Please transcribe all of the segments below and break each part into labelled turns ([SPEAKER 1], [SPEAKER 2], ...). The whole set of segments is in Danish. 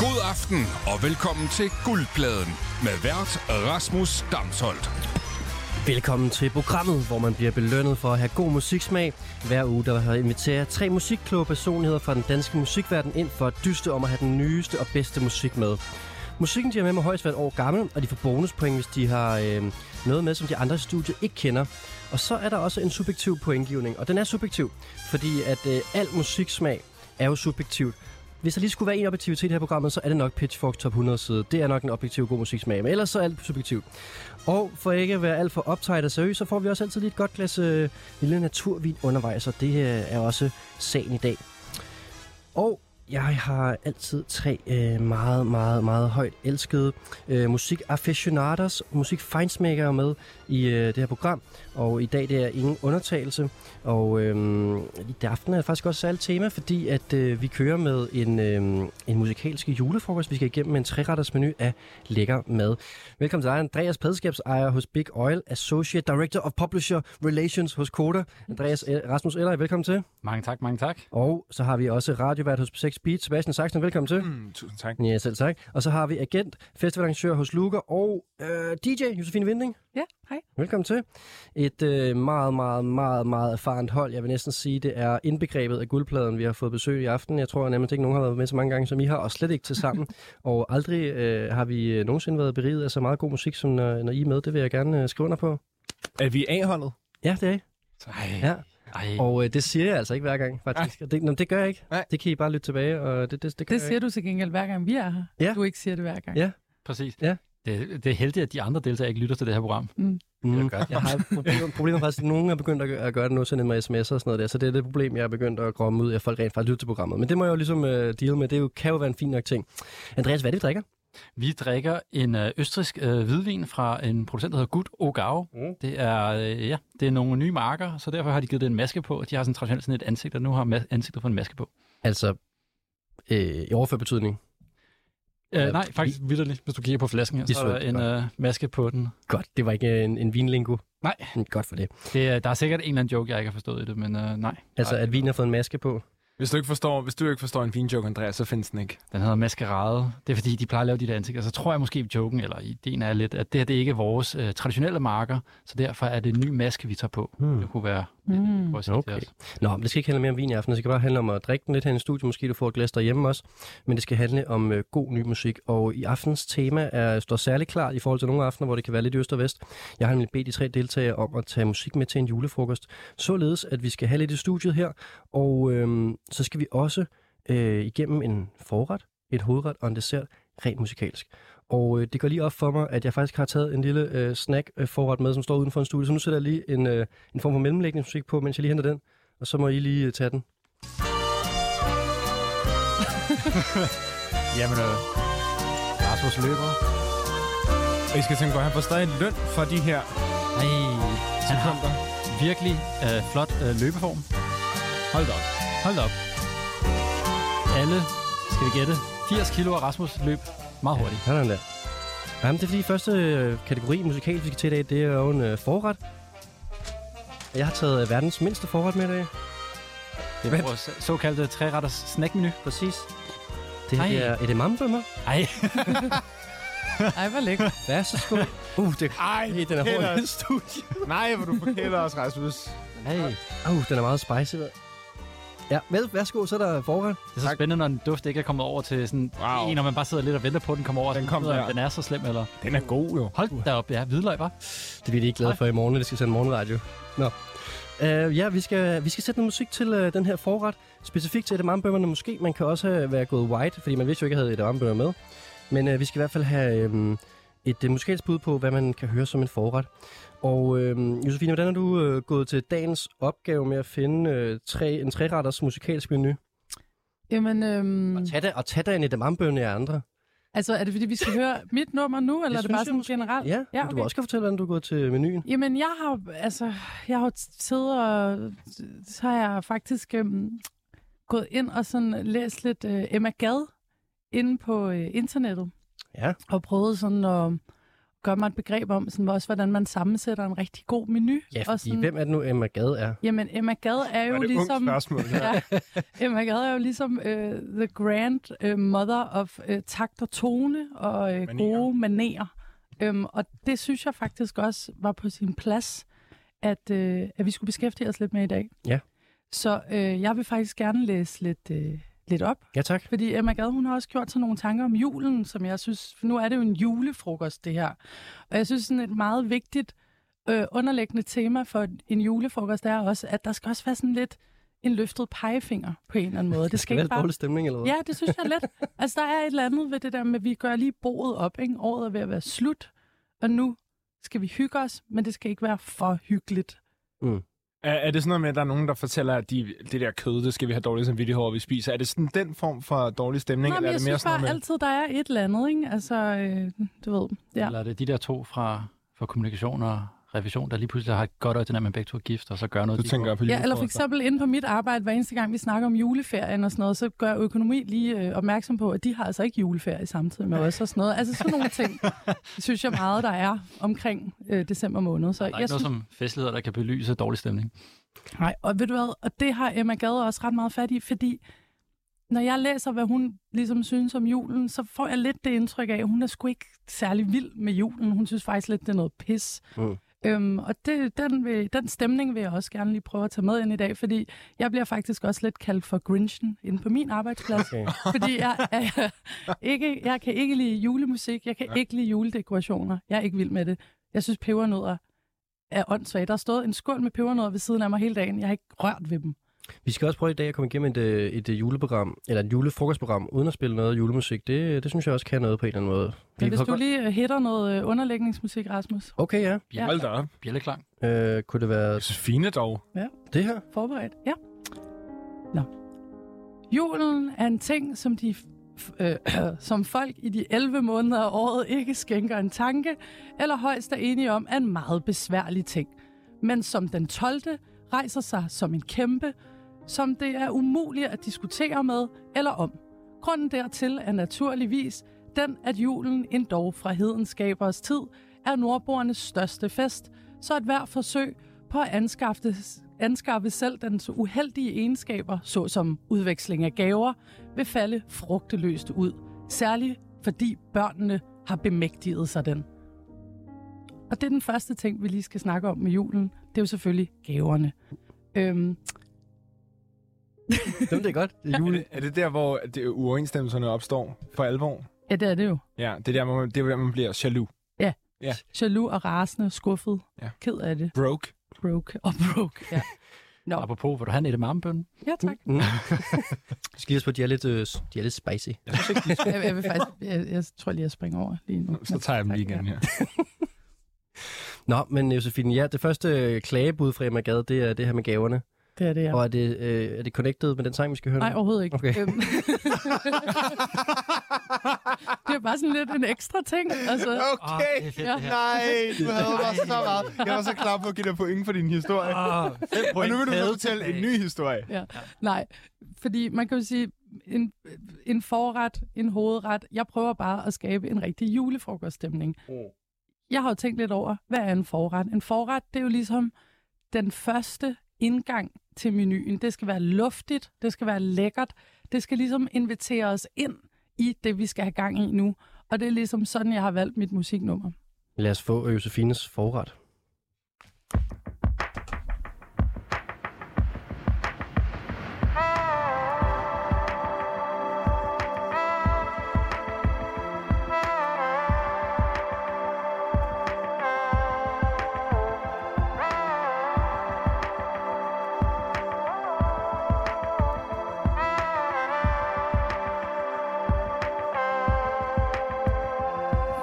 [SPEAKER 1] God aften og velkommen til Guldpladen med vært Rasmus Damsholdt.
[SPEAKER 2] Velkommen til programmet, hvor man bliver belønnet for at have god musiksmag. Hver uge der har jeg inviteret tre musikkloge personligheder fra den danske musikverden ind for at dyste om at have den nyeste og bedste musik med. Musikken, de har med, må højst være et år gammel, og de får bonuspoint, hvis de har øh, noget med, som de andre i studiet ikke kender. Og så er der også en subjektiv pointgivning, og den er subjektiv, fordi at øh, al musiksmag er jo subjektivt. Hvis der lige skulle være en objektivitet i det her program, så er det nok Pitchfork Top 100 side. Det er nok en objektiv god musiksmag, men ellers så er alt subjektivt. Og for ikke at være alt for optaget og seriøs, så får vi også altid lige et godt glas øh, lille naturvin undervejs, og det øh, er også sagen i dag. Og jeg har altid tre øh, meget, meget, meget højt elskede øh, musikaficionados, musikfejnsmækkere med i øh, det her program. Og i dag det er ingen undertagelse. Og øh, i aften er det faktisk også et særligt tema, fordi at øh, vi kører med en, øh, en musikalsk julefrokost. Vi skal igennem en treretters menu af lækker mad. Velkommen til dig, Andreas Padskabs, ejer hos Big Oil, Associate Director of Publisher Relations hos Koda. Andreas eh, Rasmus Eller, velkommen til.
[SPEAKER 3] Mange tak, mange tak.
[SPEAKER 2] Og så har vi også radiovært hos 6 Beat, Sebastian Saxen, velkommen til.
[SPEAKER 1] Mm, tusind tak.
[SPEAKER 2] Ja, selv tak. Og så har vi agent, festivalarrangør hos Luca og øh, DJ Josefine Vinding.
[SPEAKER 4] Ja, hej.
[SPEAKER 2] Velkommen til. Et øh, meget, meget, meget, meget erfarent hold. Jeg vil næsten sige, det er indbegrebet af guldpladen, vi har fået besøg i aften. Jeg tror nemlig ikke, nogen har været med så mange gange, som I har, og slet ikke til sammen. og aldrig øh, har vi øh, nogensinde været beriget af så meget god musik, som når, når I er med. Det vil jeg gerne øh, skrive under på.
[SPEAKER 5] Er vi A-holdet?
[SPEAKER 2] Ja, det er I.
[SPEAKER 3] Ej,
[SPEAKER 2] Ja.
[SPEAKER 3] ej.
[SPEAKER 2] Og øh, det siger jeg altså ikke hver gang, faktisk. Det, nå, det gør jeg ikke.
[SPEAKER 5] Nej.
[SPEAKER 2] Det kan I bare lytte tilbage, og det, det, det gør
[SPEAKER 4] Det
[SPEAKER 2] jeg ikke.
[SPEAKER 4] siger du til gengæld hver gang vi er her.
[SPEAKER 2] Øh. Ja.
[SPEAKER 4] Du ikke siger det hver gang.
[SPEAKER 2] Ja.
[SPEAKER 3] præcis.
[SPEAKER 2] Ja.
[SPEAKER 3] Det, det er heldigt, at de andre deltagere ikke lytter til det her program.
[SPEAKER 2] Mm. Jeg har problemer, problemer faktisk, at nogen er begyndt at gøre, at gøre det nu, sende mig sms'er og sådan noget der, så det er det problem, jeg er begyndt at gromme ud, at folk rent faktisk lytter til programmet. Men det må jeg jo ligesom øh, deal med, det er jo, kan jo være en fin nok ting. Andreas, hvad er det, vi drikker?
[SPEAKER 3] Vi drikker en øh, østrisk øh, hvidvin fra en producent, der hedder Gut Ogau. Mm. Det, er, øh, ja, det er nogle nye marker, så derfor har de givet det en maske på. De har sådan traditionelt sådan et ansigt, og nu har ma- ansigtet fået en maske på.
[SPEAKER 2] Altså, øh, i overført betydning. Ja,
[SPEAKER 3] Øh, nej, faktisk vidderligt. Hvis du kigger på flasken her,
[SPEAKER 2] De
[SPEAKER 3] så er der
[SPEAKER 2] så-
[SPEAKER 3] en øh, maske på den.
[SPEAKER 2] Godt, det var ikke en, en vinlingo.
[SPEAKER 3] Nej.
[SPEAKER 2] Men Godt for det.
[SPEAKER 3] Det, er- der er sikkert en eller anden joke, jeg ikke har forstået i det, men øh, nej.
[SPEAKER 2] Altså,
[SPEAKER 5] Ej,
[SPEAKER 2] at vin har fået en maske på.
[SPEAKER 5] Hvis du ikke forstår, hvis du ikke forstår en vinjoke, Andreas, så findes den ikke.
[SPEAKER 3] Den hedder Maskerade. Det er fordi, de plejer at lave de der ansigter. Så tror jeg måske, at joken eller ideen er lidt, at det her det er ikke vores øh, traditionelle marker, så derfor er det en ny maske, vi tager på.
[SPEAKER 2] Hmm.
[SPEAKER 3] Det kunne være
[SPEAKER 4] Mm.
[SPEAKER 3] vores okay.
[SPEAKER 2] Okay. Nå, men det skal ikke handle mere om vin i aften, det skal bare handle om at drikke den lidt her i studiet, måske du får et glas derhjemme også, men det skal handle om øh, god ny musik, og i aftens tema er, står særligt klart i forhold til nogle aftener, hvor det kan være lidt øst og vest. Jeg har nemlig bedt de tre deltagere om at tage musik med til en julefrokost, således at vi skal have lidt i studiet her, og øhm, så skal vi også øh, igennem en forret, en hovedret og en dessert, rent musikalsk. Og øh, det går lige op for mig, at jeg faktisk har taget en lille øh, snack øh, forret med, som står uden for en studie, så nu sætter jeg lige en, øh, en form for mellemlægningsmusik på, mens jeg lige henter den. Og så må I lige øh, tage den.
[SPEAKER 5] Jamen, øh.
[SPEAKER 3] Rasmus løber.
[SPEAKER 5] Og I skal tænke på, at han får stadig løn for de her
[SPEAKER 3] Nej, han har
[SPEAKER 5] sekunder.
[SPEAKER 3] virkelig øh, flot øh, løbeform. Hold da op. Hold da op. Alle, skal vi gætte, 80 kilo af Rasmus løb meget hurtigt.
[SPEAKER 2] Sådan der. Jamen, det er fordi første øh, kategori musikal, vi skal til i dag, det er jo en øh, forret. Og Jeg har taget øh, verdens mindste forret med i dag.
[SPEAKER 3] Det er vores såkaldte træretters snackmenu.
[SPEAKER 2] Præcis. Det her
[SPEAKER 3] Ej.
[SPEAKER 2] det er et emambømmer.
[SPEAKER 3] Ej,
[SPEAKER 4] Ej, hvor lækkert.
[SPEAKER 2] Værsgo. uh, det,
[SPEAKER 5] Ej,
[SPEAKER 2] Hey, den er hård.
[SPEAKER 5] forkæler os. Nej, hvor du forkæler os, Rasmus.
[SPEAKER 3] hey.
[SPEAKER 2] uh, den er meget spicy. hva'? Ja, vel, værsgo, så er der forret.
[SPEAKER 3] Det er så spændende, når en duft ikke er kommet over til sådan
[SPEAKER 5] Wow.
[SPEAKER 3] en, når man bare sidder lidt og venter på, at den kommer over. og
[SPEAKER 5] Den
[SPEAKER 3] så
[SPEAKER 5] kom
[SPEAKER 3] finder ud af,
[SPEAKER 5] der.
[SPEAKER 3] om Den er så slem, eller...
[SPEAKER 5] Den er god, jo.
[SPEAKER 3] Hold da op, ja, hvidløg, var.
[SPEAKER 2] Det bliver de ikke glade
[SPEAKER 3] Ej.
[SPEAKER 2] for i morgen, når de skal sende morgenradio. Nå. Uh, ja, vi skal, vi skal sætte noget musik til uh, den her forret. Specifikt til edamambømmerne måske. Man kan også have være gået white, fordi man vidste jo ikke, at jeg havde edamambømmer med. Men uh, vi skal i hvert fald have um, et uh, musikalsk bud på, hvad man kan høre som en forret. Og uh, Josefine, hvordan er du uh, gået til dagens opgave med at finde uh, tre, en treretters musikalsk menu?
[SPEAKER 4] Jamen, øhm,
[SPEAKER 2] Mm. Tag da, og tag da en edamambømme af andre.
[SPEAKER 4] altså, er det fordi, vi skal høre mit nummer nu, eller er det
[SPEAKER 2] synes
[SPEAKER 4] bare
[SPEAKER 2] jeg
[SPEAKER 4] sådan
[SPEAKER 2] måske.
[SPEAKER 4] generelt?
[SPEAKER 2] Ja, ja okay. du
[SPEAKER 4] okay.
[SPEAKER 2] må også kan fortælle, hvordan du er gået til menuen.
[SPEAKER 4] Jamen, jeg har jo- altså, jeg har jo siddet og så har jeg faktisk øhm, gået ind og sådan læst lidt øh, Emma Gad inde på øh, internettet.
[SPEAKER 2] Ja.
[SPEAKER 4] Og prøvet sådan at, gør mig et begreb om, sådan, også hvordan man sammensætter en rigtig god menu.
[SPEAKER 2] Ja,
[SPEAKER 4] og
[SPEAKER 2] fordi,
[SPEAKER 4] sådan,
[SPEAKER 2] hvem er det nu, Emma Gade er?
[SPEAKER 4] Jamen, Emma Gad er jo
[SPEAKER 5] Var det et ungt
[SPEAKER 4] ligesom...
[SPEAKER 5] spørgsmål, det her?
[SPEAKER 4] ja, Emma Gad er jo ligesom uh, the grand uh, mother of uh, takt og tone og uh, gode manerer. Um, og det synes jeg faktisk også var på sin plads, at, uh, at vi skulle beskæftige os lidt med i dag.
[SPEAKER 2] Ja.
[SPEAKER 4] Så uh, jeg vil faktisk gerne læse lidt, uh, lidt op
[SPEAKER 2] Ja, tak.
[SPEAKER 4] fordi Emma Gad, hun har også gjort sig nogle tanker om julen, som jeg synes, for nu er det jo en julefrokost, det her. Og jeg synes, sådan et meget vigtigt øh, underliggende tema for en julefrokost er også, at der skal også være sådan lidt en løftet pegefinger på en eller anden måde. Det skal
[SPEAKER 2] være
[SPEAKER 4] ikke
[SPEAKER 2] lidt
[SPEAKER 4] bare...
[SPEAKER 2] dårlig stemning, eller hvad?
[SPEAKER 4] Ja, det synes jeg lidt. Altså, der er et eller andet ved det der med, at vi gør lige bordet op, ikke? Året er ved at være slut, og nu skal vi hygge os, men det skal ikke være for hyggeligt.
[SPEAKER 5] Er, er det sådan noget med, at der er nogen, der fortæller, at de, det der kød, det skal vi have dårligt samvittighed over, at vi spiser? Er det sådan den form for dårlig stemning,
[SPEAKER 4] Nå, men
[SPEAKER 5] eller er
[SPEAKER 4] jeg
[SPEAKER 5] det mere
[SPEAKER 4] synes
[SPEAKER 5] sådan
[SPEAKER 4] bare
[SPEAKER 5] noget med...
[SPEAKER 4] altid, der er et eller andet, ikke? Altså, øh, du ved, ja.
[SPEAKER 3] Eller er det de der to fra, fra kommunikation og revision, der lige pludselig har et godt øje til, at man begge to er gift, og så gør noget.
[SPEAKER 5] Du
[SPEAKER 3] de
[SPEAKER 5] tænker
[SPEAKER 3] går-
[SPEAKER 5] på
[SPEAKER 4] Ja, eller for
[SPEAKER 5] julefrokoster.
[SPEAKER 4] eksempel inde på mit arbejde, hver eneste gang vi snakker om juleferien og sådan noget, så gør økonomi lige øh, opmærksom på, at de har altså ikke juleferie samtidig med os og sådan noget. Altså sådan nogle ting, synes jeg meget, der er omkring øh, december måned. Så
[SPEAKER 3] Der er
[SPEAKER 4] jeg
[SPEAKER 3] ikke noget
[SPEAKER 4] synes,
[SPEAKER 3] som festligheder, der kan belyse dårlig stemning.
[SPEAKER 4] nej, og ved du hvad, og det har Emma Gade også ret meget fat i, fordi når jeg læser, hvad hun ligesom synes om julen, så får jeg lidt det indtryk af, at hun er sgu ikke særlig vild med julen. Hun synes faktisk lidt, det er noget pis. Øhm, og det, den, vil, den stemning vil jeg også gerne lige prøve at tage med ind i dag, fordi jeg bliver faktisk også lidt kaldt for Grinchen inde på min arbejdsplads,
[SPEAKER 2] Okay.
[SPEAKER 4] fordi jeg, er, ikke, jeg kan ikke lide julemusik, jeg kan ikke lide juledekorationer, jeg er ikke vild med det. Jeg synes, pebernødder er åndssvage. Der har stået en skål med pebernødder ved siden af mig hele dagen, jeg har ikke rørt ved dem.
[SPEAKER 2] Vi skal også prøve i dag at komme igennem et, øh, et øh, juleprogram, eller et julefrokostprogram, uden at spille noget julemusik. Det, det synes jeg også kan noget på en eller anden måde.
[SPEAKER 4] Men hvis
[SPEAKER 2] har
[SPEAKER 4] du
[SPEAKER 2] godt-
[SPEAKER 4] lige øh, hitter noget øh, underlægningsmusik, Rasmus,
[SPEAKER 2] Okay, ja.
[SPEAKER 3] Ja.
[SPEAKER 5] Hold da op.
[SPEAKER 3] Bjælleklang.
[SPEAKER 2] Øh, kunne det være
[SPEAKER 5] Josefine dog.
[SPEAKER 2] det her?
[SPEAKER 4] forberedt. Ja. Nå. Julen er en ting, som de f- øh, som folk i de 11 måneder af året ikke skænker en tanke, eller højst er enige om, er en meget besværlig ting. Men som den 12. rejser sig som en kæmpe, som det er umuligt at diskutere med eller om. Grunden dertil er naturligvis den, at julen endog fra hedenskabers tid er nordboernes største fest, så at hver forsøg på at anskaffe, anskaffe selv dens uheldige egenskaber, såsom udveksling af gaver, vil falde frugteløst ud. Særligt fordi børnene har bemægtiget sig den. Og det er den første ting, vi lige skal snakke om med julen. Det er jo selvfølgelig gaverne. Øhm,
[SPEAKER 2] Jamen, det er godt. Det er
[SPEAKER 5] Er
[SPEAKER 2] jule.
[SPEAKER 5] det, er det der, hvor det, uoverensstemmelserne opstår for alvor?
[SPEAKER 4] ja, det er det jo.
[SPEAKER 5] Ja, det er der, man, det er der, man bliver jaloux.
[SPEAKER 4] Jaloux og rasende, skuffet,
[SPEAKER 5] Ja.
[SPEAKER 4] ja. ked af det,
[SPEAKER 5] Broke.
[SPEAKER 4] broke og broke. Ja. Nå.
[SPEAKER 3] Apropos, hvor du har en et marmbøn.
[SPEAKER 4] ja, tak.
[SPEAKER 2] Mm. Jeg skal lige også på, de er lidt, øh, s- de er lidt spicy.
[SPEAKER 4] Jeg, jeg, vil faktisk, jeg, jeg tror lige, jeg springer over lige nu.
[SPEAKER 5] Så tager jeg dem lige
[SPEAKER 4] Tak,
[SPEAKER 5] igen her.
[SPEAKER 2] Nå, men øh, Josefine, ja, det første øh, klagebud fra Emma Gade, det er det her med gaverne.
[SPEAKER 4] Det er det,
[SPEAKER 2] Ja.
[SPEAKER 4] jeg
[SPEAKER 2] Og er det, øh, er det connected med den sang, vi skal høre nu?
[SPEAKER 4] Nej, overhovedet ikke.
[SPEAKER 2] Okay.
[SPEAKER 4] Øhm. det er bare sådan lidt en ekstra ting. Altså,
[SPEAKER 3] Ah,
[SPEAKER 5] Okay!
[SPEAKER 3] det er fedt,
[SPEAKER 4] Ja.
[SPEAKER 3] det her.
[SPEAKER 5] Nej, du havde mig så meget. Jeg var så klar på at give dig point for din historie.
[SPEAKER 3] Ah, fem
[SPEAKER 5] Og
[SPEAKER 3] point.
[SPEAKER 5] nu vil du så
[SPEAKER 3] Fed
[SPEAKER 5] fortælle en
[SPEAKER 3] tilbage.
[SPEAKER 5] ny historie.
[SPEAKER 4] nej, fordi man kan jo sige, en, en forret, en hovedret. Jeg prøver bare at skabe en rigtig julefrokoststemning. Jeg har jo tænkt lidt over, hvad er en forret? En forret, det er jo ligesom den første indgang til menuen. Det skal være luftigt, det skal være lækkert, det skal ligesom invitere os ind i det, vi skal have gang i nu. Og det er ligesom sådan, jeg har valgt mit musiknummer.
[SPEAKER 2] Lad os få øh, Josefines forret.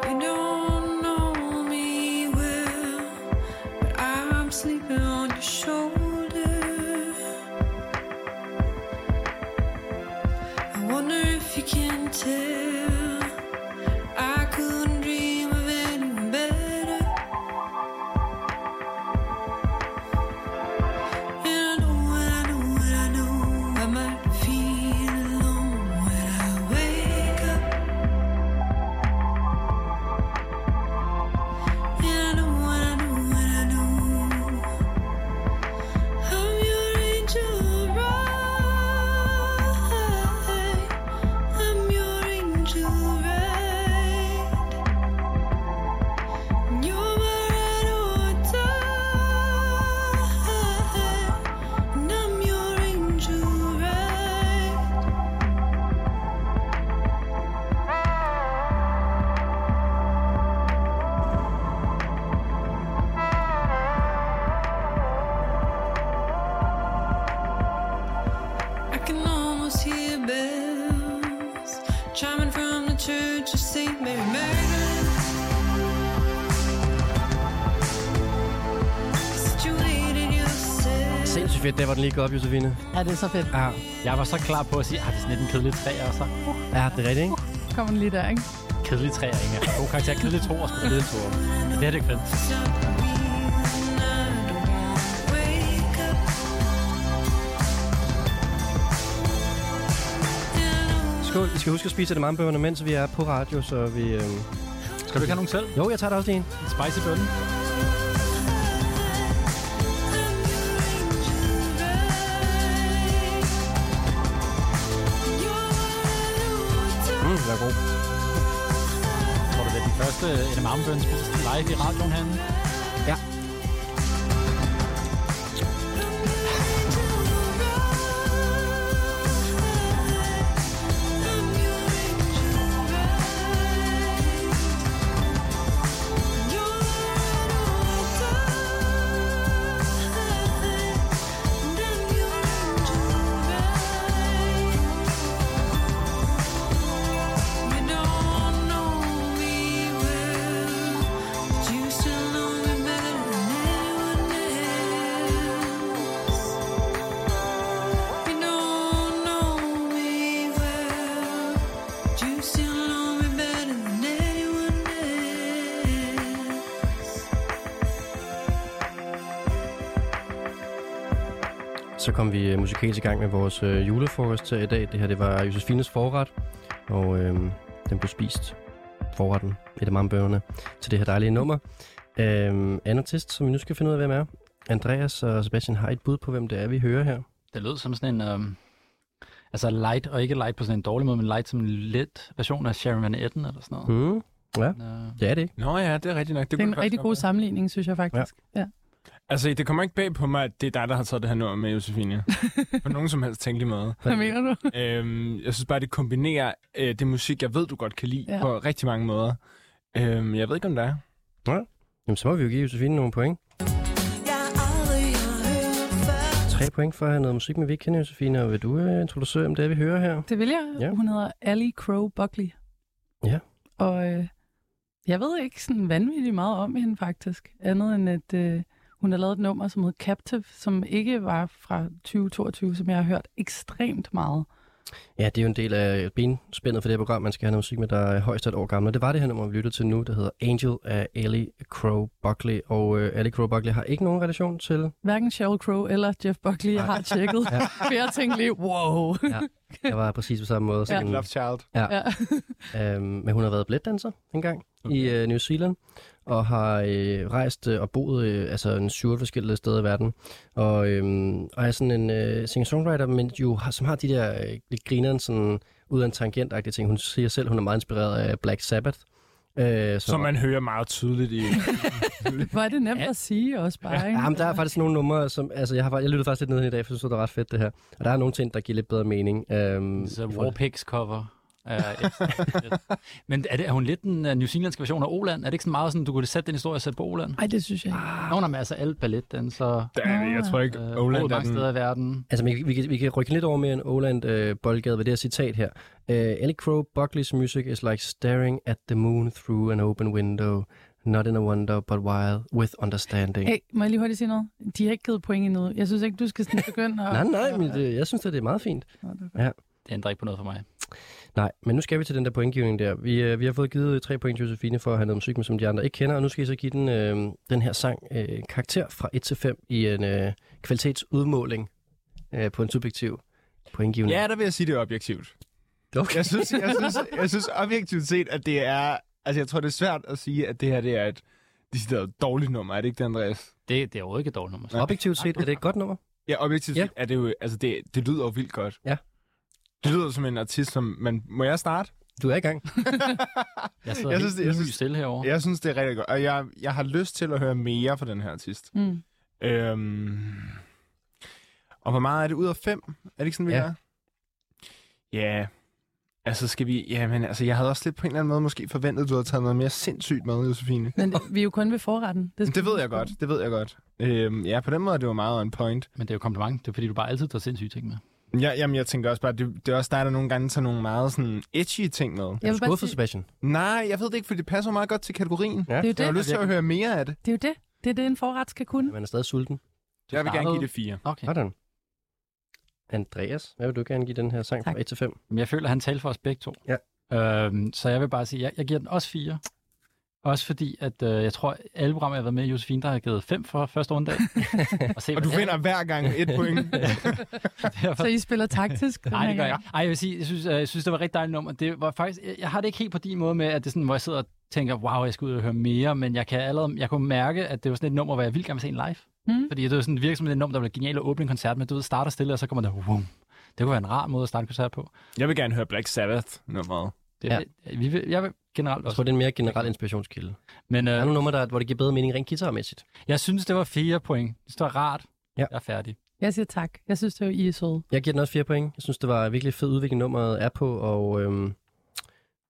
[SPEAKER 6] You don't know me well, but I'm sleeping on your shoulder. I wonder if you can tell. I couldn't dream of anyone better. And I know, and I know, and I know, I might feel alone when I wake up.
[SPEAKER 2] fedt, der var den lige går op, Josefine.
[SPEAKER 4] Ja, det er så fedt.
[SPEAKER 2] Ja,
[SPEAKER 3] Jeg var så klar på at sige, at det er sådan lidt en kedelig træer, og så uh,
[SPEAKER 2] ja det er rigtigt, ikke?
[SPEAKER 4] Kommer den lige der, ikke?
[SPEAKER 3] kedelig træer, Inger. øh, God karakter, kedelig to og sgu kedelig to. Det er det ikke fedt.
[SPEAKER 2] Skål. I skal huske at spise det mambøverne, mens vi er på radio, så vi... Øh...
[SPEAKER 3] Skal du ikke have nogen selv?
[SPEAKER 2] Jo, jeg tager da også lige en.
[SPEAKER 3] En spicy bønne?
[SPEAKER 2] Mm, det er god.
[SPEAKER 3] Tror du, det er den første en marmbønne spiser live i radioen herinde?
[SPEAKER 6] You still know me better than anyone else.
[SPEAKER 2] Så kom vi øh, musikalsk i gang med vores øh, julefrokost her i dag. Det her, det var Josefines forret, og øh, den blev spist. Forretten, et af mambøverne, til det her dejlige nummer. Øh, anden artist, som vi nu skal finde ud af, hvem er. Andreas og Sebastian har et bud på, hvem det er, vi hører her.
[SPEAKER 3] Det lød som sådan en... Øhm, altså light, og ikke light på sådan en dårlig måde, men light som en let version af Sharon Van Etten eller sådan noget.
[SPEAKER 2] Mm.
[SPEAKER 3] Men, øh,
[SPEAKER 2] Det er det ikke.
[SPEAKER 5] Nå ja, det er rigtigt nok.
[SPEAKER 4] Det er en rigtig god sammenligning, synes jeg faktisk. Ja. ja.
[SPEAKER 5] Altså, det kommer ikke bag på mig, at det er dig, der har taget det her nummer med, Josefine. på nogen som helst tænkelig måde.
[SPEAKER 4] Hvad mener du?
[SPEAKER 5] Øhm, jeg synes bare, det kombinerer øh, det musik, jeg ved, du godt kan lide,
[SPEAKER 4] Ja.
[SPEAKER 5] ja. på rigtig mange måder. Øhm, jeg ved ikke, om det er.
[SPEAKER 2] Jamen, så må vi jo give Josefine nogle point. Tre point for at have noget musik med, vi ikke kender, Josefine. Og vil du øh, introducere, hvem det er, vi hører her?
[SPEAKER 4] Det vil jeg.
[SPEAKER 2] Ja.
[SPEAKER 4] Ja. Hun hedder Ally Crow Buckley.
[SPEAKER 2] Ja.
[SPEAKER 4] Og øh, jeg ved ikke sådan vanvittigt meget om hende faktisk, andet end at øh, hun har lavet et nummer, som hedder Captive, som ikke var fra 2022, som jeg har hørt ekstremt meget.
[SPEAKER 2] Ja, det er jo en del af benspændet for det her program. Man skal have noget musik med, der er højst et år gammel. Og det var det her nummer, vi lyttede til nu, der hedder Angel af Ellie Crow Buckley. Og øh, Ellie Crow Buckley har ikke nogen relation til...
[SPEAKER 4] Hverken Sheryl Crow eller Jeff Buckley, jeg har tjekket,
[SPEAKER 2] Ja.
[SPEAKER 4] ja. for jeg tænkte lige, wow.
[SPEAKER 2] Jeg var præcis på samme måde.
[SPEAKER 4] Ja.
[SPEAKER 2] Sådan,
[SPEAKER 5] Child.
[SPEAKER 4] Ja.
[SPEAKER 2] Øhm, men hun har været blætdanser engang okay. i øh, New Zealand, og har øh, rejst øh, og boet øh, altså en syv forskellige steder i verden. Og, øhm, og er sådan en øh, singer-songwriter, men jo, har, som har de der øh, lidt grineren sådan, ud af en tangent ting. Hun siger selv, hun er meget inspireret af Black Sabbath. Øh,
[SPEAKER 5] Som man hører meget tydeligt i.
[SPEAKER 4] Hvor er det nemt at sige også bare, ikke?
[SPEAKER 2] Ja, men der er faktisk nogle numre, som... Altså, jeg, har, fa- jeg lyttede faktisk lidt ned i dag, for jeg synes, det var ret fedt, det her. Og der er nogle ting, der giver lidt bedre mening. Øhm,
[SPEAKER 3] Så Warpigs cover. er et- Men er, det, er hun lidt den uh, New Zealandske version af Oland? Er det ikke sådan meget sådan, du kunne sætte den historie og sætte på Oland?
[SPEAKER 4] Nej, det synes jeg ikke.
[SPEAKER 3] Ah. Nå, nej, men altså alle balletdanser,
[SPEAKER 5] Der er det, jeg tror ikke,
[SPEAKER 3] øh,
[SPEAKER 5] Oland
[SPEAKER 3] Oland
[SPEAKER 5] er
[SPEAKER 3] mange
[SPEAKER 5] den.
[SPEAKER 3] steder i verden.
[SPEAKER 2] Altså, vi, vi, kan, vi kan rykke lidt over mere en Oland øh, boldgade ved det her citat her. Uh, Ellie Crow Buckley's music is like staring at the moon through an open window. Not in a wonder, but while with understanding.
[SPEAKER 4] Hey, må jeg lige hurtigt sige noget? De har ikke givet point endnu. Jeg synes ikke, du skal sådan begynde at...
[SPEAKER 2] Nej, nej, men det, jeg synes, at det er meget fint.
[SPEAKER 3] Det ændrer ikke på noget for mig.
[SPEAKER 2] Nej, men nu skal vi til den der pointgivning der. Vi, øh, vi har fået givet tre point til Josefine for at have noget musik med, som de andre ikke kender, og nu skal I så give den, øh, den her sang øh, karakter fra 1 til 5 i en øh, kvalitetsudmåling øh, på en subjektiv pointgivning.
[SPEAKER 5] Ja, der vil jeg sige, det er objektivt.
[SPEAKER 2] Mm. okay.
[SPEAKER 5] Jeg synes, jeg synes, jeg synes objektivt set, at det er... Altså, jeg tror, det er svært at sige, at det her det er et decideret dårligt nummer. Er det ikke det, Andreas?
[SPEAKER 3] Det, det er overhovedet ikke et dårligt nummer. Så.
[SPEAKER 2] Objektivt set er det et godt nummer.
[SPEAKER 5] Ja, objektivt
[SPEAKER 2] Ja.
[SPEAKER 5] ja. set er det jo... Altså, det, det lyder jo vildt godt.
[SPEAKER 2] Ja.
[SPEAKER 5] Det lyder som en artist, som... Man, må jeg starte?
[SPEAKER 2] Du er i gang.
[SPEAKER 3] Jeg sidder
[SPEAKER 5] Jeg
[SPEAKER 3] jeg
[SPEAKER 5] synes,
[SPEAKER 3] synes,
[SPEAKER 5] det-
[SPEAKER 3] helt
[SPEAKER 5] jeg
[SPEAKER 3] ydmyg
[SPEAKER 5] synes-
[SPEAKER 3] stille herovre.
[SPEAKER 5] Jeg synes, det er rigtig godt. Og jeg, jeg har lyst til at høre mere fra den her artist.
[SPEAKER 4] Mm.
[SPEAKER 5] Øhm... Og hvor meget er det ud af fem? Er det ikke sådan, vi
[SPEAKER 2] Ja.
[SPEAKER 5] ja. gør? Ja. Altså, skal vi... Ja, men altså, jeg havde også lidt på en eller anden måde måske forventet, at du havde taget noget mere sindssygt med, Josefine.
[SPEAKER 4] Men vi er jo kun ved forretten.
[SPEAKER 5] Men
[SPEAKER 4] skal
[SPEAKER 5] Det
[SPEAKER 4] vi
[SPEAKER 5] ved
[SPEAKER 4] huske
[SPEAKER 5] jeg
[SPEAKER 4] på.
[SPEAKER 5] godt, det ved jeg godt. Øhm, ja, på den måde er det jo meget on point.
[SPEAKER 3] Men det er jo kompliment. Det er fordi, du bare altid tager sindssyge ting med.
[SPEAKER 5] Ja, jamen, jeg tænker også bare, det, det er også dig, der nogle gange tager nogle meget sådan edgy ting med.
[SPEAKER 4] Jeg vil bare
[SPEAKER 2] Skuffet,
[SPEAKER 4] sige,
[SPEAKER 2] Sebastian.
[SPEAKER 5] Nej, jeg ved det ikke, for det passer meget godt til kategorien.
[SPEAKER 2] Ja.
[SPEAKER 4] det er jo
[SPEAKER 5] Jeg har
[SPEAKER 4] det.
[SPEAKER 5] lyst til at høre mere af det.
[SPEAKER 4] Det er jo det. Det er det, en forret skal kunne.
[SPEAKER 2] Man er stadig sulten.
[SPEAKER 5] Jeg vil gerne
[SPEAKER 3] startede-
[SPEAKER 5] give det fire.
[SPEAKER 3] Okay.
[SPEAKER 2] Sådan. Andreas, hvad vil du gerne give den her sang
[SPEAKER 3] Tak.
[SPEAKER 2] fra 1 til 5?
[SPEAKER 3] Men jeg føler, at han talte for os begge to.
[SPEAKER 2] Ja.
[SPEAKER 3] Øhm, så jeg vil bare sige, at jeg, jeg giver den også fire. Også fordi, at øh, jeg tror, alle programmer, jeg har været med i, Josefine, der har givet fem for første rundedag. og, se,
[SPEAKER 5] Og du
[SPEAKER 3] hvordan-
[SPEAKER 5] vinder hver gang et point.
[SPEAKER 3] Derfor-
[SPEAKER 4] Så I spiller taktisk? den
[SPEAKER 3] Nej,
[SPEAKER 4] her
[SPEAKER 3] det gør jeg
[SPEAKER 4] gang?
[SPEAKER 3] ikke. Ej, jeg vil sige, jeg synes, øh, jeg synes det var et rigtig dejligt nummer. Det var faktisk, jeg- jeg har det ikke helt på din måde med, at det er sådan, hvor jeg sidder og tænker, wow, jeg skal ud og høre mere, men jeg kan allerede, jeg kunne mærke, at det var sådan et nummer, hvor jeg vildt gerne vil se en live.
[SPEAKER 4] Mm.
[SPEAKER 3] Fordi det var sådan virkelig som et nummer, der blev genialt at åbne en koncert med. Du ved, starter stille, og så kommer der, wow, det kunne være en rar måde at starte en koncert på.
[SPEAKER 5] jeg vil gerne høre Black Sabbath nummeret.
[SPEAKER 3] Det,
[SPEAKER 2] Ja.
[SPEAKER 3] ja. vi, vil- jeg vil generelt
[SPEAKER 2] Jeg tror,
[SPEAKER 3] også.
[SPEAKER 2] det er en mere generel inspirationskilde.
[SPEAKER 3] Men
[SPEAKER 2] Der er
[SPEAKER 3] øh,
[SPEAKER 2] nogle numre, der, hvor det giver bedre mening rent guitarmæssigt.
[SPEAKER 3] jeg synes, det var fire point. Det står rart.
[SPEAKER 2] Ja.
[SPEAKER 3] Jeg er færdig.
[SPEAKER 4] Jeg siger tak. Jeg synes, det var I er søde.
[SPEAKER 2] Jeg giver den også 4 point. Jeg synes, det var virkelig fed udvikling, nummeret er på, og øhm,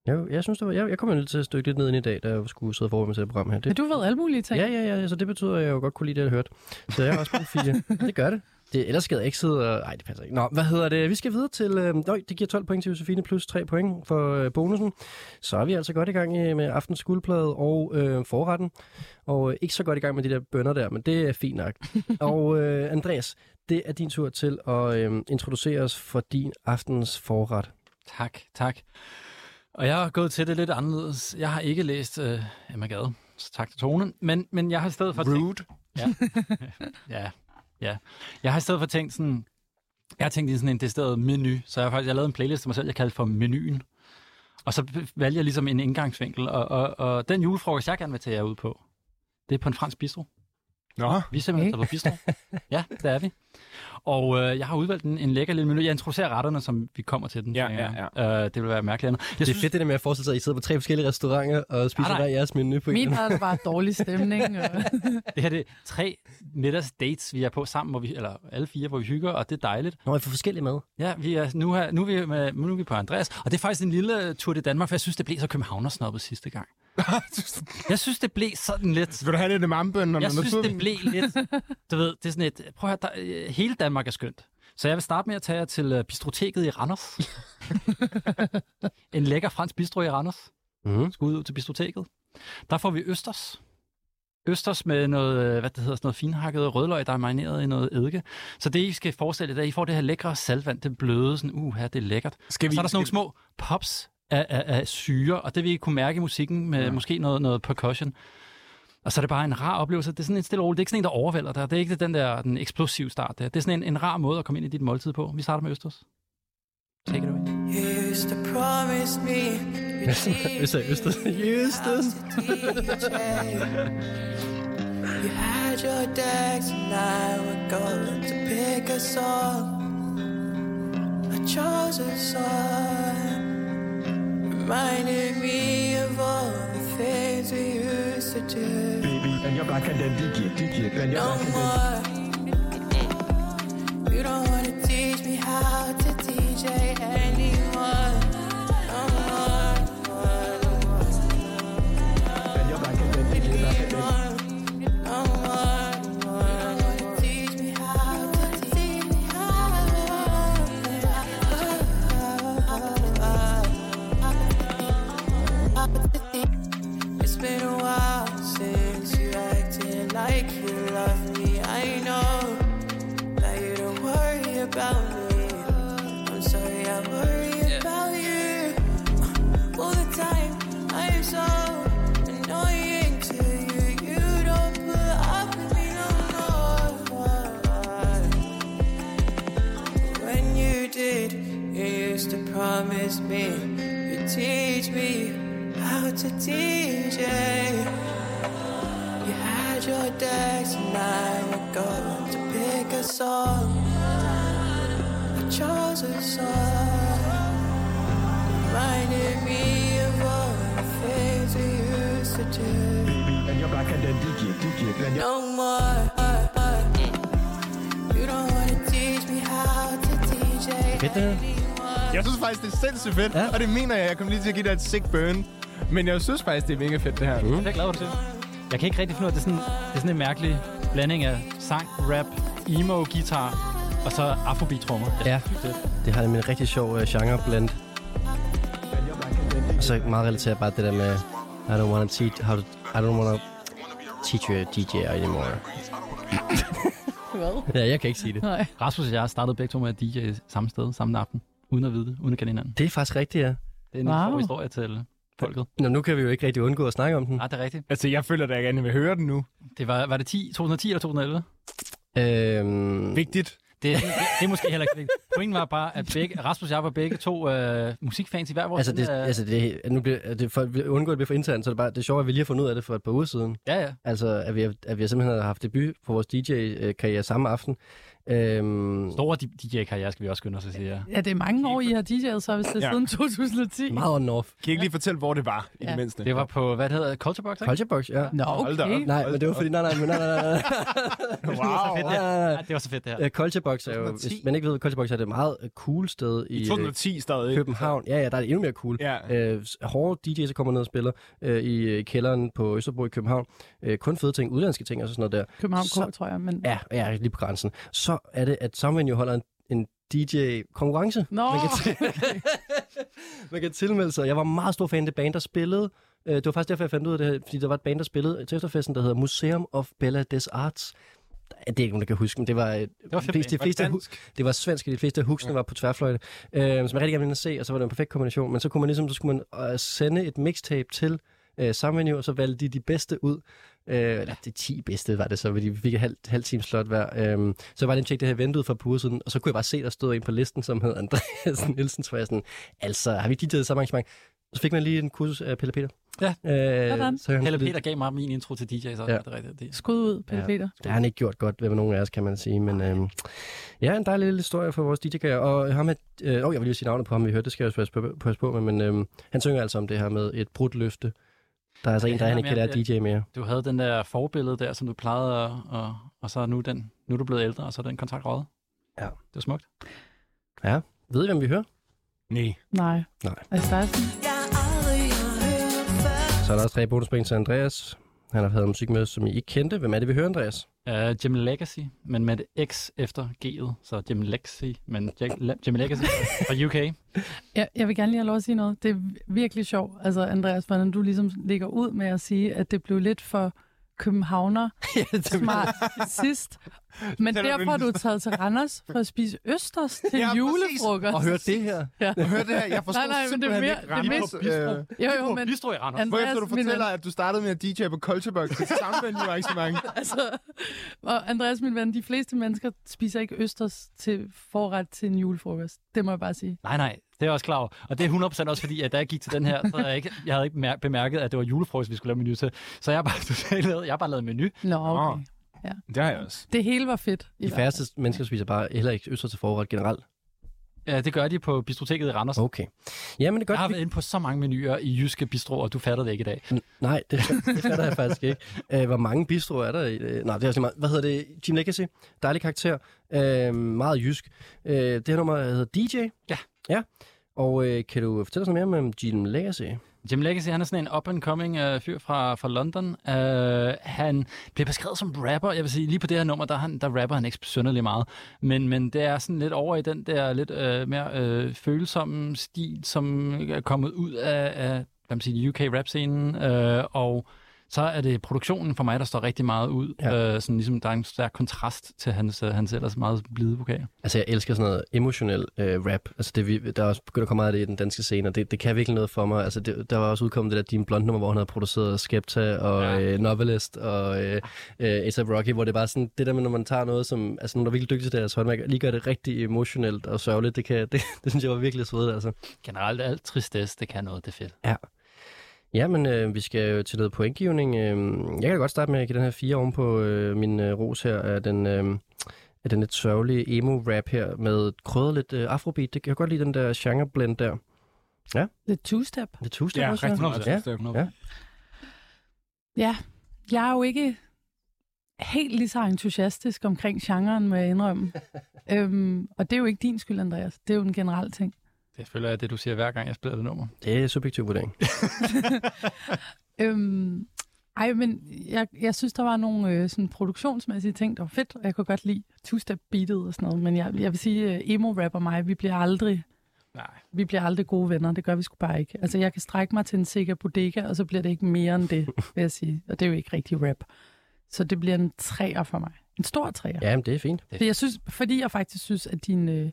[SPEAKER 2] jeg, jeg synes, det var, jeg, jeg kom jo lidt til at stykke lidt ned ind i dag, da jeg skulle sidde og forberede mig til det program her. Det,
[SPEAKER 4] Men du ved alle mulige ting.
[SPEAKER 2] Ja, ja, ja, så det betyder, at jeg jo godt kunne lide det, jeg hørte. Så jeg har også brugt fire. det gør det. det. Ellers skal jeg ikke sidde og... Ej, det passer ikke. Nå, hvad hedder det? Vi skal videre til... Øh... Nøj, det giver 12 point til Josefine, plus 3 point for øh, bonusen. Så er vi altså godt i gang øh, med aftens guldplade og øh, forretten. Og øh, ikke så godt i gang med de der bønder der, men det er fint nok. og øh, Andreas, det er din tur til at øh, introducere os for din aftens forret.
[SPEAKER 3] Tak, tak. Og jeg har gået til det lidt anderledes. Jeg har ikke læst øh, Emma Gade, så tak til Tone. Men, men jeg har i stedet for... Rude. Ja. ja, ja. Jeg har i stedet for tænkt sådan... Jeg har tænkt i sådan en decideret menu, så jeg har faktisk jeg har lavet en playlist til mig selv, jeg kaldte for menuen. Og så valgte jeg ligesom en indgangsvinkel, og, og, og den julefrokost, jeg gerne vil tage jer ud på, det er på en fransk bistro.
[SPEAKER 5] Nå,
[SPEAKER 3] Vi er simpelthen okay. på bistro. Ja, der er vi. Og øh, jeg har udvalgt en, en lækker lille menu. Jeg introducerer retterne, som vi kommer til den.
[SPEAKER 5] Ja,
[SPEAKER 3] tænker
[SPEAKER 5] ja,
[SPEAKER 3] jeg. Øh, det vil være mærkeligt andet. Jeg
[SPEAKER 2] Det er fedt det der med at forestille sig, at I sidder på tre forskellige restauranter og spiser
[SPEAKER 3] Nej,
[SPEAKER 2] hver
[SPEAKER 3] nej.
[SPEAKER 2] jeres menu på en
[SPEAKER 4] Min var det bare dårlig stemning. Og...
[SPEAKER 3] det her det er tre middags dates, vi er på sammen, hvor vi, eller alle fire, hvor vi hygger, og det er dejligt.
[SPEAKER 2] Nå, I får forskellige mad.
[SPEAKER 3] Ja, vi er, nu, her, nu, er vi med, nu er vi på Andreas, og det er faktisk en lille tur til Danmark, for jeg synes, det blev så københavnersnoppet sidste gang. Jeg synes, det blev sådan lidt...
[SPEAKER 5] vil du have lidt af mambønderne?
[SPEAKER 3] Jeg synes, det blev lidt... Du ved, det er sådan et... Prøv at høre, der, øh, hele Danmark er skønt. Så jeg vil starte med at tage jer til øh, bistroteket i Randers. en lækker fransk bistro i Randers.
[SPEAKER 2] Mm.
[SPEAKER 3] Skal ud til bistroteket. Der får vi østers. Østers med noget, øh, hvad det hedder, sådan noget finhakket rødløg, der er marineret i noget eddike. Så det, I skal forestille jer, det er, at I får det her lækre saltvand, det bløde, sådan, uh, det er lækkert.
[SPEAKER 5] Skal
[SPEAKER 3] Og så er der sådan nogle små pops af, af, af syre, og det vil I kunne mærke i musikken med ja. måske noget, noget percussion. Og så er det bare en rar oplevelse. Det er sådan en stille og rolig. Det er ikke sådan en, der overvælder dig. Det er ikke den der den eksplosive start der. Det er sådan en, en rar måde at komme ind i dit måltid på. Vi starter med Østers. Take it away.
[SPEAKER 6] You used to promise me you'd
[SPEAKER 2] Hvis jeg øster.
[SPEAKER 6] House to DJ. You had your decks and I were going to pick a song, a chosen song. Reminded me of all the things we used to do. No more. You don't wanna teach me how to DJ anymore. No more, no more, no more. It's been a while since you acted like you love me. I know that you don't worry about me. I'm sorry, I worry about you Uh, all the time. I am so annoying to you. You don't put up with me no more. When you did, you used to promise me you'd teach me how to DJ. You had your decks and I were going to pick a song. I chose a song reminded me of all the things we used to do. No more. You don't wanna teach me how to DJ.
[SPEAKER 2] Fedt det her.
[SPEAKER 5] Jeg synes faktisk, det er sindssygt fedt,
[SPEAKER 2] Ja.
[SPEAKER 5] ja. og det mener jeg. Jeg kom lige til at give dig et sick burn. Men jeg synes faktisk, det er mega fedt, det her.
[SPEAKER 3] Jeg er
[SPEAKER 4] Mm.
[SPEAKER 3] glad for det. Jeg kan ikke rigtig finde ud af, det er sådan, det er sådan en mærkelig blanding af sang, rap, emo, guitar og så afrobeat-trommer.
[SPEAKER 2] Ja, det har nemlig en rigtig sjov uh, genre blandt. Og så meget relaterbart det der med, I don't wanna teach, how to, I don't wanna teach you a DJ anymore.
[SPEAKER 4] Hvad?
[SPEAKER 2] Ja, jeg kan ikke sige det.
[SPEAKER 4] Nej.
[SPEAKER 3] Rasmus og jeg startede begge to med at DJ samme sted, samme aften. Uden at vide det, uden at kende hinanden.
[SPEAKER 2] Det er faktisk rigtigt, ja.
[SPEAKER 3] Det er en
[SPEAKER 4] Wow.
[SPEAKER 3] wow. historie til folket.
[SPEAKER 2] Nå, nu kan vi jo ikke rigtig undgå at snakke om den.
[SPEAKER 3] Nej, det er rigtigt.
[SPEAKER 5] Altså, jeg føler, at jeg gerne vil høre den nu.
[SPEAKER 3] Det var, var det 10, 2010 eller 2011?
[SPEAKER 2] Øhm,
[SPEAKER 5] Vigtigt.
[SPEAKER 3] Det, det, det er måske heller ikke vigtigt. Pointen var bare, at begge, Rasmus og jeg var begge to øh, musikfans i hver vores
[SPEAKER 2] altså, det,
[SPEAKER 3] ende af-
[SPEAKER 2] altså det, nu bliver, det, for, vi undgår at blive for internt, så det er bare det er sjovt, at vi lige har fundet ud af det for et par uger siden.
[SPEAKER 3] Ja, ja.
[SPEAKER 2] Altså, at vi, har- at vi har simpelthen har haft debut på vores DJ-karriere samme aften. Øhm,
[SPEAKER 3] Store DJ-karriere skal vi også skynde os at sige. Ja.
[SPEAKER 4] Ja, det er mange år, I har DJ'et, så hvis det er
[SPEAKER 5] Ja.
[SPEAKER 4] siden 2010.
[SPEAKER 2] meget on off.
[SPEAKER 5] Kan I ikke lige fortælle, hvor det var, i
[SPEAKER 4] Ja.
[SPEAKER 5] det mindste?
[SPEAKER 3] Det var på, hvad det hedder, Culture Box, ikke?
[SPEAKER 2] Culture Box, ja.
[SPEAKER 4] Nå,
[SPEAKER 5] Hold da op.
[SPEAKER 4] okay.
[SPEAKER 2] Nej, men det var fordi, nej, nej, men nej, nej, nej, nej.
[SPEAKER 5] Wow.
[SPEAKER 3] Fedt, ja. Ej, det var så fedt, det her.
[SPEAKER 2] Øh, Culture Box er jo, hvis
[SPEAKER 5] 2010.
[SPEAKER 2] man ikke ved, Culture Box er det meget øh, cool sted
[SPEAKER 5] I
[SPEAKER 2] i øh,
[SPEAKER 5] 2010 stadig.
[SPEAKER 2] København. Ja, ja, der er det endnu mere cool.
[SPEAKER 5] Ja.
[SPEAKER 2] Øh, s- hårde DJ's, der kommer ned og spiller øh, i øh, kælderen på Østerbro i København. Øh, kun fede ting, udlandske ting og sådan noget der.
[SPEAKER 4] København
[SPEAKER 2] Så-
[SPEAKER 4] K, tror jeg. Men...
[SPEAKER 2] Ja, ja, lige på grænsen. Så er det, at Samven jo holder en, en DJ-konkurrence.
[SPEAKER 4] Nå,
[SPEAKER 2] Man kan, til- man kan tilmelde sig. Jeg var meget stor fan af det band, der spillede. Øh, Det var faktisk derfor, jeg fandt ud af det her, fordi der var et band, der spillede til efterfesten, der hedder Museum of Bella des Arts. Det er ikke nogen, der kan huske, men det var, det
[SPEAKER 3] var
[SPEAKER 2] var, de
[SPEAKER 3] fedt
[SPEAKER 2] fleste,
[SPEAKER 3] band.
[SPEAKER 2] de fleste, af hu- det var svensk, og de fleste af husene var på tværfløjte, øh, som jeg rigtig gerne ville ind og se, og så var det en perfekt kombination. Men så kunne man ligesom, så skulle man øh, sende et mixtape til øh, Samvenue, og så valgte de de bedste ud. Øh, eller de 10 bedste var det så, fordi vi fik et halv, halv time slot hver. Øh, så var det en tjek, det her ventet for på uger siden, og så kunne jeg bare se, der stod en på listen, som hed Andreas Nielsen, så var jeg sådan, altså, har vi ikke DJ så mange mange? Så fik man lige en kursus af Pelle Peter.
[SPEAKER 3] Ja.
[SPEAKER 2] øh,
[SPEAKER 4] Sådan.
[SPEAKER 2] så han
[SPEAKER 3] Pelle
[SPEAKER 2] lige-
[SPEAKER 3] Peter gav mig min intro til DJ, så ja.
[SPEAKER 2] Ja.
[SPEAKER 3] er det rigtigt. Det.
[SPEAKER 4] skud ud, Pelle
[SPEAKER 2] Ja.
[SPEAKER 4] Peter.
[SPEAKER 2] Det har han ikke gjort godt ved nogen af os, kan man sige. Men øhm, ja, en dejlig lille historie for vores dj -karriere. Og ham er, øh, åh, jeg vil lige sige navnet på ham, vi hørte, det skal jeg også passe på, passe på med, men øhm, han synger altså om det her med et brudt løfte. Der er altså
[SPEAKER 3] Ja,
[SPEAKER 2] en, der han ikke kan
[SPEAKER 3] jamen,
[SPEAKER 2] lære DJ mere.
[SPEAKER 3] Du havde den der forbillede der, som du plejede, og, og, og så er nu, den, nu er du blevet ældre, og så er den kontakt røget.
[SPEAKER 2] Ja.
[SPEAKER 3] Det var smukt.
[SPEAKER 2] Ved I, hvem vi hører?
[SPEAKER 5] Nej.
[SPEAKER 4] Nej.
[SPEAKER 2] Nej.
[SPEAKER 4] Er det Steisen?
[SPEAKER 6] Jeg aldrig har hørt før.
[SPEAKER 2] Så er der også tre bonuspoint til Andreas. Han har haft musik med, som I ikke kendte. Hvem er det, vi hører, Andreas?
[SPEAKER 3] Uh, Jim Legacy, men med et X efter G'et, så Jim Legacy, men Jack- La- Jim Legacy fra UK.
[SPEAKER 4] Ja, jeg vil gerne lige have lov at sige noget. Det er virkelig sjovt, altså Andreas, hvordan du ligesom ligger ud med at sige, at det blev lidt for københavner smart sidst. Men
[SPEAKER 5] Den er
[SPEAKER 4] derfor har du taget til Randers for at spise østers til
[SPEAKER 5] Ja,
[SPEAKER 4] ja,
[SPEAKER 5] præcis.
[SPEAKER 4] julefrokost.
[SPEAKER 2] Og hørte det her.
[SPEAKER 5] Hør det her, jeg forstår
[SPEAKER 4] Nej, nej, men det er
[SPEAKER 5] simpelthen
[SPEAKER 4] mere-
[SPEAKER 5] ikke
[SPEAKER 4] det er
[SPEAKER 5] Randers,
[SPEAKER 4] mest-
[SPEAKER 5] øh,
[SPEAKER 4] Jo,
[SPEAKER 3] På
[SPEAKER 4] jo, men
[SPEAKER 3] Bistro i Randers.
[SPEAKER 4] Andreas,
[SPEAKER 5] Hvorefter du
[SPEAKER 4] min
[SPEAKER 5] fortæller,
[SPEAKER 4] ven,
[SPEAKER 5] at du startede med at DJ på Culturebox til samme arrangement.
[SPEAKER 4] altså, og Andreas, min ven, de fleste mennesker spiser ikke østers til forret til en julefrokost. Det må jeg bare sige.
[SPEAKER 3] Nej, nej, det er jeg også klar over. Og det er 100% også fordi, at da jeg gik til den her, så havde jeg, ikke, jeg havde ikke mær- bemærket, at det var julefrokost, vi skulle lave menu til. Så jeg har bare, totalt lavet- jeg har bare lavet en menu.
[SPEAKER 4] Nå, okay.
[SPEAKER 5] Nå. Det har jeg også.
[SPEAKER 4] Det hele var fedt. i
[SPEAKER 2] De
[SPEAKER 4] hvert fald.
[SPEAKER 2] færreste mennesker spiser bare heller ikke øster til forret generelt.
[SPEAKER 3] Ja, det gør de på biblioteket i Randers.
[SPEAKER 2] Okay. Jamen, det er
[SPEAKER 3] Jeg har
[SPEAKER 2] godt, vi
[SPEAKER 3] været inde på så mange menuer i jyske bistroer, og du fattede det ikke i dag.
[SPEAKER 2] N- Nej, det, det fatter jeg faktisk ikke. Æh, hvor mange bistroer er der? i det? Nej, det er også lige meget. Hvad hedder det? Jim Legacy. Dejlig karakter. Æh, meget jysk. Æh, det her nummer hedder DJ.
[SPEAKER 3] Ja.
[SPEAKER 2] Ja. Og øh, kan du fortælle os noget mere om Jim Legacy?
[SPEAKER 3] Jim Legacy, han er sådan en up-and-coming øh, fyr fra, fra London. Øh, han bliver beskrevet som rapper. Jeg vil sige, lige på det her nummer, der, er han, der rapper han ikke synderligt meget. Men, men det er sådan lidt over i den der lidt øh, mere øh, følsomme stil, som er kommet ud af, af hvad man siger, UK-rap-scenen. Øh, og så er det produktionen for mig, der står rigtig meget ud.
[SPEAKER 2] Ja.
[SPEAKER 3] Ja. Øh, sådan ligesom, der er en stærk kontrast til hans, øh, hans ellers meget blide vokal.
[SPEAKER 2] Altså, jeg elsker sådan noget emotionel øh, rap. Altså, det, vi- der er også begyndt at komme meget af det i den danske scene, og det, det kan virkelig noget for mig. Altså, det, der var også udkommet det der Dean Blunt nummer, hvor han havde produceret Skepta og
[SPEAKER 3] Ja.
[SPEAKER 2] ja. øh, Novelist og øh, øh, A$AP Rocky, hvor det bare sådan, det der med, når man tager noget, som altså, nogen, der er virkelig dygtige til deres håndværk, og lige gør det rigtig emotionelt og sørgeligt, det, kan, det, det synes jeg var virkelig svedigt, altså.
[SPEAKER 3] Generelt alt tristesse, det kan noget, det er fedt.
[SPEAKER 2] Jamen, øh, vi skal jo til noget pointgivning. Øh, jeg kan da godt starte med at give den her fire oven på øh, min øh, ros her af den, øh, af den lidt sørgelige emo-rap her med krydret lidt øh, afrobeat. Det, jeg kan godt lide den der genre-blend der.
[SPEAKER 4] Lidt two-step.
[SPEAKER 2] Det er tusind,
[SPEAKER 5] Ja,
[SPEAKER 2] også,
[SPEAKER 5] rigtig meget.
[SPEAKER 2] Ja.
[SPEAKER 5] Ja.
[SPEAKER 2] Ja.
[SPEAKER 4] Ja, jeg er jo ikke helt lige så entusiastisk omkring genren, må jeg indrømme. øhm, og det er jo ikke din skyld, Andreas. Det er jo en generel ting.
[SPEAKER 3] Det føler jeg, det du siger hver gang, jeg spiller det nummer.
[SPEAKER 2] Det er subjektiv vurdering.
[SPEAKER 4] Øhm, ej, men jeg, jeg synes, der var nogle øh, sådan produktionsmæssige ting, der var fedt, og jeg kunne godt lide two-step beatet og sådan noget, men jeg, jeg vil sige, øh, emo-rap og mig, vi bliver aldrig
[SPEAKER 3] Nej.
[SPEAKER 4] vi bliver aldrig gode venner, det gør vi sgu bare ikke. Altså, jeg kan strække mig til en sikker bodega, og så bliver det ikke mere end det, vil jeg sige. Og det er jo ikke rigtig rap. Så det bliver en træer for mig. En stor træer.
[SPEAKER 2] Jamen, det er fint.
[SPEAKER 4] Ja. Jeg synes, fordi jeg faktisk synes, at din øh,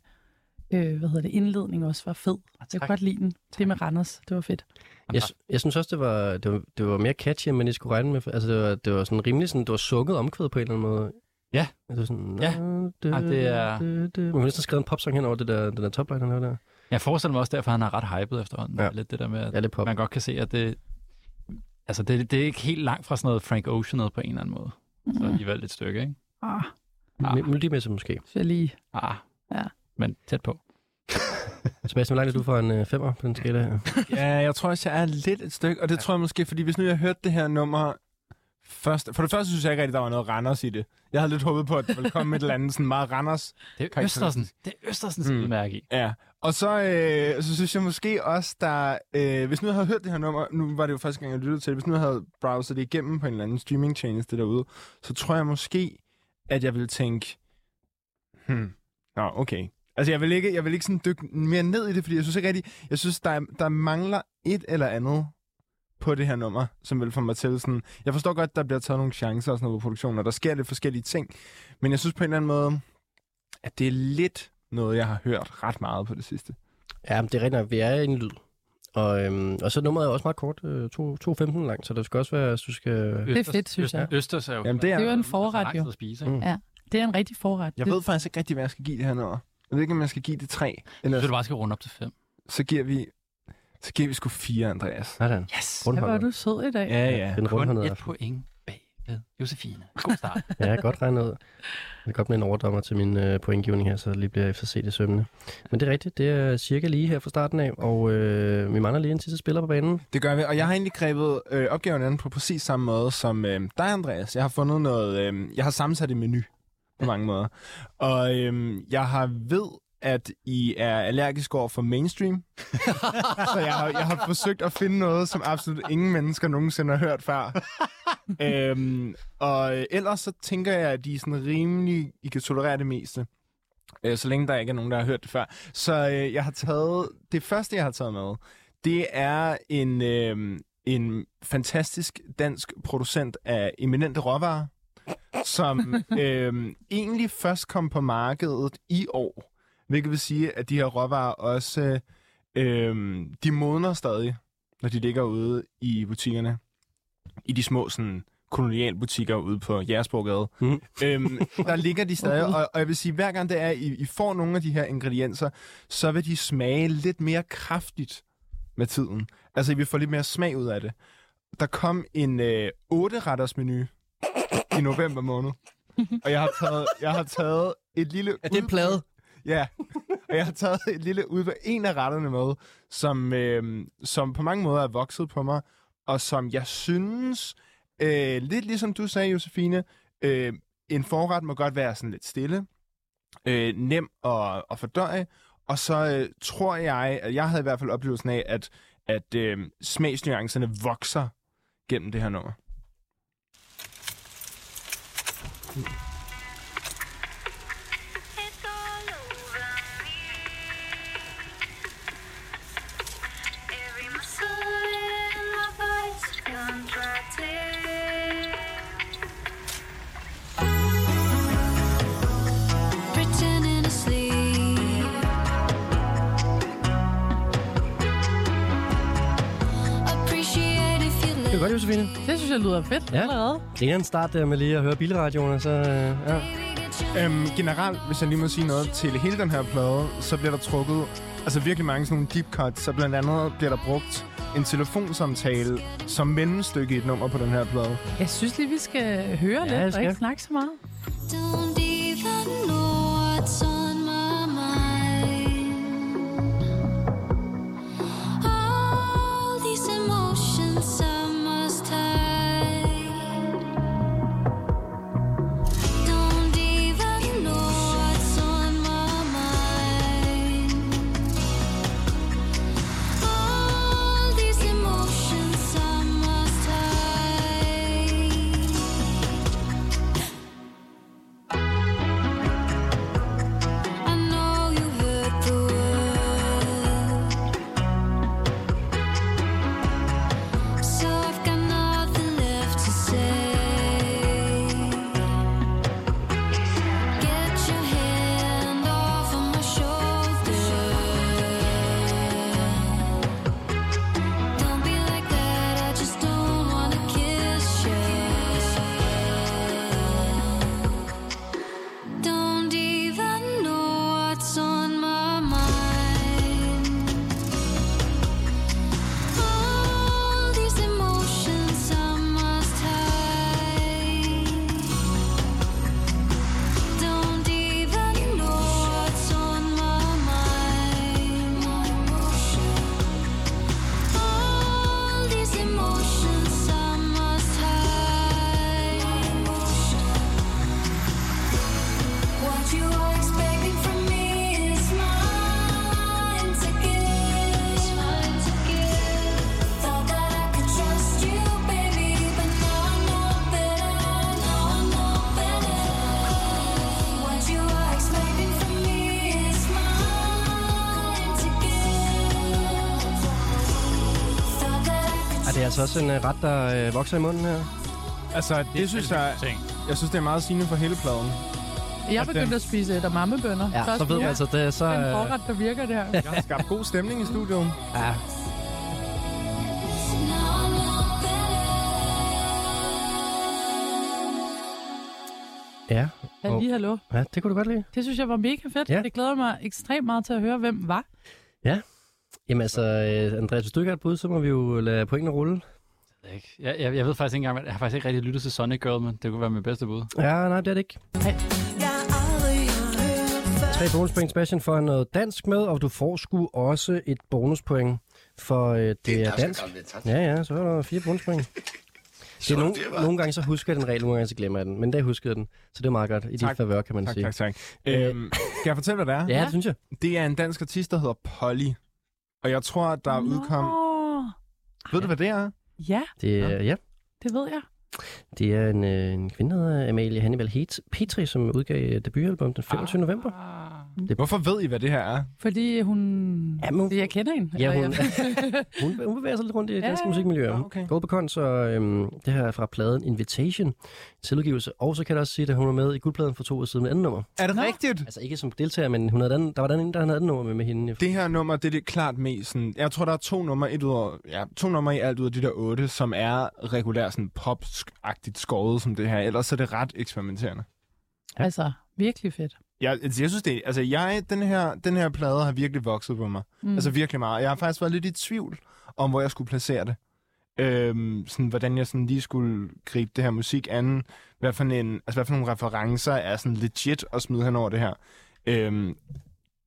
[SPEAKER 4] øh, hvad hedder det, indledning også var
[SPEAKER 2] Ah,
[SPEAKER 4] fed. Jeg kunne godt lide den. Det med Randers, det var fedt.
[SPEAKER 2] Jeg, jeg synes også, det var, det var, det var mere catchy, end man lige skulle regne med. Altså, det var, det var sådan rimelig sådan, det var sukket omkvædet på en eller anden måde.
[SPEAKER 3] Ja.
[SPEAKER 2] Det var sådan,
[SPEAKER 3] Ja.
[SPEAKER 2] Det,
[SPEAKER 3] Ej, det er-
[SPEAKER 2] Det, det. Man har næsten skrevet en popsang hen over det der, den der topline, han har der.
[SPEAKER 3] Jeg forestiller mig også derfor, han er ret hyped efterhånden.
[SPEAKER 2] Ja.
[SPEAKER 3] Ja. Lidt det der med, at
[SPEAKER 2] Ja, lidt pop.
[SPEAKER 3] man godt kan se, at det, altså det, det er ikke helt langt fra sådan noget Frank Ocean noget på en eller anden måde. Så alligevel et stykke, ikke?
[SPEAKER 4] Ah,
[SPEAKER 3] Ah.
[SPEAKER 2] M- Melodimæssigt måske.
[SPEAKER 4] så jeg lige.
[SPEAKER 3] Ah.
[SPEAKER 4] Ja.
[SPEAKER 3] Men tæt på.
[SPEAKER 2] Sebastian, hvor langt er du for en øh, femmer på den skala her?
[SPEAKER 5] Ja, jeg tror også, jeg er lidt et stykke, og det tror jeg måske, fordi hvis nu jeg hørte det her nummer først... For det første synes jeg ikke rigtig, der var noget Randers i det. Jeg havde lidt håbet på, at det ville komme med et eller andet sådan meget Randers.
[SPEAKER 3] Det er
[SPEAKER 5] Karakteristisk.
[SPEAKER 3] Østersen. Det er Østersens
[SPEAKER 5] Mm.
[SPEAKER 3] mm. mærke i.
[SPEAKER 5] Ja, og så, øh, så synes jeg måske også, der, øh, hvis nu jeg havde hørt det her nummer, nu var det jo første gang, jeg lyttede til det, hvis nu jeg havde browset det igennem på en eller anden streamingtjeneste derude, så tror jeg måske, at jeg ville tænke, hmm, nå, okay. Altså, jeg vil ikke, jeg vil ikke sådan dykke mere ned i det, fordi jeg synes ikke rigtigt, jeg synes, der, er- der mangler et eller andet på det her nummer, som vil få mig til sådan... Jeg forstår godt, der bliver taget nogle chancer og sådan noget på produktionen, og der sker lidt forskellige ting, men jeg synes på en eller anden måde, at det er lidt noget, jeg har hørt ret meget på det sidste.
[SPEAKER 2] Ja, men det er rigtigt nok. Vi er i en lyd. Og, øhm, og så nummeret er også meget kort. Øh, to- 2.15 langt, så det skal også være, hvis du skal...
[SPEAKER 4] er fedt, synes jeg.
[SPEAKER 3] Østers er jo...
[SPEAKER 5] Jamen, det er-
[SPEAKER 4] Det er jo en
[SPEAKER 3] altså,
[SPEAKER 4] forret,
[SPEAKER 3] lang
[SPEAKER 4] jo.
[SPEAKER 3] tid At spise, ikke?
[SPEAKER 2] Mm.
[SPEAKER 3] Mm.
[SPEAKER 4] Det er en rigtig forret.
[SPEAKER 5] Jeg
[SPEAKER 4] Det-
[SPEAKER 5] ved faktisk ikke rigtig, hvad jeg skal give det her nummer. Jeg ved ikke, om jeg skal give det tre.
[SPEAKER 3] Jeg
[SPEAKER 5] Eller
[SPEAKER 3] synes, du bare skal runde op til fem.
[SPEAKER 5] så giver vi, så giver vi sgu fire, Andreas.
[SPEAKER 2] Sådan.
[SPEAKER 3] Yes!
[SPEAKER 4] Ja, hvor er
[SPEAKER 2] Rundhåndet.
[SPEAKER 4] du sød i dag.
[SPEAKER 5] Ja, ja.
[SPEAKER 2] Den
[SPEAKER 3] Kun
[SPEAKER 2] rundhåndede
[SPEAKER 3] et
[SPEAKER 2] aften.
[SPEAKER 3] point bag ved Josefine. God start.
[SPEAKER 2] Ja, jeg har godt regnet ud. Jeg kan godt blive en overdommer til min øh, pointgivning her, så lige bliver FCC det sømne. Men det er rigtigt, det er cirka lige her fra starten af, og øh, vi mangler lige en sidste spiller på banen.
[SPEAKER 5] Det gør vi, og jeg har egentlig grebet øh, opgaven an på præcis samme måde som øh, dig, Andreas. Jeg har fundet noget, øh, jeg har sammensat et menu på mange måder. Og øh, jeg har ved, at I er allergisk over for mainstream. så jeg har, jeg har forsøgt at finde noget, som absolut ingen mennesker nogensinde har hørt før. øhm, og øh, ellers så tænker jeg, at de er sådan rimelig, I kan tolerere det meste. Øh, så længe der ikke er nogen, der har hørt det før. Så øh, jeg har taget, det første jeg har taget med, det er en, øh, en fantastisk dansk producent af eminente råvarer, som øh, egentlig først kom på markedet i år. Hvilket vil sige, at de her råvarer også, øh, øh, de modner stadig, når de ligger ude i butikkerne. I de små sådan, kolonialbutikker ude på Jægersborgade.
[SPEAKER 2] Mhm.
[SPEAKER 5] Mm. Øhm, der ligger de stadig, og, og jeg vil sige, hver gang det er, I, I får nogle af de her ingredienser, så vil de smage lidt mere kraftigt med tiden. Altså, I vil få lidt mere smag ud af det. Der kom en øh, 8-retters menu i november måned, og jeg har taget, jeg har taget et lille... Er
[SPEAKER 2] plade?
[SPEAKER 5] Ja, og jeg har taget et lille ud af en af retterne med, som, øh, som på mange måder er vokset på mig, og som jeg synes, øh, lidt ligesom du sagde, Josefine, øh, en forret må godt være sådan lidt stille, øh, nem at, at fordøje, og så øh, tror jeg, at jeg havde i hvert fald oplevelsen af, at, at øh, smagsnuancerne vokser gennem det her nummer.
[SPEAKER 7] It's all over me. Every muscle in my body's contracted. Pretending to sleep. Appreciate if you
[SPEAKER 2] Det er
[SPEAKER 7] let
[SPEAKER 2] godt, Josefine.
[SPEAKER 4] Det synes jeg lyder fedt
[SPEAKER 2] Ja.
[SPEAKER 4] ja. allerede.
[SPEAKER 2] Det er en start der med lige at høre bilradioen, og så... Øh, ja.
[SPEAKER 7] baby get your
[SPEAKER 5] Øhm, generelt, hvis jeg lige må sige noget til hele den her plade, så bliver der trukket altså virkelig mange sådan nogle deep cuts, så blandt andet bliver der brugt en telefonsamtale som mellemstykke i et nummer på den her plade.
[SPEAKER 4] Jeg synes lige, vi skal høre
[SPEAKER 2] Ja,
[SPEAKER 4] ja,
[SPEAKER 2] det
[SPEAKER 4] lidt og
[SPEAKER 2] skal
[SPEAKER 4] ikke
[SPEAKER 2] vi.
[SPEAKER 4] snakke så meget.
[SPEAKER 7] Don't even know what's on my mind. All these emotions I must hide. Don't even know what's on my mind. All these emotions I must hide.
[SPEAKER 2] det er altså også en øh, ret, der øh, vokser i munden her.
[SPEAKER 5] Altså, det, det synes jeg,
[SPEAKER 3] Ting.
[SPEAKER 5] jeg synes, det er meget sigende for hele pladen.
[SPEAKER 4] Jeg
[SPEAKER 5] Og den-
[SPEAKER 4] begyndte at spise øh, et mammebønner.
[SPEAKER 2] Ja, så ved man altså, det er så...
[SPEAKER 4] Den
[SPEAKER 2] Øh,
[SPEAKER 4] forret, der virker der.
[SPEAKER 5] Jeg har skabt god stemning i studiet.
[SPEAKER 2] ja, øh, ja.
[SPEAKER 4] Ja, lige hallo.
[SPEAKER 2] ja, det kunne du godt lide.
[SPEAKER 4] Det synes jeg var mega fedt.
[SPEAKER 2] Ja.
[SPEAKER 4] Det glæder mig ekstremt meget til at høre, hvem var.
[SPEAKER 2] Jamen altså, øh, Andreas, hvis du ikke har et bud, så må vi jo øh, lade pointene rulle.
[SPEAKER 3] Jeg, ved ikke. jeg, jeg, jeg ved faktisk ikke engang, jeg har faktisk ikke rigtig lyttet til Sonic Girl, men det kunne være min bedste bud.
[SPEAKER 2] Ja, nej, det er det ikke. Tre bonuspoint, Sebastian, for noget dansk med, og du får sgu også et bonuspoint for øh, det, det er dansk. Ja, ja, så er der fire bonuspoint. Det er nogen, nogle gange så husker jeg den regel, nogle gange så glemmer jeg den. Men der husker jeg den, så det er meget godt. I dit
[SPEAKER 5] Tak.
[SPEAKER 2] favør, kan man
[SPEAKER 5] Tak,
[SPEAKER 2] sige.
[SPEAKER 5] tak, tak. Øhm, kan jeg fortælle, hvad det er?
[SPEAKER 2] Ja, det synes jeg.
[SPEAKER 5] Det er en dansk artist, der hedder Polly. Og jeg tror, at der
[SPEAKER 4] Nå.
[SPEAKER 5] udkom... Ved du, hvad det er?
[SPEAKER 4] Ja,
[SPEAKER 2] Det er, ja.
[SPEAKER 4] det ved jeg.
[SPEAKER 2] det er en, øh, en kvinde, der hedder Amalie Hannibal Heat Petri, som udgav øh, debutalbum den 25. Ah. november.
[SPEAKER 5] Hvorfor ved I, hvad det her er?
[SPEAKER 4] Fordi hun...
[SPEAKER 2] Ja, men hun-
[SPEAKER 4] Fordi jeg kender hende.
[SPEAKER 2] Ja,
[SPEAKER 4] Eller
[SPEAKER 2] hun-
[SPEAKER 4] jeg-
[SPEAKER 2] Hun, hun bevæger sig lidt rundt i det danske
[SPEAKER 4] ja.
[SPEAKER 2] musikmiljø.
[SPEAKER 5] Ah, okay.
[SPEAKER 2] Gået på kons, og øhm, det her er fra pladen Invitation til udgivelse. Og så kan jeg også sige, at hun er med i guldpladen for to år siden med andet nummer.
[SPEAKER 5] Er det
[SPEAKER 4] Nå.
[SPEAKER 5] rigtigt?
[SPEAKER 2] Altså ikke som deltager, men hun havde den, der var den ene, der havde andet nummer med, med hende.
[SPEAKER 5] Det her nummer, det er det klart mest sådan... Jeg tror, der er to numre, et ud over, ja, to numre i alt ud af de der otte, som er regulært sådan pop-agtigt skåret som det her. Ellers er det ret eksperimenterende.
[SPEAKER 2] Ja.
[SPEAKER 4] Altså, virkelig fedt.
[SPEAKER 5] Jeg, altså, jeg synes det, altså jeg, den her, den her plade har virkelig vokset på mig. Mm. Altså virkelig meget. Jeg har faktisk været lidt i tvivl om, hvor jeg skulle placere det. Øhm, sådan, hvordan jeg sådan lige skulle gribe det her musik an. Hvad for, en, altså, hvad for nogle referencer er sådan legit at smide hen over det her. Øhm,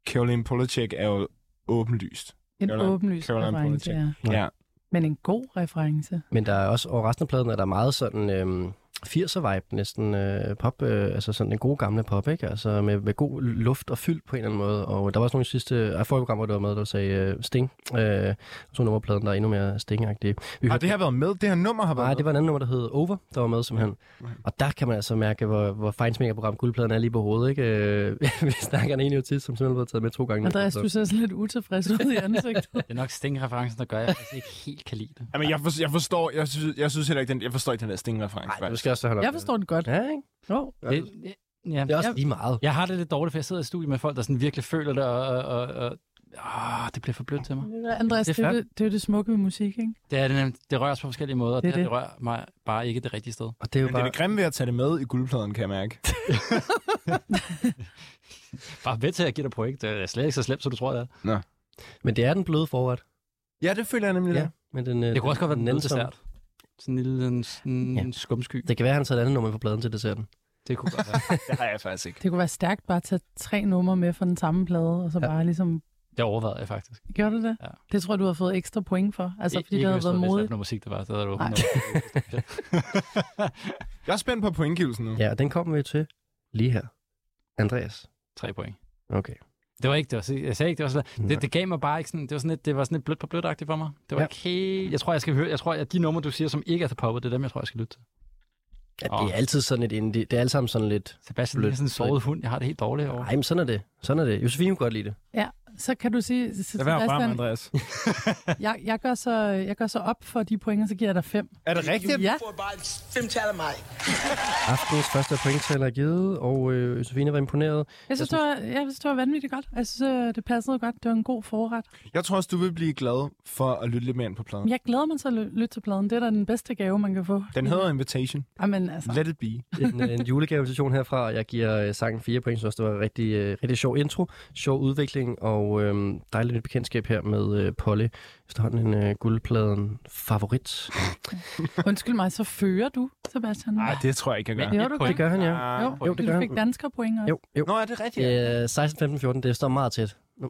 [SPEAKER 5] Caroline Polachek er jo åbenlyst.
[SPEAKER 4] En
[SPEAKER 5] Caroline-
[SPEAKER 4] åbenlys
[SPEAKER 5] Caroline
[SPEAKER 4] reference,
[SPEAKER 5] Polachek.
[SPEAKER 4] ja.
[SPEAKER 2] Ja.
[SPEAKER 5] Ja.
[SPEAKER 4] Men en god reference.
[SPEAKER 2] Men der er også over resten af pladen, er der meget sådan øhm, 80'er-vibe, næsten øh, pop, øh, altså sådan en god gamle pop, ikke? Altså med, med god luft og fyld på en eller anden måde. Og der var også nogle sidste øh, program, hvor du var med, der sagde øh, Sting. Øh, så nummerpladen, der er endnu mere stingagtig. Vi
[SPEAKER 5] Har det her været med? Det her nummer har været
[SPEAKER 2] Nej,
[SPEAKER 5] med?
[SPEAKER 2] det var en anden nummer, der hed Over, der var med simpelthen. Og der kan man altså mærke, hvor, hvor fejnsmængerprogram guldpladen er lige på hovedet, ikke? Øh, Vi snakker en enig autist, som simpelthen blev taget med to gange.
[SPEAKER 4] Andreas, du ser sådan lidt utilfreds ud i ansigtet.
[SPEAKER 3] Det er nok stingreferencen, der gør, at jeg faktisk ikke helt kan lide det.
[SPEAKER 5] Jamen, jeg, for, jeg forstår, jeg synes, jeg synes heller ikke, den, jeg forstår ikke den der stingreference.
[SPEAKER 2] Nej, du
[SPEAKER 5] faktisk.
[SPEAKER 2] skal også holde op
[SPEAKER 4] Jeg
[SPEAKER 2] med
[SPEAKER 4] forstår den godt.
[SPEAKER 2] det. Ja, ikke?
[SPEAKER 4] Jo.
[SPEAKER 3] det, det ja,
[SPEAKER 2] Det er også
[SPEAKER 3] jeg,
[SPEAKER 2] lige meget.
[SPEAKER 3] jeg har det lidt dårligt, for jeg sidder i studiet med folk, der sådan virkelig føler det, og, og, og, og åh, det bliver for blødt til mig.
[SPEAKER 4] Andreas,
[SPEAKER 3] Det er
[SPEAKER 4] det er jo
[SPEAKER 3] fair.
[SPEAKER 4] det, det, er jo det smukke ved musik, ikke?
[SPEAKER 3] Det, er, det, nemt. det rører os på forskellige måder, og
[SPEAKER 4] Det
[SPEAKER 3] det,
[SPEAKER 4] er
[SPEAKER 3] det, her, det
[SPEAKER 4] det.
[SPEAKER 3] rører mig bare ikke det rigtige sted.
[SPEAKER 2] Og det er jo
[SPEAKER 5] Men det er
[SPEAKER 2] bare...
[SPEAKER 5] det grimme ved at tage det med i guldpladen, kan jeg mærke.
[SPEAKER 3] Bare ved til, at jeg giver dig point. Det er slet ikke så slemt, som du tror, det er.
[SPEAKER 2] Men det er den bløde forret.
[SPEAKER 5] Ja, det føler jeg nemlig.
[SPEAKER 2] Ja.
[SPEAKER 5] Ja.
[SPEAKER 2] Men den,
[SPEAKER 3] Det kunne også godt være den bløde
[SPEAKER 2] nænsomme.
[SPEAKER 3] dessert. Sådan en lille en, sådan
[SPEAKER 2] Ja.
[SPEAKER 3] en skumsky.
[SPEAKER 2] Det kan være, han tager et andet nummer på pladen til desserten.
[SPEAKER 3] Det kunne godt være.
[SPEAKER 5] Det har jeg faktisk ikke.
[SPEAKER 4] Det kunne være stærkt bare at tage tre numre med fra den samme plade, og så
[SPEAKER 2] Ja.
[SPEAKER 4] ja. bare ligesom...
[SPEAKER 3] Det overvejede jeg faktisk.
[SPEAKER 4] Gjorde du det?
[SPEAKER 3] Ja.
[SPEAKER 4] Det tror jeg, du har fået ekstra point for. Altså, fordi
[SPEAKER 3] Ik-
[SPEAKER 4] det
[SPEAKER 3] ikke
[SPEAKER 4] havde
[SPEAKER 3] hvis du
[SPEAKER 4] været
[SPEAKER 3] vidst, hvad
[SPEAKER 4] modigt.
[SPEAKER 3] for noget musik det var. Så havde du
[SPEAKER 4] Nej.
[SPEAKER 3] 100%
[SPEAKER 5] Jeg er spændt på pointgivelsen nu.
[SPEAKER 2] Ja, og den kommer vi til lige her. Andreas.
[SPEAKER 3] Tre point.
[SPEAKER 2] Okay.
[SPEAKER 3] Det var ikke, det var, jeg sagde ikke, det var sådan, det, det gav mig bare ikke sådan, det var sådan lidt, det var sådan lidt blødt på blødt for mig. Det var
[SPEAKER 2] Ja.
[SPEAKER 3] ja. ikke helt, jeg tror, jeg skal høre, jeg tror, at de numre, du siger, som ikke er til poppet, det er dem, jeg tror, jeg skal lytte til.
[SPEAKER 2] Ja, det er altid sådan et indie. Det er alt sammen sådan lidt...
[SPEAKER 3] Sebastian,
[SPEAKER 2] Blødt.
[SPEAKER 3] det er sådan en såret hund, jeg har det helt dårligt over.
[SPEAKER 2] Ej, men sådan er det. Sådan er det. Josefine kunne godt lide det.
[SPEAKER 4] Så kan du sige...
[SPEAKER 5] Lad være at røre mig,
[SPEAKER 4] Sebastian,
[SPEAKER 5] Andreas.
[SPEAKER 4] jeg, jeg, gør så, jeg gør så op for de point, og så giver jeg dig fem.
[SPEAKER 5] Er det rigtigt?
[SPEAKER 4] Ja,
[SPEAKER 2] Aftenens første pointtaler er givet, og øh, Josefine var imponeret.
[SPEAKER 4] jeg synes, det var, jeg synes, det var vanvittigt godt. Jeg synes, øh, det passede godt. Det var en god forret.
[SPEAKER 5] Jeg tror også, du vil blive glad for at lytte lidt mere ind på
[SPEAKER 4] Men
[SPEAKER 5] pladen.
[SPEAKER 4] Jeg glæder mig til at lø- lytte til pladen. Det er da den bedste gave, man kan få.
[SPEAKER 5] Den hedder Invitation.
[SPEAKER 4] Jamen, altså,
[SPEAKER 5] Let it be.
[SPEAKER 2] en, øh, en julegavevision herfra, og jeg giver øh, sangen 4 point. Så også, det var en rigtig, øh, rigtig sjov intro, sjov udvikling, og øh, dejligt nyt bekendtskab her med øh, Polly. Efterhånden en øh, guldpladen favorit.
[SPEAKER 4] undskyld mig, så fører du, Sebastian.
[SPEAKER 5] Nej, det tror jeg ikke, jeg
[SPEAKER 3] Men-
[SPEAKER 5] gør.
[SPEAKER 4] Gjorde du
[SPEAKER 3] point.
[SPEAKER 2] Det gør han, ja.
[SPEAKER 5] Ah.
[SPEAKER 4] Jo,
[SPEAKER 2] Jo, det gør
[SPEAKER 4] det du
[SPEAKER 2] han.
[SPEAKER 4] fik danskerpoint også.
[SPEAKER 2] Jo, jo.
[SPEAKER 5] Nå, er det rigtigt?
[SPEAKER 2] Øh, 16, 15, 14, det står meget tæt. Nu.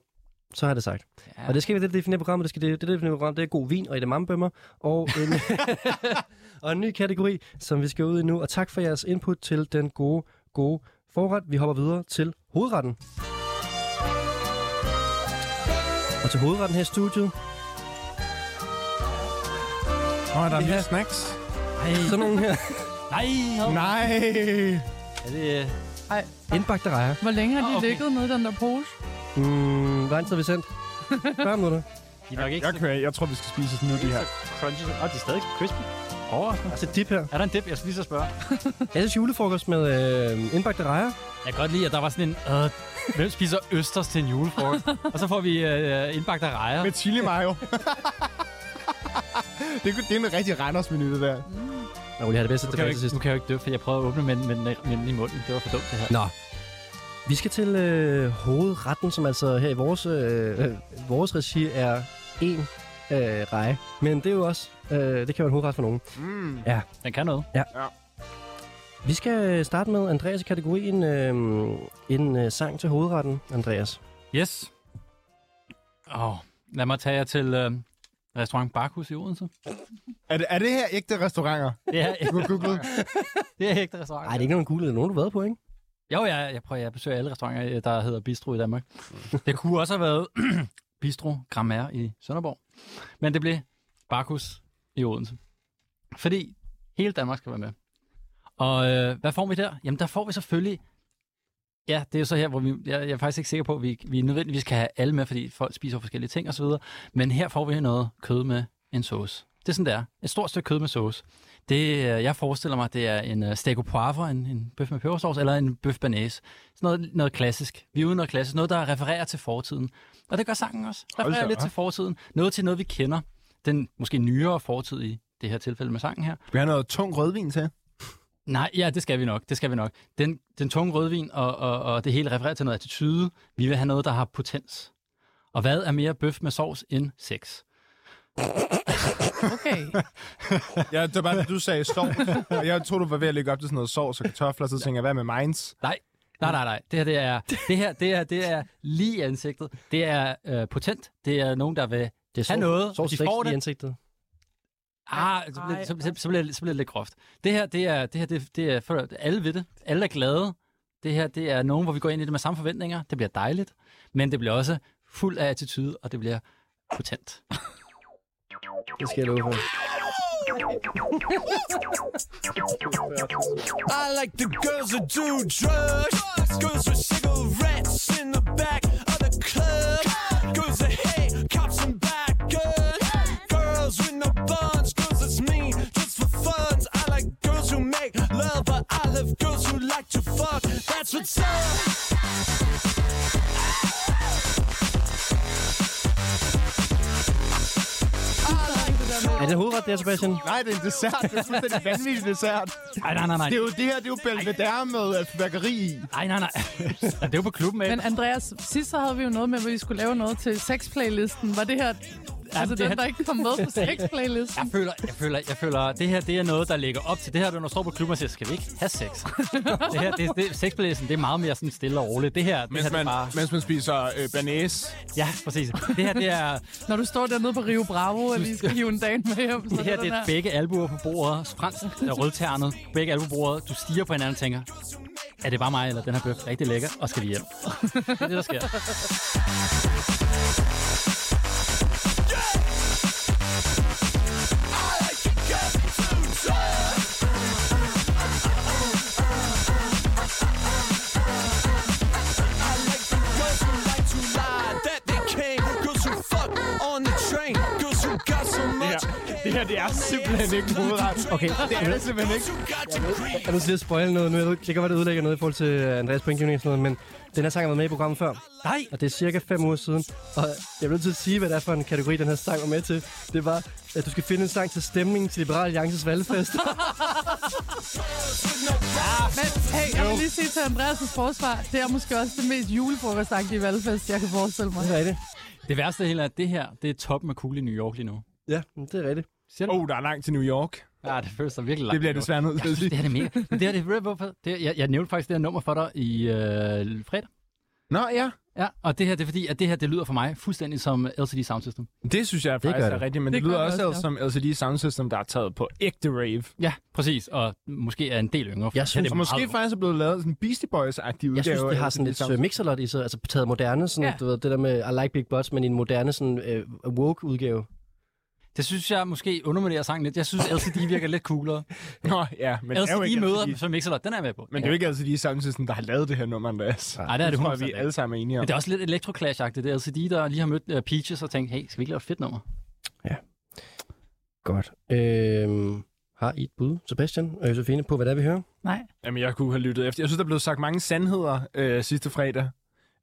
[SPEAKER 2] Så har jeg det sagt. Ja. Og det skal vi det definere programmet. Det skal det, det definere programmet. Det er god vin og edamambømmer og en, og en ny kategori, som vi skal ud i nu. Og tak for jeres input til den gode, gode forret. Vi hopper videre til hovedretten. Og til hovedretten her i studiet,
[SPEAKER 5] Nå, er der nye snacks?
[SPEAKER 2] sådan nogle her
[SPEAKER 3] Nej,
[SPEAKER 5] Nej.
[SPEAKER 3] er det, øh,
[SPEAKER 4] Ej,
[SPEAKER 2] indbagte rejer.
[SPEAKER 4] hvor længe har de
[SPEAKER 3] Ah, okay.
[SPEAKER 4] ligget nede i den der pose?
[SPEAKER 2] Mm, hvor lang tid har vi sendt? 40 minutter.
[SPEAKER 8] De er nok ikke
[SPEAKER 5] Jeg kører, af. jeg tror, vi skal spise sådan nu, de her.
[SPEAKER 8] crunchy. Åh, oh, de er stadig crispy.
[SPEAKER 3] Overraskende.
[SPEAKER 2] Til dip her.
[SPEAKER 8] Er der en dip? Jeg skal lige så spørge.
[SPEAKER 2] Jeg synes julefrokost med øh, indbagte rejer.
[SPEAKER 3] Jeg kan godt lide, at der var sådan en... Øh, hvem spiser østers til en julefrokost? og så får vi øh, indbagt af rejer.
[SPEAKER 5] Med chili mayo. det, kunne- det er en rigtig Randers-menu, det der.
[SPEAKER 2] Nå, jeg har det bedste
[SPEAKER 3] Nu kan,
[SPEAKER 2] tilbage til
[SPEAKER 3] jeg jo ikke,
[SPEAKER 2] sidst.
[SPEAKER 3] nu kan jeg jo ikke dø, for jeg prøvede at åbne med, med, med, med i munden. Det var for dumt, det her.
[SPEAKER 2] Nå. Vi skal til øh, hovedretten, som altså her i vores, øh, øh, vores regi er en øh, reje. Men det er jo også, øh, det kan være en hovedret for nogen.
[SPEAKER 5] Mm.
[SPEAKER 3] Den kan noget.
[SPEAKER 2] Vi skal øh, starte med Andreas i kategorien øh, en øh, sang til hovedretten, Andreas.
[SPEAKER 3] Yes. Åh, oh, lad mig tage jer til øh, restaurant Barkhus i Odense.
[SPEAKER 5] Er, det, er det her ægte restauranter?
[SPEAKER 3] Det er,
[SPEAKER 5] Du har googlet.
[SPEAKER 3] det er ægte restaurant.
[SPEAKER 2] Nej, det er ikke nogen gule, det er nogen, du har været på, ikke?
[SPEAKER 3] Jo, jeg, jeg prøver jeg besøger alle restauranter, øh, der hedder Bistro i Danmark. Det kunne også have været Bistro Grammair i Sønderborg. Men det blev Barkus i Odense. Fordi hele Danmark skal være med. Og øh, hvad får vi der? Jamen, der får vi selvfølgelig... Ja, det er jo så her, hvor vi, jeg, jeg er faktisk ikke sikker på, at vi, vi nødvendigvis kan have alle med, fordi folk spiser forskellige ting osv. Men her får vi noget kød med en sauce. Det er sådan, det er. Et stort stykke kød med sauce. Det, øh, jeg forestiller mig, det er en uh, steg au poivre, en, en bøf med pebersovs, eller en bøf banæs. Sådan noget, noget klassisk. Vi er ude i noget klassisk. Noget, der refererer til fortiden. Og det gør sangen også.
[SPEAKER 5] da
[SPEAKER 3] Refererer lidt
[SPEAKER 5] op.
[SPEAKER 3] til fortiden. Noget til noget, vi kender. Den måske nyere fortid i det her tilfælde med sangen her.
[SPEAKER 5] Skal vi have noget tung rødvin til?
[SPEAKER 3] Nej, ja, det skal vi nok. Det skal vi nok. Den, den tunge rødvin og, og, og det hele refererer til noget attitude. Vi vil have noget, der har potens. Og hvad er mere bøf med sovs end sex?
[SPEAKER 4] Okay.
[SPEAKER 5] Ja, det var bare, du sagde sovs. Og jeg troede, du var ved at lægge op til sådan noget sovs og kartofler, så tænker jeg, hvad med minds?
[SPEAKER 3] Nej, nej, nej, nej. Det her, det er, det her, det er, det er lige i ansigtet. Det er øh, potent. Det er nogen, der vil
[SPEAKER 2] Det er
[SPEAKER 3] have noget.
[SPEAKER 2] sovs
[SPEAKER 3] de
[SPEAKER 2] vækst
[SPEAKER 3] får
[SPEAKER 2] i
[SPEAKER 3] det.
[SPEAKER 2] ansigtet.
[SPEAKER 3] Ah, så bliver, så, så, så, bliver, det- så bliver det lidt groft. Det her, det er, det her, det, det er, for, alle ved det. Alle er glade. Det her, det er nogen, hvor vi går ind i det med samme forventninger. Det bliver dejligt. Men det bliver også fuld af attitude, og det bliver potent.
[SPEAKER 2] Det skal jeg love for.
[SPEAKER 9] I like the girls that do drugs. Girls with cigarettes in the back of the club. Girls that hate cops and bad guns. Girls with no buns. Girls that's mean just for funs. I like girls who make love, but I love girls who like to fuck. That's what's up.
[SPEAKER 2] Er det en hovedret der, Sebastian?
[SPEAKER 5] Nej, det er en dessert. Det er fuldstændig vanvittig dessert.
[SPEAKER 3] Nej, nej, nej, nej.
[SPEAKER 5] Det er jo det her, det er jo Belvedere med øh, fyrværkeri i.
[SPEAKER 3] Nej, nej, nej. det er jo på klubben, ikke?
[SPEAKER 4] Men Andreas, sidst så havde vi jo noget med, at vi skulle lave noget til sexplaylisten. Var det her... Altså
[SPEAKER 3] det her-
[SPEAKER 4] den, der ikke kom med på sexplaylisten.
[SPEAKER 3] Jeg føler, jeg føler, jeg føler, det her det er noget, der ligger op til. Det her, når du står på klubben og siger, skal vi ikke have sex? det her, det, det, sexbelæsen, det er meget mere sådan stille og roligt. Det her, det her,
[SPEAKER 5] Mens
[SPEAKER 3] det er
[SPEAKER 5] man,
[SPEAKER 3] bare...
[SPEAKER 5] mens man spiser øh, banæs.
[SPEAKER 3] Ja, præcis. Det her, det er,
[SPEAKER 4] Når du står dernede på Rio Bravo og lige skal hive en dag med hjem, så
[SPEAKER 3] det her, det er begge albuer på bordet. Fransk er rødternet. Begge albuer på bordet. Du stiger på hinanden og tænker, er det bare mig, eller den her bøf rigtig lækker, og skal vi hjem? det er det, der sker.
[SPEAKER 9] Girls who like to lie, that they came. Girls who fuck on the train. Girls who got so much.
[SPEAKER 5] Det her, det er simpelthen ikke hovedret.
[SPEAKER 2] Okay,
[SPEAKER 5] Det er det simpelthen ikke.
[SPEAKER 9] Girls who got to creep.
[SPEAKER 2] Jeg er nødt til at spoil noget nu. Jeg ved ikke- Det kan være, det ødelægger noget i forhold til øh, Andreas pointgivning og sådan noget, men den her sang har været med i programmet før.
[SPEAKER 3] Nej!
[SPEAKER 2] Og det er cirka 5 uger siden. Og jeg er nødt til at sige, hvad det er for en kategori, den her sang var med til. Det var, at du skal finde en sang til stemningen til Liberal Alliances valgfest.
[SPEAKER 4] Men hey, jeg vil lige sige til Andreas' forsvar, det er måske også det mest julefrokostagtige valgfest, jeg kan forestille mig.
[SPEAKER 2] det er rigtigt.
[SPEAKER 3] Det værste af hele er, at det her, det er toppen af kugle i New York lige nu.
[SPEAKER 2] Ja, det er rigtigt.
[SPEAKER 5] Åh, oh, der er langt til New York.
[SPEAKER 3] Ja, det føles da virkelig langt.
[SPEAKER 5] Det bliver
[SPEAKER 3] nu.
[SPEAKER 5] desværre nødt til at sige.
[SPEAKER 3] Det her det er mega. Men det her, det, ved du hvorfor? det her, jeg, jeg nævnte faktisk det her nummer for dig i øh, fredag.
[SPEAKER 5] Nå ja,
[SPEAKER 3] Ja, og det her, det er fordi, at det her, det lyder for mig fuldstændig som LCD Sound System.
[SPEAKER 5] det synes jeg
[SPEAKER 2] gør
[SPEAKER 5] faktisk er
[SPEAKER 2] det.
[SPEAKER 5] rigtigt, men det,
[SPEAKER 4] Det
[SPEAKER 5] det lyder
[SPEAKER 4] gør det
[SPEAKER 5] også,
[SPEAKER 4] også,
[SPEAKER 5] som LCD Sound System, der er taget på ægte rave.
[SPEAKER 3] Ja, præcis, og måske er en del yngre.
[SPEAKER 2] Jeg synes-
[SPEAKER 3] det er
[SPEAKER 5] Måske
[SPEAKER 3] meget-
[SPEAKER 5] faktisk er blevet lavet sådan en Beastie Boys-agtig udgave.
[SPEAKER 2] Jeg synes, det
[SPEAKER 5] af
[SPEAKER 2] har sådan
[SPEAKER 5] LCD
[SPEAKER 2] lidt
[SPEAKER 5] Sound
[SPEAKER 2] øh, mixerlot i sig, altså taget moderne, sådan,
[SPEAKER 4] Ja.
[SPEAKER 2] ja. du ved, det der med I like big butts, men i en moderne sådan, øh, woke udgave.
[SPEAKER 3] Det synes jeg måske underminerer sangen lidt. Jeg synes, LCD virker lidt coolere.
[SPEAKER 5] Nå, ja, men det er jo
[SPEAKER 3] LCD
[SPEAKER 5] ikke
[SPEAKER 3] møder
[SPEAKER 5] altid,
[SPEAKER 3] som Mixer, den er jeg med på.
[SPEAKER 5] men det er jo ikke altid de samtidig, der har lavet det her nummer, Andreas.
[SPEAKER 3] Nej, det er det
[SPEAKER 5] tror
[SPEAKER 3] 100
[SPEAKER 5] jeg, vi alle sammen er enige om.
[SPEAKER 3] Men det er også lidt elektroclash-agtigt. Det er LCD, der lige har mødt uh, Peaches og tænkt, hey, skal vi ikke lave et fedt nummer?
[SPEAKER 2] Godt. Øhm, har I et bud, Sebastian og Josefine, på, hvad det er, vi hører?
[SPEAKER 4] Nej.
[SPEAKER 5] Jamen, jeg kunne have lyttet efter. Jeg synes, der blev sagt mange sandheder øh, sidste fredag.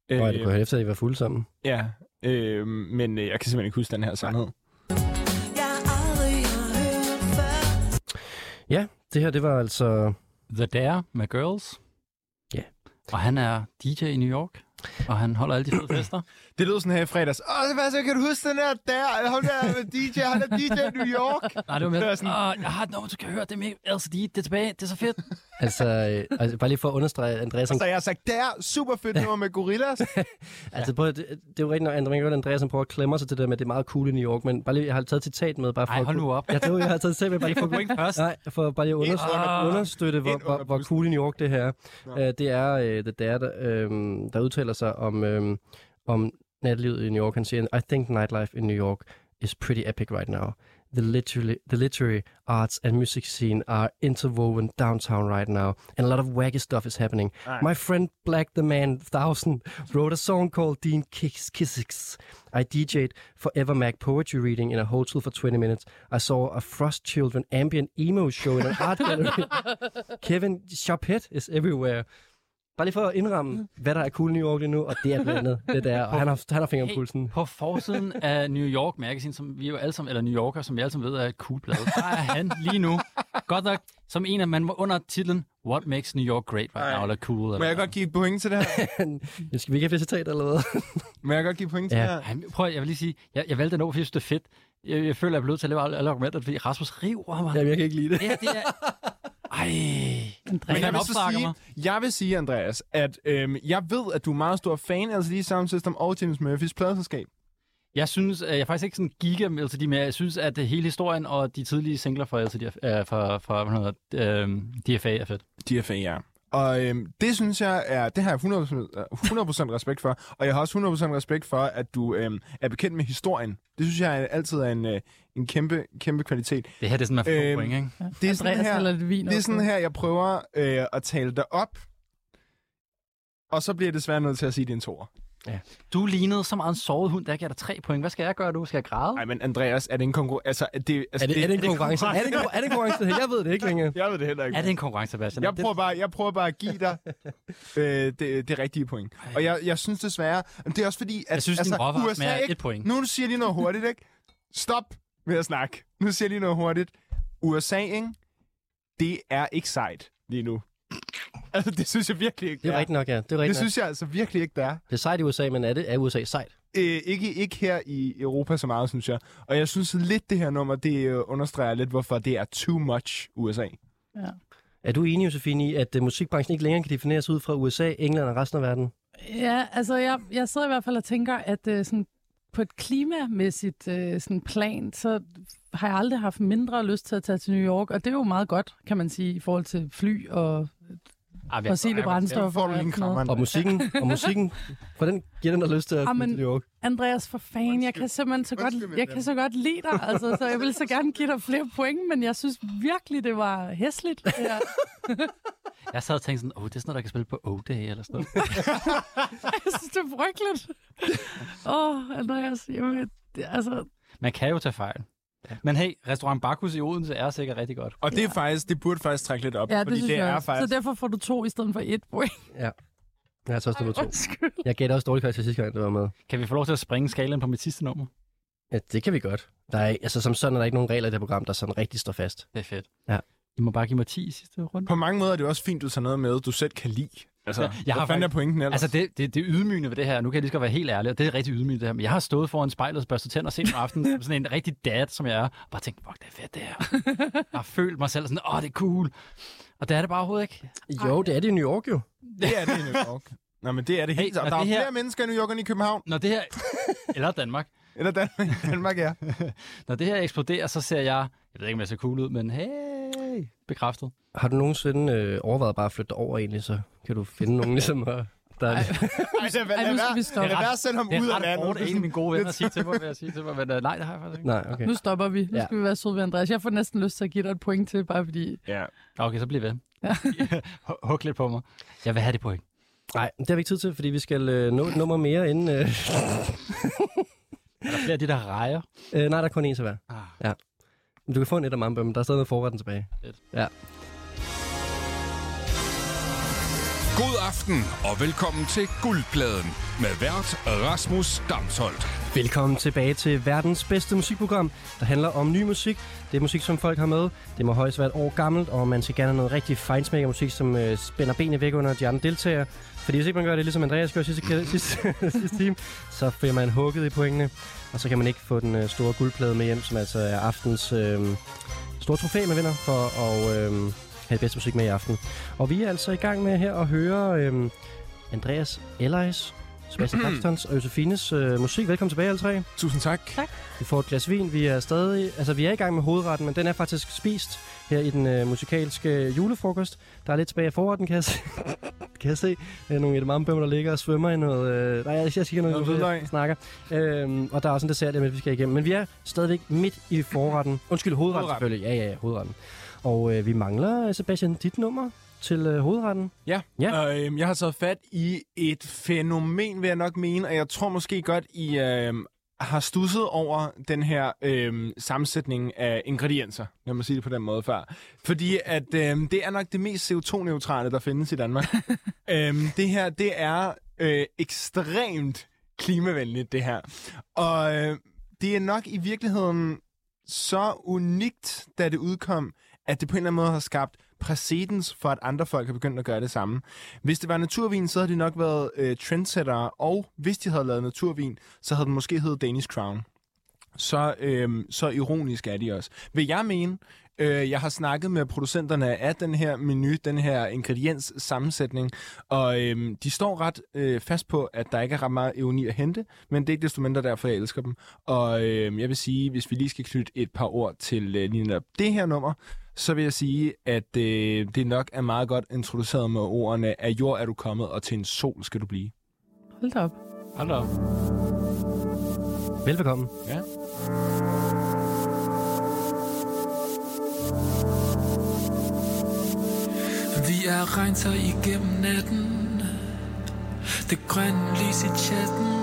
[SPEAKER 2] Øh, Nå, ja, det kunne jeg efter, at I var fulde sammen.
[SPEAKER 5] ja, øh, men øh, jeg kan simpelthen ikke huske den her sandhed.
[SPEAKER 6] Jeg har aldrig hørt før.
[SPEAKER 2] Ja, det her, det var altså...
[SPEAKER 3] The Dare med Girls.
[SPEAKER 2] Ja.
[SPEAKER 3] Og han er DJ i New York, og han holder alle de fede fester.
[SPEAKER 5] Det lød sådan her i fredags. Åh, Sebastian, kan du huske den her der? Hun der DJ, han er DJ i New York.
[SPEAKER 3] Nej, Ah, det var
[SPEAKER 5] Det var
[SPEAKER 3] mere
[SPEAKER 5] sådan-
[SPEAKER 3] sådan, Åh, jeg har et nummer, du skal høre, det er med LCD, det er tilbage, det er så fedt.
[SPEAKER 2] Altså, øh, altså bare lige for at understrege, Andreas... Han,
[SPEAKER 5] Så jeg har sagt, der super fedt nummer med Gorillas.
[SPEAKER 2] altså, prøv, at- det, det, er jo rigtigt, at Andreas han prøver at klemme sig til det der med, at det er meget cool i New York, men bare lige, jeg har taget et citat med, bare for
[SPEAKER 3] Ej,
[SPEAKER 2] at
[SPEAKER 3] hold nu op.
[SPEAKER 2] Ja, det var, jeg har taget selv, bare lige for,
[SPEAKER 3] Du er ikke først.
[SPEAKER 2] nej, for bare lige at understøtte,
[SPEAKER 3] under-
[SPEAKER 2] understøtte hvor,
[SPEAKER 5] ind
[SPEAKER 2] hvor,
[SPEAKER 5] under
[SPEAKER 2] hvor
[SPEAKER 5] bussen.
[SPEAKER 2] cool i New York det her er. Øh, det er øh, The Dare, der, øh, der udtaler sig om, øh, om nattelivet i New York. Han siger, I think nightlife in New York is pretty epic right now. The literary, the literary, arts and music scene are interwoven downtown right now, and a lot of wacky stuff is happening. My friend Black the Man 1000 wrote a song called Dean Kicks Kissix. I DJ'd Forever Mac poetry reading in a hotel for 20 minutes. I saw a Frost Children ambient emo show in an art gallery. Kevin Chopet is everywhere. Bare lige for at indramme, hvad der er cool i New York lige nu, og det er blandt andet det der, og han har, han har fingeren på pulsen.
[SPEAKER 3] På forsiden af New York Magazine, som vi jo alle sammen, eller New Yorker, som vi alle sammen ved er et cool blad, der er han lige nu, godt nok, som en af man under titlen, What Makes New York Great Right Now, eller cool.
[SPEAKER 5] Må
[SPEAKER 3] Eller
[SPEAKER 5] jeg godt give point til det her?
[SPEAKER 2] Skal vi ikke have flere citater eller hvad?
[SPEAKER 5] Må jeg godt give point til
[SPEAKER 2] Ja.
[SPEAKER 5] det her?
[SPEAKER 3] Ej, men prøv, at- jeg vil lige sige, jeg, jeg valgte den over, fordi jeg synes, det er fedt. Jeg, jeg føler, jeg bliver nødt til at lave alle, alle argumenter, fordi Rasmus river mig.
[SPEAKER 2] Jamen, jeg kan ikke lide det.
[SPEAKER 3] Det her, det er... Ej,
[SPEAKER 4] Andreas.
[SPEAKER 3] Men
[SPEAKER 5] jeg
[SPEAKER 3] han
[SPEAKER 5] vil, så
[SPEAKER 3] opbakker
[SPEAKER 5] sige,
[SPEAKER 3] mig.
[SPEAKER 5] jeg vil sige, Andreas, at øhm, jeg ved, at du er meget stor fan af LCD Sound System og James Murphys pladeselskab.
[SPEAKER 3] Jeg synes, at jeg er faktisk ikke sådan giga med LCD, men jeg synes, at hele historien og de tidlige singler fra LCD, øh, fra, fra hvad hedder, det, øh, DFA er fedt.
[SPEAKER 5] DFA, ja. Og øhm, det synes jeg er, det har jeg 100%, 100 respekt for, og jeg har også 100% respekt for, at du øhm, er bekendt med historien. Det synes jeg er- altid er en, øh, en kæmpe, kæmpe kvalitet.
[SPEAKER 3] Det her det er sådan, man får øhm,
[SPEAKER 5] Øhm,
[SPEAKER 3] point, ikke?
[SPEAKER 5] Det er sådan
[SPEAKER 4] Andreas
[SPEAKER 5] her,
[SPEAKER 4] eller lidt vin
[SPEAKER 5] det er
[SPEAKER 4] op.
[SPEAKER 5] sådan her jeg prøver øh, at tale dig op, og så bliver jeg desværre nødt til at sige din toer.
[SPEAKER 3] Du lignede så meget en sovet hund, der gav dig tre point. Hvad skal jeg gøre nu? Skal jeg græde?
[SPEAKER 5] Nej, men Andreas, er det en konkurrence? Altså, er det, altså,
[SPEAKER 2] Er det, er det en konkurrence? Er det, en kon- er det en konkurrence? Jeg ved det ikke længere.
[SPEAKER 5] Jeg ved det heller ikke.
[SPEAKER 3] Er det en konkurrence, Sebastian?
[SPEAKER 5] altså, Jeg prøver, bare, jeg prøver bare at give dig øh, det, det rigtige point. Og jeg, jeg synes desværre, men det er også fordi, at altså,
[SPEAKER 3] Jeg synes, din råvarer smager
[SPEAKER 5] ikke,
[SPEAKER 3] et point.
[SPEAKER 5] Nu siger jeg lige noget hurtigt, ikke? Stop med at snakke. Nu siger jeg lige noget hurtigt. USA, ikke? Det er ikke sejt lige nu. Altså, det synes jeg virkelig ikke,
[SPEAKER 2] Det er rigtigt nok, ja. Det er
[SPEAKER 5] Det
[SPEAKER 2] rigtigt nok.
[SPEAKER 5] synes jeg altså virkelig ikke, der er.
[SPEAKER 2] Det er sejt i USA, men er, det, er USA sejt?
[SPEAKER 5] Øh, ikke, ikke her i Europa så meget, synes jeg. Og jeg synes lidt, det her nummer, det øh, understreger lidt, hvorfor det er too much USA.
[SPEAKER 2] Er du enig, Josefine, i, at øh, musikbranchen ikke længere kan defineres ud fra USA, England og resten af verden?
[SPEAKER 4] Ja, altså jeg, jeg sidder i hvert fald og tænker, at øh, sådan, på et klimamæssigt øh, sådan plan, så har jeg aldrig haft mindre lyst til at tage til New York, og det er jo meget godt, kan man sige, i forhold til fly og øh,
[SPEAKER 3] Ej, vi er-
[SPEAKER 4] fossile
[SPEAKER 5] Så
[SPEAKER 4] brændstoffer.
[SPEAKER 5] får du lige en
[SPEAKER 4] og sådan noget.
[SPEAKER 5] krammer.
[SPEAKER 2] Og musikken, og musikken, hvordan giver den dig lyst til at flytte
[SPEAKER 4] Jamen,
[SPEAKER 2] til New York?
[SPEAKER 4] Andreas, for fanden, jeg kan simpelthen så godt, jeg kan så godt lide dig, altså, så jeg vil så gerne give dig flere point, men jeg synes virkelig, det var hæsligt. Ja.
[SPEAKER 3] Jeg sad og tænkte sådan, åh, oh, det er sådan noget, der kan spille på O-Day eller sådan noget.
[SPEAKER 4] Jeg synes, det er frygteligt. Åh, oh, Andreas, jamen, det, altså,
[SPEAKER 3] Man kan jo tage fejl. Men hey, restaurant Bakus i Odense er sikkert rigtig godt.
[SPEAKER 5] Og det, er faktisk, det burde faktisk trække lidt op,
[SPEAKER 4] ja, det
[SPEAKER 5] fordi
[SPEAKER 4] synes
[SPEAKER 5] det
[SPEAKER 4] jeg
[SPEAKER 5] er
[SPEAKER 4] også.
[SPEAKER 5] faktisk...
[SPEAKER 4] Så derfor får du to i stedet for et point.
[SPEAKER 2] Jeg har så også nummer to.
[SPEAKER 4] Undskyld.
[SPEAKER 2] Jeg gav det også dårlig karakter sidste gang, det var med.
[SPEAKER 3] Kan vi få lov til at springe skalaen på mit sidste nummer?
[SPEAKER 2] Ja, det kan vi godt. Der er, altså, som sådan er der ikke nogen regler i det her program, der sådan rigtig står fast.
[SPEAKER 3] Det er fedt.
[SPEAKER 2] Ja.
[SPEAKER 3] I må bare give mig 10 i sidste runde.
[SPEAKER 5] På mange måder er det også fint, du tager noget med, du selv kan lide. Altså,
[SPEAKER 3] Ja,
[SPEAKER 5] ja,
[SPEAKER 3] jeg
[SPEAKER 5] jeg
[SPEAKER 3] har
[SPEAKER 5] hvad fanden er
[SPEAKER 3] faktisk-
[SPEAKER 5] pointen ellers?
[SPEAKER 3] Altså, det, det, det ydmygende ved det her, nu kan jeg lige så godt være helt ærlig, og det er rigtig ydmygende det her, men jeg har stået foran spejlet og børstet tænder sent om aftenen, som sådan en rigtig dad, som jeg er, og bare tænkt, fuck, det er fedt det her. Jeg har følt mig selv sådan, åh, det er cool. Og det er det bare overhovedet ikke.
[SPEAKER 2] Jo, det er det i New York jo.
[SPEAKER 5] det er det i New York. Nå, men det er det
[SPEAKER 3] Hey,
[SPEAKER 5] helt. Hey,
[SPEAKER 3] og
[SPEAKER 5] der er
[SPEAKER 3] det her-
[SPEAKER 5] flere mennesker i New York end i København.
[SPEAKER 3] Når det her, eller Danmark,
[SPEAKER 5] Eller Danmark, Danmark ja.
[SPEAKER 3] når det her eksploderer, så ser jeg, jeg ved ikke, om jeg ser cool ud, men hey, bekræftet.
[SPEAKER 2] Har du nogensinde øh, overvejet bare at flytte over egentlig, så kan du finde nogen ligesom at Der er,
[SPEAKER 5] Ej, lad, lad,
[SPEAKER 4] Ej, nu skal vi
[SPEAKER 5] lad,
[SPEAKER 4] stoppe.
[SPEAKER 5] lad være selv om
[SPEAKER 3] Det
[SPEAKER 5] ud
[SPEAKER 3] er
[SPEAKER 5] af
[SPEAKER 3] ret hårdt,
[SPEAKER 5] landet.
[SPEAKER 3] af en af mine gode venner siger til mig, vil jeg sige til mig. Men øh, nej, det har jeg faktisk ikke.
[SPEAKER 2] nej, okay.
[SPEAKER 4] Nu stopper vi. Nu
[SPEAKER 2] Ja.
[SPEAKER 4] skal vi være søde ved Andreas. Jeg får næsten lyst til at give dig et point til, bare fordi...
[SPEAKER 5] Ja.
[SPEAKER 3] Okay, så bliv ved. Hug- Hug lidt på mig. Jeg vil have det point.
[SPEAKER 2] Nej, det har vi ikke tid til, fordi vi skal øh, nå et nummer mere inden... Øh,
[SPEAKER 3] Er der flere af de, der rejer?
[SPEAKER 2] øh, nej, der er kun en til hver.
[SPEAKER 3] Ah.
[SPEAKER 2] Ja. Men Du kan få en et af Mamba, men der er stadig noget forretten tilbage.
[SPEAKER 1] God aften og velkommen til Guldpladen med vært Rasmus Damsholdt.
[SPEAKER 2] Velkommen tilbage til verdens bedste musikprogram, der handler om ny musik. Det er musik, som folk har med. Det må højst være et år gammelt, og man skal gerne have noget rigtig fejnsmækker musik, som øh, spænder benene væk under de andre deltagere. Fordi hvis ikke man gør det, ligesom Andreas gjorde sidste, sidste, sidste time, så bliver man hugget i pointene. Og så kan man ikke få den øh, store guldplade med hjem, som altså er aftens øh, store trofæ, man vinder for at øh, have det bedste musik med i aften. Og vi er altså i gang med her at høre øh, Andreas Ellis, Sebastian Faxtons og Josefines øh, musik. Velkommen tilbage alle tre.
[SPEAKER 5] Tusind tak.
[SPEAKER 2] Vi får et glas vin. Vi er stadig, altså vi er i gang med hovedretten, men den er faktisk spist her i den øh, musikalske julefrokost. Der er lidt tilbage af forretten, kan jeg se. kan jeg se. Øh, nogle edamamebømmer, der ligger og svømmer i noget... Øh, nej, jeg, jeg siger noget,
[SPEAKER 5] Noget
[SPEAKER 2] noget
[SPEAKER 5] hvidløg.
[SPEAKER 2] jeg snakker. Øhm, og der er også en dessert, med, vi skal igennem. Men vi er stadigvæk midt i forretten. Undskyld, hovedretten,
[SPEAKER 5] Hovedretten.
[SPEAKER 2] selvfølgelig. Ja, ja, ja, hovedretten. Og øh, vi mangler, øh, Sebastian, dit nummer til øh, hovedretten.
[SPEAKER 5] Ja,
[SPEAKER 2] Ja.
[SPEAKER 5] ja. Og, øhm, jeg har taget fat i et fænomen, vil jeg nok mene, og jeg tror måske godt, I øhm, har stusset over den her øhm, sammensætning af ingredienser, når man siger det på den måde før. Fordi at øhm, det er nok det mest CO2-neutrale, der findes i Danmark. øhm, det her, det er øh, ekstremt klimavenligt, det her. Og øh, det er nok i virkeligheden så unikt, da det udkom, at det på en eller anden måde har skabt præcedens for, at andre folk har begyndt at gøre det samme. Hvis det var naturvin, så havde de nok været øh, trendsettere, og hvis de havde lavet naturvin, så havde den måske heddet Danish Crown. Så, øhm, så ironisk er de også. Vil jeg mene, øh, jeg har snakket med producenterne af den her menu, den her ingrediens sammensætning, og øhm, de står ret øh, fast på, at der ikke er ret meget ironi at hente, men det er ikke desto mindre derfor, jeg elsker dem. Og øhm, jeg vil sige, hvis vi lige skal knytte et par ord til øh, lige netop det her nummer, så vil jeg sige, at øh, det nok er meget godt introduceret med ordene, af jord er du kommet, og til en sol skal du blive.
[SPEAKER 4] Hold da op.
[SPEAKER 3] Hold da op.
[SPEAKER 2] Velbekomme.
[SPEAKER 5] Ja.
[SPEAKER 10] Vi er regnser igennem natten Det grønne lys i chatten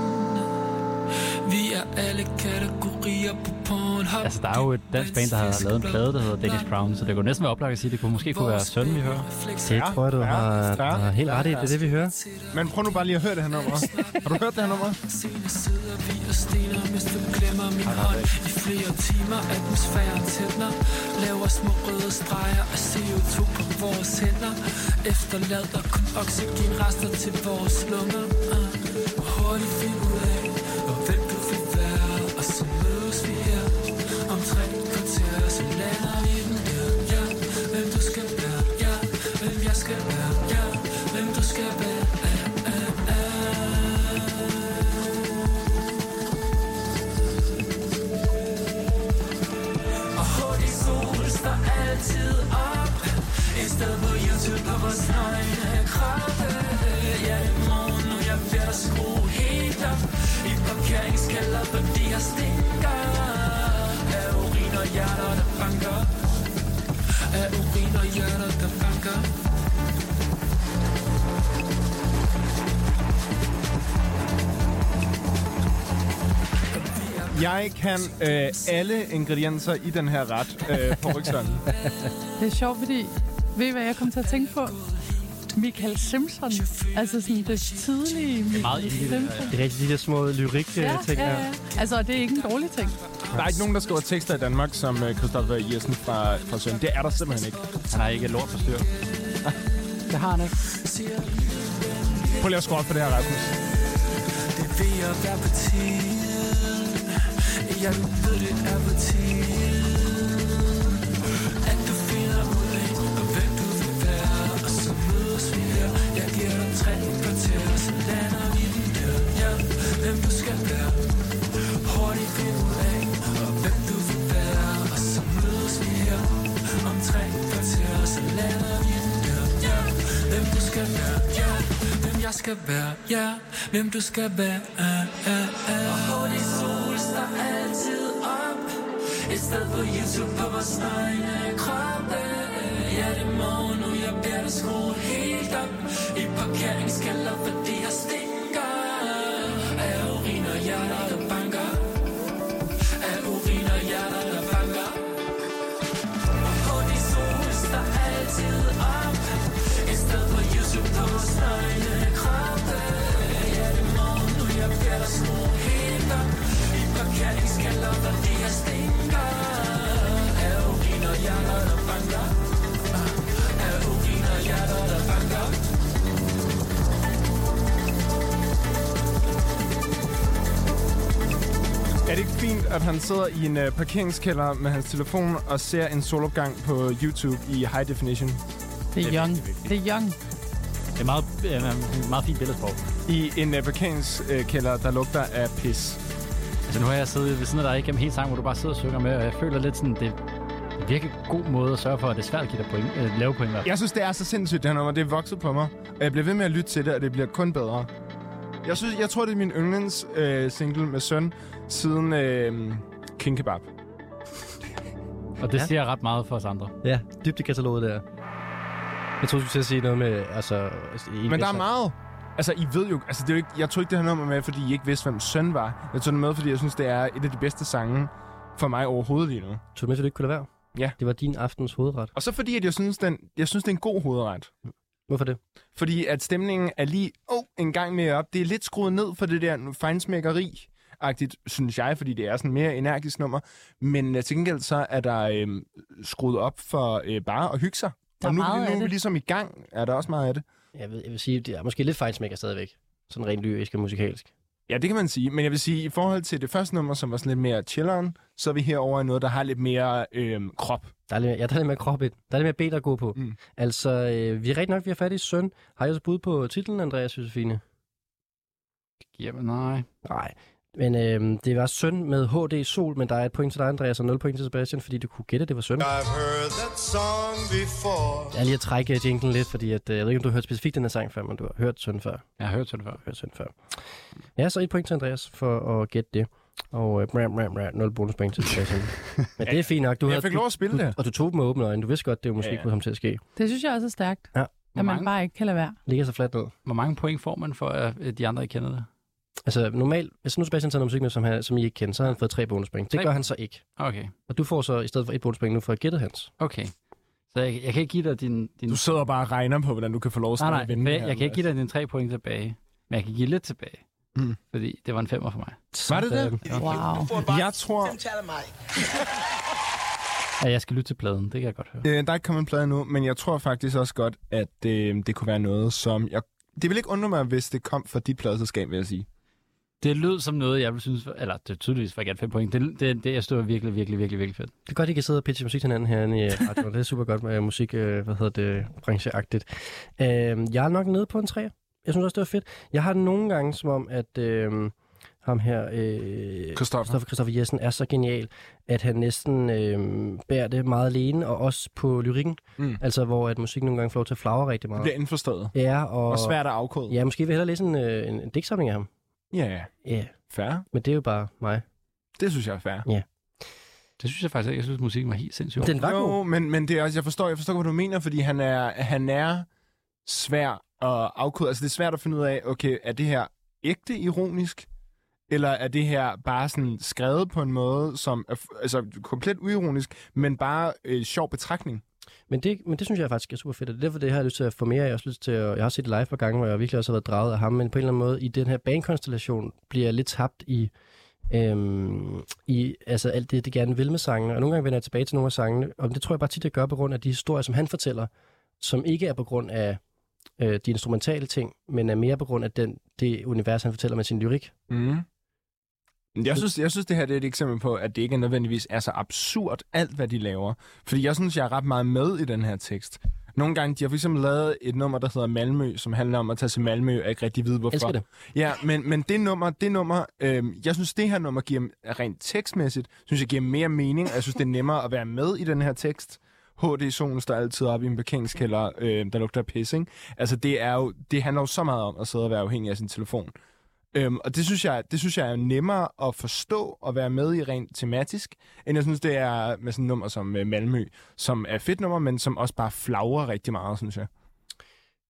[SPEAKER 10] Vi er alle kategorier på Pornhub
[SPEAKER 3] Altså, der er jo et dansk band, der har lavet en plade, der hedder Danish Crown, så det kunne næsten være oplagt at sige, at det kunne måske kunne være søn, vi hører.
[SPEAKER 2] Det ja, tror jeg, du
[SPEAKER 5] ja,
[SPEAKER 2] har,
[SPEAKER 5] ja,
[SPEAKER 2] har helt ret i. Det
[SPEAKER 5] ja.
[SPEAKER 2] er det, vi hører.
[SPEAKER 5] Men prøv nu bare lige at høre det her nummer. har du hørt det her nummer?
[SPEAKER 10] Sine sidder vi og stener, mens du glemmer min hånd I flere timer atmosfæren tætner Laver små røde streger af CO2 på vores hænder Efterlader kun oxygenrester til vores lunger uh. Hurtigt find ud af, hvor hvem du vil være Og så mødes vi her om tre kvarter Så lander vi den her, ja Hvem du skal være, ja Hvem jeg skal være, ja Hvem du skal være, ja, ja, ja. Og hurtig sol står altid op Et sted på YouTube på vores nøgne kroppe Ja, det er morgen, og jeg er ved at skrue helt op I parkeringskælder, fordi jeg stinker Af urin og hjerter, der banker Af urin og hjerter, der banker
[SPEAKER 5] Jeg kan øh, alle ingredienser i den her ret øh, på rygsøjlen.
[SPEAKER 4] Det er sjovt, fordi... Ved I, hvad jeg kom til at tænke på? Michael Simpson. Altså sådan det tidlige Michael Simpson.
[SPEAKER 2] Det er rigtig de der små lyrik-ting.
[SPEAKER 4] Ja, ja, ja. Altså, og det er ikke en dårlig ting.
[SPEAKER 5] Der er ikke nogen, der skriver tekster i Danmark, som øh, Christoffer Jessen fra, fra Søn. Det er der simpelthen ikke.
[SPEAKER 3] Han har ikke et lort på styr. Det har han ikke.
[SPEAKER 5] Prøv lige at scrolle for det her, Rasmus.
[SPEAKER 10] Det er ved at være på tiden Ja, du ved, det er på tiden At du finder ud af, hvem du vil være Og så mødes vi her Jeg giver dig tre kvarter Så lander vi den der Ja, hvem du skal være Hurtigt find ud af, hvem du vil være Og så mødes vi her Om tre kvarter Så lander vi den der Ja, hvem du skal være Ja, hvem jeg der skal være, ja, hvem du skal være. ah, ah, ah. Og hurtig sol står altid op, et sted på YouTube på vores egne kroppe. Ja, det er morgen nu, jeg bliver der skruet helt op, i parkeringskælder, fordi jeg stinker. Af urin og hjerter, der banker. Af urin og hjerter, der banker. Og hurtig sol står altid op, et sted på YouTube på vores egne kroppe. Ja, det er morgen nu, jeg bliver der skruet helt op, i parkeringskælder, fordi jeg stinker. Af urin og hjerter, der banker. Af urin og hjerter, der banker.
[SPEAKER 5] Er det ikke fint, at han sidder i en øh, parkeringskælder med hans telefon og ser en solopgang på YouTube i high definition?
[SPEAKER 4] Det er young. Det er young.
[SPEAKER 5] Det er meget, øh, meget fint billedsprog. I en øh, parkeringskælder, der lugter af pis.
[SPEAKER 3] Altså nu har jeg siddet ved siden af dig igennem hele sangen, hvor du bare sidder og synger med, og jeg føler lidt sådan, det er en virkelig god måde at sørge for, at det er svært at give dig point, øh, lave point. i hvert fald.
[SPEAKER 5] Jeg synes, det er så sindssygt, det her nummer. Det er vokset på mig. Og jeg bliver ved med at lytte til det, og det bliver kun bedre. Jeg, synes, jeg tror, det er min yndlings øh, single med søn siden øh, King Kebab.
[SPEAKER 3] Og det
[SPEAKER 2] Ja.
[SPEAKER 3] ja. siger ret meget for os andre.
[SPEAKER 2] Ja, dybt i kataloget der. Jeg tror du skulle til at sige noget med, altså... en-
[SPEAKER 5] Men der er
[SPEAKER 2] altså-
[SPEAKER 5] meget. Altså, I ved jo... Altså, det er jo ikke, jeg tog ikke det her nummer med, fordi I ikke vidste, hvem søn var. Jeg tog det med, fordi jeg synes, det er et af de bedste sange for mig overhovedet lige nu.
[SPEAKER 2] Tog du med, så du ikke kunne lade være?
[SPEAKER 5] Ja.
[SPEAKER 2] Det var din aftens hovedret.
[SPEAKER 5] Og så fordi, at jeg synes, den, jeg synes, det er en god hovedret.
[SPEAKER 2] Hvorfor det?
[SPEAKER 5] Fordi at stemningen er lige oh, en gang mere op. Det er lidt skruet ned for det der fejnsmækkeri agtigt synes jeg, fordi det er sådan mere energisk nummer. Men øh, til gengæld så er der øh, skruet op for øh, bare at hygge sig.
[SPEAKER 4] Der er
[SPEAKER 5] og nu,
[SPEAKER 4] meget
[SPEAKER 5] nu
[SPEAKER 4] af
[SPEAKER 5] er vi
[SPEAKER 4] det.
[SPEAKER 5] ligesom i gang, er der også meget af det.
[SPEAKER 2] Jeg vil, jeg vil sige, det er måske lidt fejlsmækker stadigvæk. Sådan rent lyrisk og musikalsk.
[SPEAKER 5] Ja, det kan man sige. Men jeg vil sige, i forhold til det første nummer, som var sådan lidt mere chilleren, så er vi herover i noget, der har lidt mere øh, krop.
[SPEAKER 2] Der er lidt, ja, der er lidt mere krop ind. Der er lidt mere ben at gå på. Mm. Altså, øh, vi er rigtig nok, vi har fat i søn. Har I også bud på titlen, Andreas Josefine?
[SPEAKER 3] Jamen, nej.
[SPEAKER 2] Nej. Men øh, det var søn med HD Sol, men der er et point til dig, Andreas, og 0 point til Sebastian, fordi du kunne gætte, at det var søn.
[SPEAKER 11] I've heard that song before.
[SPEAKER 2] Jeg er lige at trække jinglen lidt, fordi at, øh, jeg ved ikke, om du har hørt specifikt den her sang før, men du har hørt søn før.
[SPEAKER 3] Jeg har hørt søn før.
[SPEAKER 2] Hørt søn før. Ja, så et point til Andreas for at gætte det. Og øh, ram, ram, ram, 0 bonuspoint til Sebastian. men det er fint nok. Du
[SPEAKER 5] Jeg
[SPEAKER 2] havde-
[SPEAKER 5] fik
[SPEAKER 2] du-
[SPEAKER 5] lov at spille
[SPEAKER 2] du,
[SPEAKER 5] det.
[SPEAKER 2] Og du tog dem med åbne øjne. Du vidste godt, det var måske ja, ja. kunne komme til at ske.
[SPEAKER 4] Det synes jeg også er stærkt,
[SPEAKER 2] Ja.
[SPEAKER 4] at man bare ikke kan lade være.
[SPEAKER 2] Ligger så fladt ned.
[SPEAKER 3] Hvor mange point får man for, at øh, de andre ikke kender det?
[SPEAKER 2] Altså normalt, hvis nu Sebastian tager noget musik med, som, han, som I ikke kender, så har han fået tre bonuspoint. Det
[SPEAKER 3] Tre?
[SPEAKER 2] gør han så ikke.
[SPEAKER 3] Okay,
[SPEAKER 2] Og du får så i stedet for et bonuspoint nu for at gætte hans.
[SPEAKER 3] okay. Så jeg, jeg kan ikke give dig din... din...
[SPEAKER 5] Du sidder bare og regner på, hvordan du kan få lov at
[SPEAKER 3] nej,
[SPEAKER 5] starte
[SPEAKER 3] nej,
[SPEAKER 5] at vinde
[SPEAKER 3] jeg,
[SPEAKER 5] det her,
[SPEAKER 3] jeg kan ikke give
[SPEAKER 5] Mads.
[SPEAKER 3] dig dine tre point tilbage. Men jeg kan give lidt tilbage.
[SPEAKER 5] Mm.
[SPEAKER 3] Fordi det var en femmer for mig.
[SPEAKER 5] Var det det?
[SPEAKER 3] Ja.
[SPEAKER 5] Jeg tror...
[SPEAKER 3] Ja, jeg skal lytte til pladen, det kan jeg godt høre.
[SPEAKER 5] Øh, der er ikke kommet en plade endnu, men jeg tror faktisk også godt, at øh, det kunne være noget, som... Jeg, det ville ikke undre mig, hvis det kom fra dit pladeselskab, vil jeg sige.
[SPEAKER 3] Det lød som noget, jeg ville synes... var- Eller det tydeligvis var gerne fem point. Det, det, det jeg stod virkelig, virkelig, virkelig, virkelig fedt.
[SPEAKER 2] Det er godt, I kan sidde og pitche musik til hinanden herinde i øh, radioen. det er super godt med øh, musik, øh, hvad hedder det, brancheagtigt. Øh, jeg er nok nede på en træer. Jeg synes også, det var fedt. Jeg har det nogle gange som om, at øh, ham her, øh,
[SPEAKER 5] Christoffer.
[SPEAKER 2] Christoffer, Christoffer Jessen, er så genial, at han næsten øh, bærer det meget alene, og også på lyrikken.
[SPEAKER 5] Mm.
[SPEAKER 2] Altså, hvor at musik nogle gange får lov til at flagre rigtig
[SPEAKER 5] Det
[SPEAKER 2] meget.
[SPEAKER 5] bliver indforstået.
[SPEAKER 2] Ja, og...
[SPEAKER 5] Og svært at afkode.
[SPEAKER 2] Ja, måske vil jeg hellere læse en, øh, en, en digtsamling af ham.
[SPEAKER 5] Ja, ja.
[SPEAKER 2] Ja, yeah.
[SPEAKER 5] Fair.
[SPEAKER 2] men det er jo bare mig.
[SPEAKER 5] Det synes jeg er fair.
[SPEAKER 3] Det synes jeg faktisk ikke. Jeg synes, musikken var helt sindssygt.
[SPEAKER 2] Den var god.
[SPEAKER 5] Jo, men, men det er også, jeg forstår, jeg forstår, hvad du mener, fordi han er, han er svær at afkode. Altså, det er svært at finde ud af, okay, er det her ægte ironisk? Eller er det her bare sådan skrevet på en måde, som er f- altså, komplet uironisk, men bare øh, sjov betragtning?
[SPEAKER 2] Men det, men det synes jeg faktisk er super fedt, og det er derfor, det har jeg lyst til at få mere af. Jeg har, også lyst til at, jeg har set det live på gange, hvor jeg virkelig også har været draget af ham, men på en eller anden måde i den her bandkonstellation bliver jeg lidt tabt i, øhm, i altså alt det, det gerne vil med sangene. Og nogle gange vender jeg tilbage til nogle af sangene, og det tror jeg bare tit, jeg gør på grund af de historier, som han fortæller, som ikke er på grund af øh, de instrumentale ting, men er mere på grund af den, det univers, han fortæller med sin lyrik.
[SPEAKER 5] Mm. Jeg synes, jeg synes, det her det er et eksempel på, at det ikke nødvendigvis er så absurd, alt hvad de laver. Fordi jeg synes, jeg er ret meget med i den her tekst. Nogle gange, de har for eksempel lavet et nummer, der hedder Malmø, som handler om at tage til Malmø, og ikke rigtig vide, hvorfor.
[SPEAKER 2] Elsker det.
[SPEAKER 5] Ja, men, men det nummer, det nummer øh, jeg synes, det her nummer giver rent tekstmæssigt, synes jeg giver mere mening, og jeg synes, det er nemmere at være med i den her tekst. HD-solen står altid oppe i en parkeringskælder, øh, der lugter af pis, ikke? Altså, det, er jo, det handler jo så meget om at sidde og være afhængig af sin telefon. Øhm, og det synes, jeg, det synes jeg er nemmere at forstå og være med i rent tematisk, end jeg synes, det er med sådan et nummer som øh, Malmø, som er fedt nummer, men som også bare flagrer rigtig meget, synes jeg.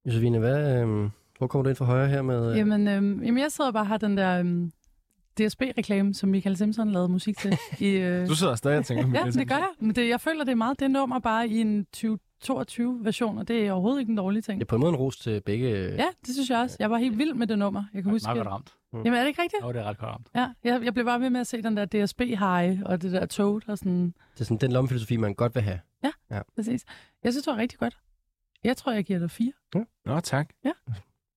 [SPEAKER 2] Josefine, hvad, øh, hvor kommer du ind fra højre her med... Øh,
[SPEAKER 4] Jamen, øhm, jamen, jeg sidder og bare og har den der øhm, DSB-reklame, som Michael Simpson lavede musik til. I, øh...
[SPEAKER 5] Du sidder stadig og tænker på
[SPEAKER 4] Ja,
[SPEAKER 5] Michael
[SPEAKER 4] det gør jeg. Men det, jeg føler, det er meget det nummer bare i en 2022-version, og det er overhovedet ikke en dårlig ting.
[SPEAKER 2] Ja, på en måde en ros til begge...
[SPEAKER 4] Ja, det synes jeg også. Jeg var helt vild med det nummer. Jeg kan huske...
[SPEAKER 3] meget godt ramt.
[SPEAKER 4] Jamen, er det ikke rigtigt?
[SPEAKER 3] Jo, det er ret godt ramt.
[SPEAKER 4] Ja, jeg, jeg blev bare ved med at se den der DSB-hej og det der tog, der sådan...
[SPEAKER 2] Det er sådan den lommefilosofi, man godt vil have.
[SPEAKER 4] Ja,
[SPEAKER 2] Ja.
[SPEAKER 4] præcis. Jeg synes, det var rigtig godt. Jeg tror, jeg giver dig fire.
[SPEAKER 5] Nå, tak.
[SPEAKER 4] Ja, jeg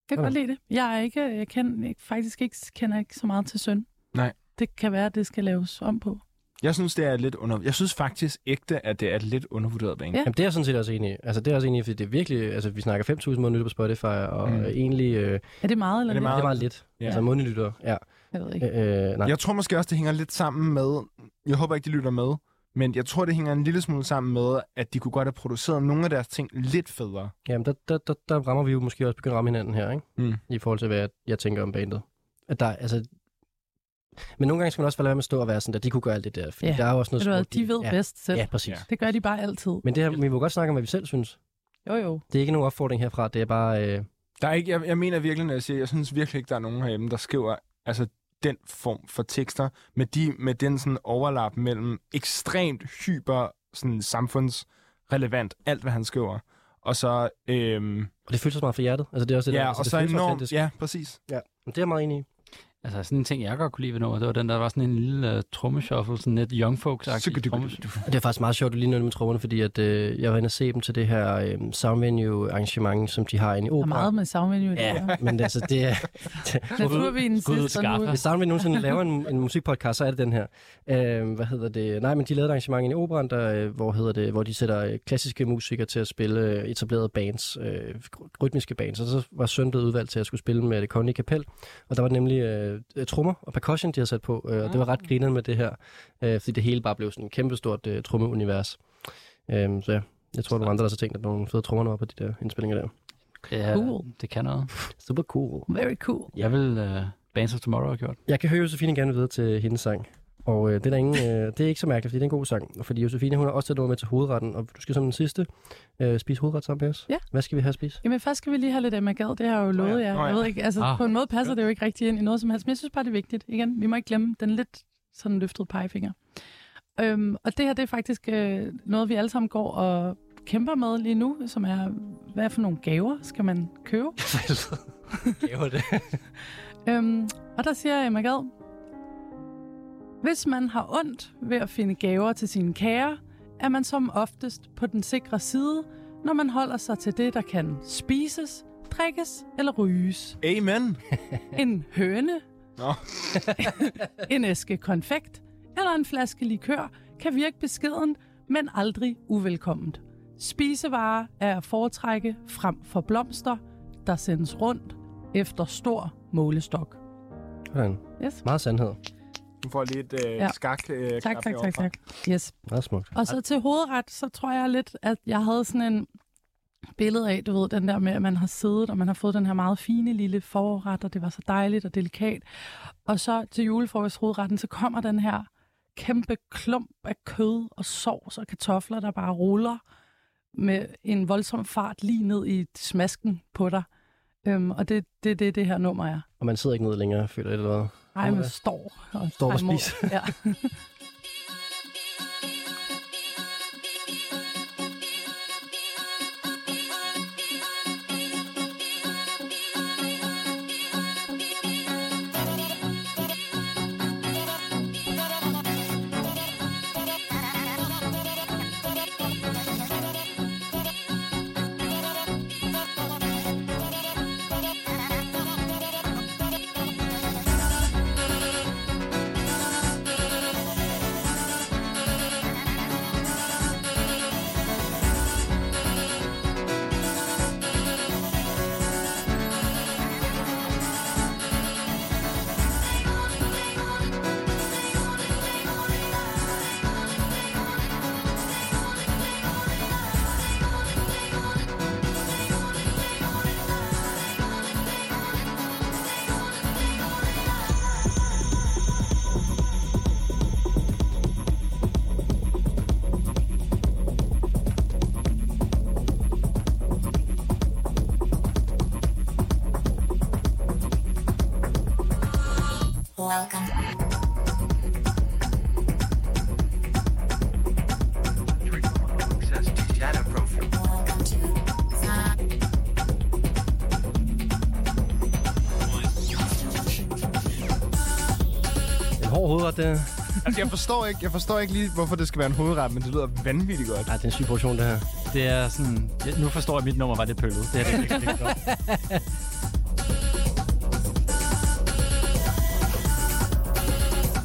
[SPEAKER 4] kan
[SPEAKER 5] Sådan.
[SPEAKER 4] godt lide det. Jeg er ikke, jeg kan jeg faktisk ikke, kender ikke så meget til søn.
[SPEAKER 5] Nej.
[SPEAKER 4] Det kan være, at det skal laves om på.
[SPEAKER 5] Jeg synes, det er lidt under... Jeg synes faktisk ægte, at det er et lidt undervurderet band.
[SPEAKER 4] Ja.
[SPEAKER 2] Jamen, det er jeg sådan set også enig i. Altså, det er også enig i, fordi det er virkelig... Altså, vi snakker 5.000 månedlytter på Spotify, og
[SPEAKER 5] Mm.
[SPEAKER 2] mm. egentlig... Øh,
[SPEAKER 4] Er det meget eller
[SPEAKER 2] det
[SPEAKER 4] lidt?
[SPEAKER 2] er meget lidt.
[SPEAKER 5] Ja.
[SPEAKER 2] Ja. Altså, månedlytter, ja.
[SPEAKER 4] Jeg ved ikke.
[SPEAKER 2] Øh, nej.
[SPEAKER 5] Jeg tror måske også, det hænger lidt sammen med... Jeg håber ikke, de lytter med. Men jeg tror, det hænger en lille smule sammen med, at de kunne godt have produceret nogle af deres ting lidt federe.
[SPEAKER 2] Jamen, der, der, der, der rammer vi jo måske også begyndt at ramme hinanden her, ikke?
[SPEAKER 5] Mm.
[SPEAKER 2] I forhold til, hvad jeg, jeg tænker om bandet. At der, altså... Men nogle gange skal man også lade være med at stå og være sådan, at de kunne gøre alt det der. Fordi
[SPEAKER 4] Ja.
[SPEAKER 2] der er jo også noget
[SPEAKER 4] Ved du hvad,
[SPEAKER 2] sport,
[SPEAKER 4] de ved
[SPEAKER 2] ja.
[SPEAKER 4] bedst selv.
[SPEAKER 2] Ja, præcis. Ja.
[SPEAKER 4] Det gør de bare altid.
[SPEAKER 2] Men det her, vi må godt snakke om, hvad vi selv synes.
[SPEAKER 4] Jo, jo.
[SPEAKER 2] Det er ikke nogen opfordring herfra, det er bare... Øh,
[SPEAKER 5] Der er ikke, jeg, jeg mener virkelig, når jeg siger, jeg synes virkelig ikke, der er nogen herhjemme, der skriver altså, den form for tekster, med, de, med den sådan overlap mellem ekstremt hyper sådan, samfundsrelevant, alt hvad han skriver, og så... Øhm,
[SPEAKER 2] og det føles også meget for hjertet. Altså, det er også det
[SPEAKER 5] ja,
[SPEAKER 2] der,
[SPEAKER 5] og
[SPEAKER 2] altså, det
[SPEAKER 5] så
[SPEAKER 2] føles
[SPEAKER 5] enormt...
[SPEAKER 2] autentisk.
[SPEAKER 5] Ja, præcis.
[SPEAKER 2] Ja, men det er jeg meget enig i.
[SPEAKER 3] Altså sådan en ting, jeg godt kunne lide ved nummeret, det var den, der var sådan en lille uh, trommeshuffle, sådan lidt young folks agtig trommeshuffle.
[SPEAKER 2] Og det er faktisk meget sjovt, at du lige nåede med trommerne, fordi at, øh, jeg var inde og se dem til det her øh, soundvenue arrangement, som de har inde i
[SPEAKER 4] Der er
[SPEAKER 2] opera.
[SPEAKER 4] meget med savmenue.
[SPEAKER 2] Ja, men altså, det er...
[SPEAKER 4] Naturvinen Skud ud til sidst, og nu- skaffer.
[SPEAKER 2] Hvis Soundvind nogensinde laver en, en musikpodcast, så er det den her. Øh, hvad hedder det? Nej, men de lavede et arrangement inde i operan, der, øh, hvor, hedder det, hvor de sætter øh, klassiske musikere til at spille øh, etablerede bands, øh, rytmiske bands. Og så var Søn blevet udvalgt til at skulle spille med det kongelige kapel. Og der var nemlig øh, trommer og percussion, de havde sat på. Øh, og det var ret grinerende med det her, øh, fordi det hele bare blev sådan et kæmpestort øh, trommeunivers. Øh, så ja, jeg tror, der var andre, der så tænkte, at nogle fede trommer var på de der indspillinger der.
[SPEAKER 3] Ja,
[SPEAKER 2] Cool.
[SPEAKER 3] det kan noget.
[SPEAKER 2] Super cool.
[SPEAKER 4] Very cool.
[SPEAKER 3] Jeg vil uh, Bands of Tomorrow have gjort.
[SPEAKER 2] Jeg kan høre Josefine gerne videre til hendes sang. Og øh, det, er der ingen, øh, det er ikke så mærkeligt, fordi det er en god sang. Fordi Josefine, hun har også taget noget med til hovedretten, og du skal som den sidste øh, spise hovedret sammen med os.
[SPEAKER 4] Ja.
[SPEAKER 2] Hvad skal vi have at spise?
[SPEAKER 4] Jamen først skal vi lige have lidt amagad, det har jeg jo lovet jer.
[SPEAKER 2] Nå ja.
[SPEAKER 4] Jeg ved ikke, altså
[SPEAKER 2] Ah.
[SPEAKER 4] på en måde passer det jo ikke rigtig ind i noget som helst, men jeg synes bare, det er vigtigt. Igen, vi må ikke glemme den lidt sådan løftede pegefinger. Øhm, og det her, det er faktisk øh, noget, vi alle sammen går og kæmper med lige nu, som er, hvad for nogle gaver skal man købe?
[SPEAKER 2] Gaver det.
[SPEAKER 4] Øhm, og der siger Emma Gad, hvis man har ondt ved at finde gaver til sine kære, er man som oftest på den sikre side, når man holder sig til det, der kan spises, drikkes eller ryges.
[SPEAKER 5] Amen.
[SPEAKER 4] En høne,
[SPEAKER 5] Nå.
[SPEAKER 4] en æske konfekt eller en flaske likør kan virke beskeden, men aldrig uvelkomment. Spisevarer er at foretrække frem for blomster, der sendes rundt efter stor målestok.
[SPEAKER 2] Sådan.
[SPEAKER 4] Yes.
[SPEAKER 2] Meget sandhed.
[SPEAKER 5] Du får lige et øh,
[SPEAKER 4] Ja.
[SPEAKER 5] ja. skak. Øh,
[SPEAKER 4] Tak,
[SPEAKER 5] klap
[SPEAKER 4] tak, tak,
[SPEAKER 5] heroppefra.
[SPEAKER 4] tak. Yes.
[SPEAKER 2] Meget smukt.
[SPEAKER 4] Og så til hovedret, så tror jeg lidt, at jeg havde sådan en billede af, du ved, den der med, at man har siddet, og man har fået den her meget fine lille forret, og det var så dejligt og delikat. Og så til julefrokost hovedretten, så kommer den her kæmpe klump af kød og sovs og kartofler, der bare ruller med en voldsom fart lige ned i smasken på dig. Øhm, og det er det, det, det her nummer er.
[SPEAKER 2] Og man sidder ikke ned længere, føler jeg, eller hvad?
[SPEAKER 4] Ej, man står og
[SPEAKER 2] Står og
[SPEAKER 4] tager imod.
[SPEAKER 2] spiser.
[SPEAKER 4] Ja.
[SPEAKER 2] det.
[SPEAKER 5] Altså, jeg forstår, ikke, jeg forstår ikke lige, hvorfor det skal være en hovedret, men det lyder vanvittigt godt.
[SPEAKER 2] Nej, det er en syg portion, det her.
[SPEAKER 3] Det er sådan... Ja, nu forstår jeg, at mit nummer var det pøllet. Det er det, det, det, det,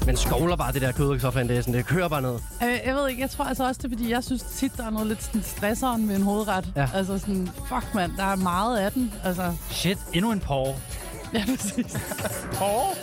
[SPEAKER 2] Man skovler bare det der kød, ikke så fandt det er sådan, det kører bare ned.
[SPEAKER 4] Øh, jeg ved ikke, jeg tror altså også, det er fordi, jeg synes tit, der er noget lidt sådan stresseren ved en hovedret.
[SPEAKER 2] Ja.
[SPEAKER 4] Altså sådan, fuck mand, der er meget af den. Altså,
[SPEAKER 3] Shit, endnu en porre.
[SPEAKER 4] ja, præcis.
[SPEAKER 5] Porre?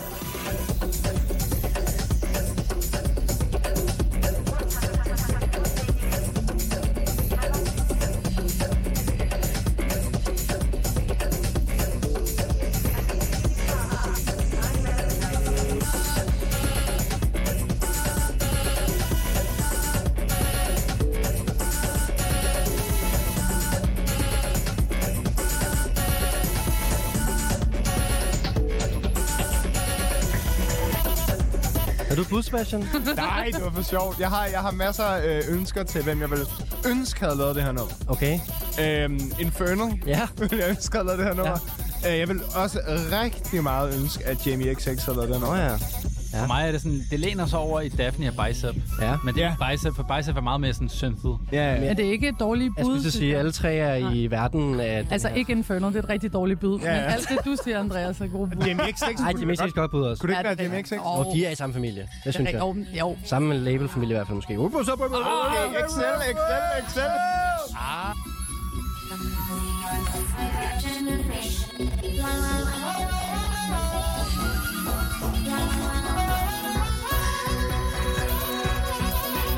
[SPEAKER 2] Er du et bud, Sebastian?
[SPEAKER 5] Nej, det var for sjovt. Jeg har, jeg har masser af øh, ønsker til, hvem jeg ville ønske havde lavet det her nummer.
[SPEAKER 2] Okay.
[SPEAKER 5] Øhm, Infernal.
[SPEAKER 2] Ja.
[SPEAKER 5] jeg ønsker at lave det her nummer. Ja. Øh, jeg vil også rigtig meget ønske, at Jamie XX havde lavet det her nummer.
[SPEAKER 2] Åh ja.
[SPEAKER 3] Ja. For mig er det sådan, det læner sig over i Daphne og Bicep.
[SPEAKER 2] Ja.
[SPEAKER 3] Men det er Bicep, for Bicep er meget mere sådan synthet.
[SPEAKER 5] Ja, ja.
[SPEAKER 4] Er det ikke et dårligt bud?
[SPEAKER 2] Jeg skulle til at sige, at alle tre er i verden af... den
[SPEAKER 4] Altså
[SPEAKER 2] her.
[SPEAKER 4] ikke Inferno, det er et rigtig dårligt bud.
[SPEAKER 5] Ja,
[SPEAKER 4] Ja,
[SPEAKER 5] ja.
[SPEAKER 4] ja. Men alt det, du siger, Andreas, er gode bud.
[SPEAKER 5] Jamie XX.
[SPEAKER 2] Ej,
[SPEAKER 5] kunne
[SPEAKER 2] de
[SPEAKER 5] det
[SPEAKER 2] mest
[SPEAKER 5] godt-
[SPEAKER 2] ikke godt bud også.
[SPEAKER 5] Kunne det ikke
[SPEAKER 4] Ja, det
[SPEAKER 5] være Jamie
[SPEAKER 4] er-
[SPEAKER 5] XX?
[SPEAKER 4] Åh,
[SPEAKER 2] Og de er i samme familie. Det synes jeg.
[SPEAKER 4] Jo, jo.
[SPEAKER 2] Samme labelfamilie i hvert fald måske. Ups, ups, ups, ups.
[SPEAKER 5] Okay, Excel, Excel, Excel.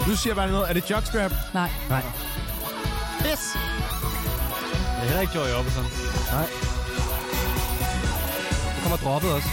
[SPEAKER 5] Nu siger jeg bare noget. Er det Jockstrap?
[SPEAKER 4] Nej.
[SPEAKER 2] Nej.
[SPEAKER 5] Yes!
[SPEAKER 3] Det er heller ikke Joey Orbison.
[SPEAKER 2] Nej. Der kommer droppet også.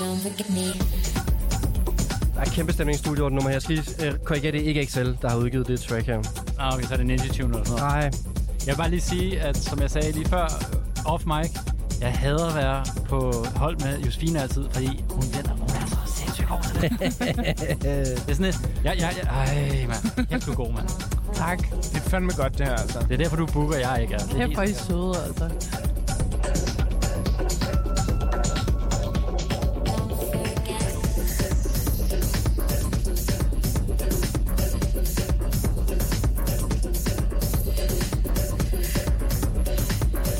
[SPEAKER 7] Don't forget me.
[SPEAKER 2] Der er kæmpe stemning i studiet over det nummer her. Jeg skal lige øh, korrigere det. er Ikke Excel, der har udgivet det track her.
[SPEAKER 3] Ah, okay, så er det Ninja Tune eller sådan noget.
[SPEAKER 2] Nej.
[SPEAKER 3] Jeg vil bare lige sige, at som jeg sagde lige før, øh, off mic, jeg hader at være på hold med Josefine altid, fordi hun den er, hun er så sindssygt god til det. det er sådan et, ja, ja, ja, ej, mand. Kæft, du er god, mand.
[SPEAKER 4] Tak.
[SPEAKER 5] Det er fandme godt, det her, altså.
[SPEAKER 3] Det er derfor, du booker, jeg ikke er. Det er
[SPEAKER 4] Kæft, hvor er I
[SPEAKER 3] helt-
[SPEAKER 4] søde, altså.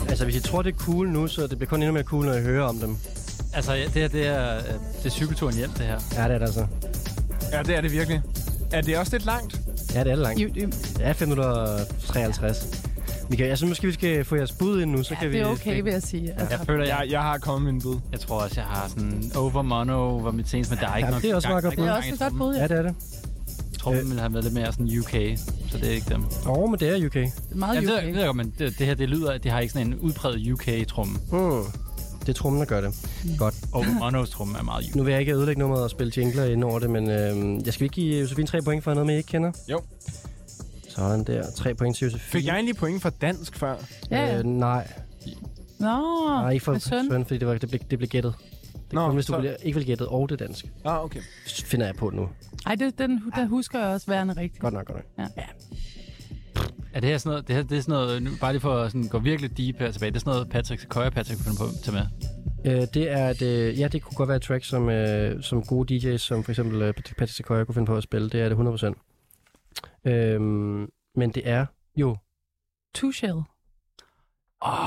[SPEAKER 2] Altså, hvis I tror, det er cool nu, så det bliver kun endnu mere cool, når I hører om dem.
[SPEAKER 3] Altså, ja, det her, det er, øh, det er cykelturen hjem, det her.
[SPEAKER 2] Ja, det er det altså.
[SPEAKER 5] Ja, det er det virkelig. Er det også lidt langt?
[SPEAKER 2] Ja, det er det langt.
[SPEAKER 4] I, I,
[SPEAKER 2] Det er 5 minutter og 53. Michael, jeg synes måske, vi skal få jeres bud ind nu, så kan
[SPEAKER 4] ja,
[SPEAKER 2] vi...
[SPEAKER 4] det er okay, vil jeg sige.
[SPEAKER 3] Jeg
[SPEAKER 4] Altså,
[SPEAKER 3] føler, jeg,
[SPEAKER 5] Jeg, jeg har kommet med en bud.
[SPEAKER 3] jeg tror også, jeg har sådan over mono, var mit seneste, men der er ikke
[SPEAKER 2] Ja,
[SPEAKER 3] nok
[SPEAKER 2] det er også
[SPEAKER 3] gang-
[SPEAKER 2] meget godt
[SPEAKER 3] der
[SPEAKER 4] det er
[SPEAKER 3] ikke
[SPEAKER 4] også
[SPEAKER 3] nok gang
[SPEAKER 4] et godt
[SPEAKER 3] i
[SPEAKER 4] bud, ja.
[SPEAKER 2] Ja, det er det.
[SPEAKER 3] trommen. Trommen ville have været lidt mere sådan UK, så det er ikke dem.
[SPEAKER 2] Åh, oh, men det er UK.
[SPEAKER 4] Det er meget
[SPEAKER 3] Ja, det, ved jeg- det ved
[SPEAKER 4] UK.
[SPEAKER 3] jeg godt, men det, det her, det lyder, at det har ikke sådan en udpræget UK-tromme.
[SPEAKER 2] Mm. Det er trummen, der gør det. Godt.
[SPEAKER 3] Og Monos tromme er meget UK.
[SPEAKER 2] Nu vil jeg ikke ødelægge nummeret og spille jingler ind over det, men øh, jeg skal ikke give Josefine 3 point for noget, med I ikke kender.
[SPEAKER 5] Jo.
[SPEAKER 2] Sådan der. 3 point til Josefine.
[SPEAKER 5] Fik jeg egentlig point for dansk før?
[SPEAKER 4] Ja, ja.
[SPEAKER 2] Øh, nej.
[SPEAKER 4] Nå,
[SPEAKER 2] Nej, ikke for
[SPEAKER 4] med søn.
[SPEAKER 2] søn, fordi det, var, det, blev, det blev gættet. Det er
[SPEAKER 5] Nå,
[SPEAKER 2] kun, hvis du
[SPEAKER 5] så-
[SPEAKER 2] ville, ikke vil gættet, og det danske.
[SPEAKER 5] Ah, okay.
[SPEAKER 2] Så finder jeg på det nu.
[SPEAKER 4] Ej, det, den, der husker jeg også værende rigtigt.
[SPEAKER 2] Godt nok, godt nok.
[SPEAKER 3] Er det her sådan noget, det her, det er sådan noget, nu, bare lige for at sådan gå virkelig deep her tilbage, det er sådan noget, Patrick Sequoia, Patrick kunne finde på til med.
[SPEAKER 2] Øh, det er et, øh, ja, det kunne godt være et track, som, øh, som gode DJ's, som for eksempel øh, Patrick Patrick Sequoia kunne finde på at spille. Det er det 100%. Øhm, men det er jo...
[SPEAKER 4] Two Shell.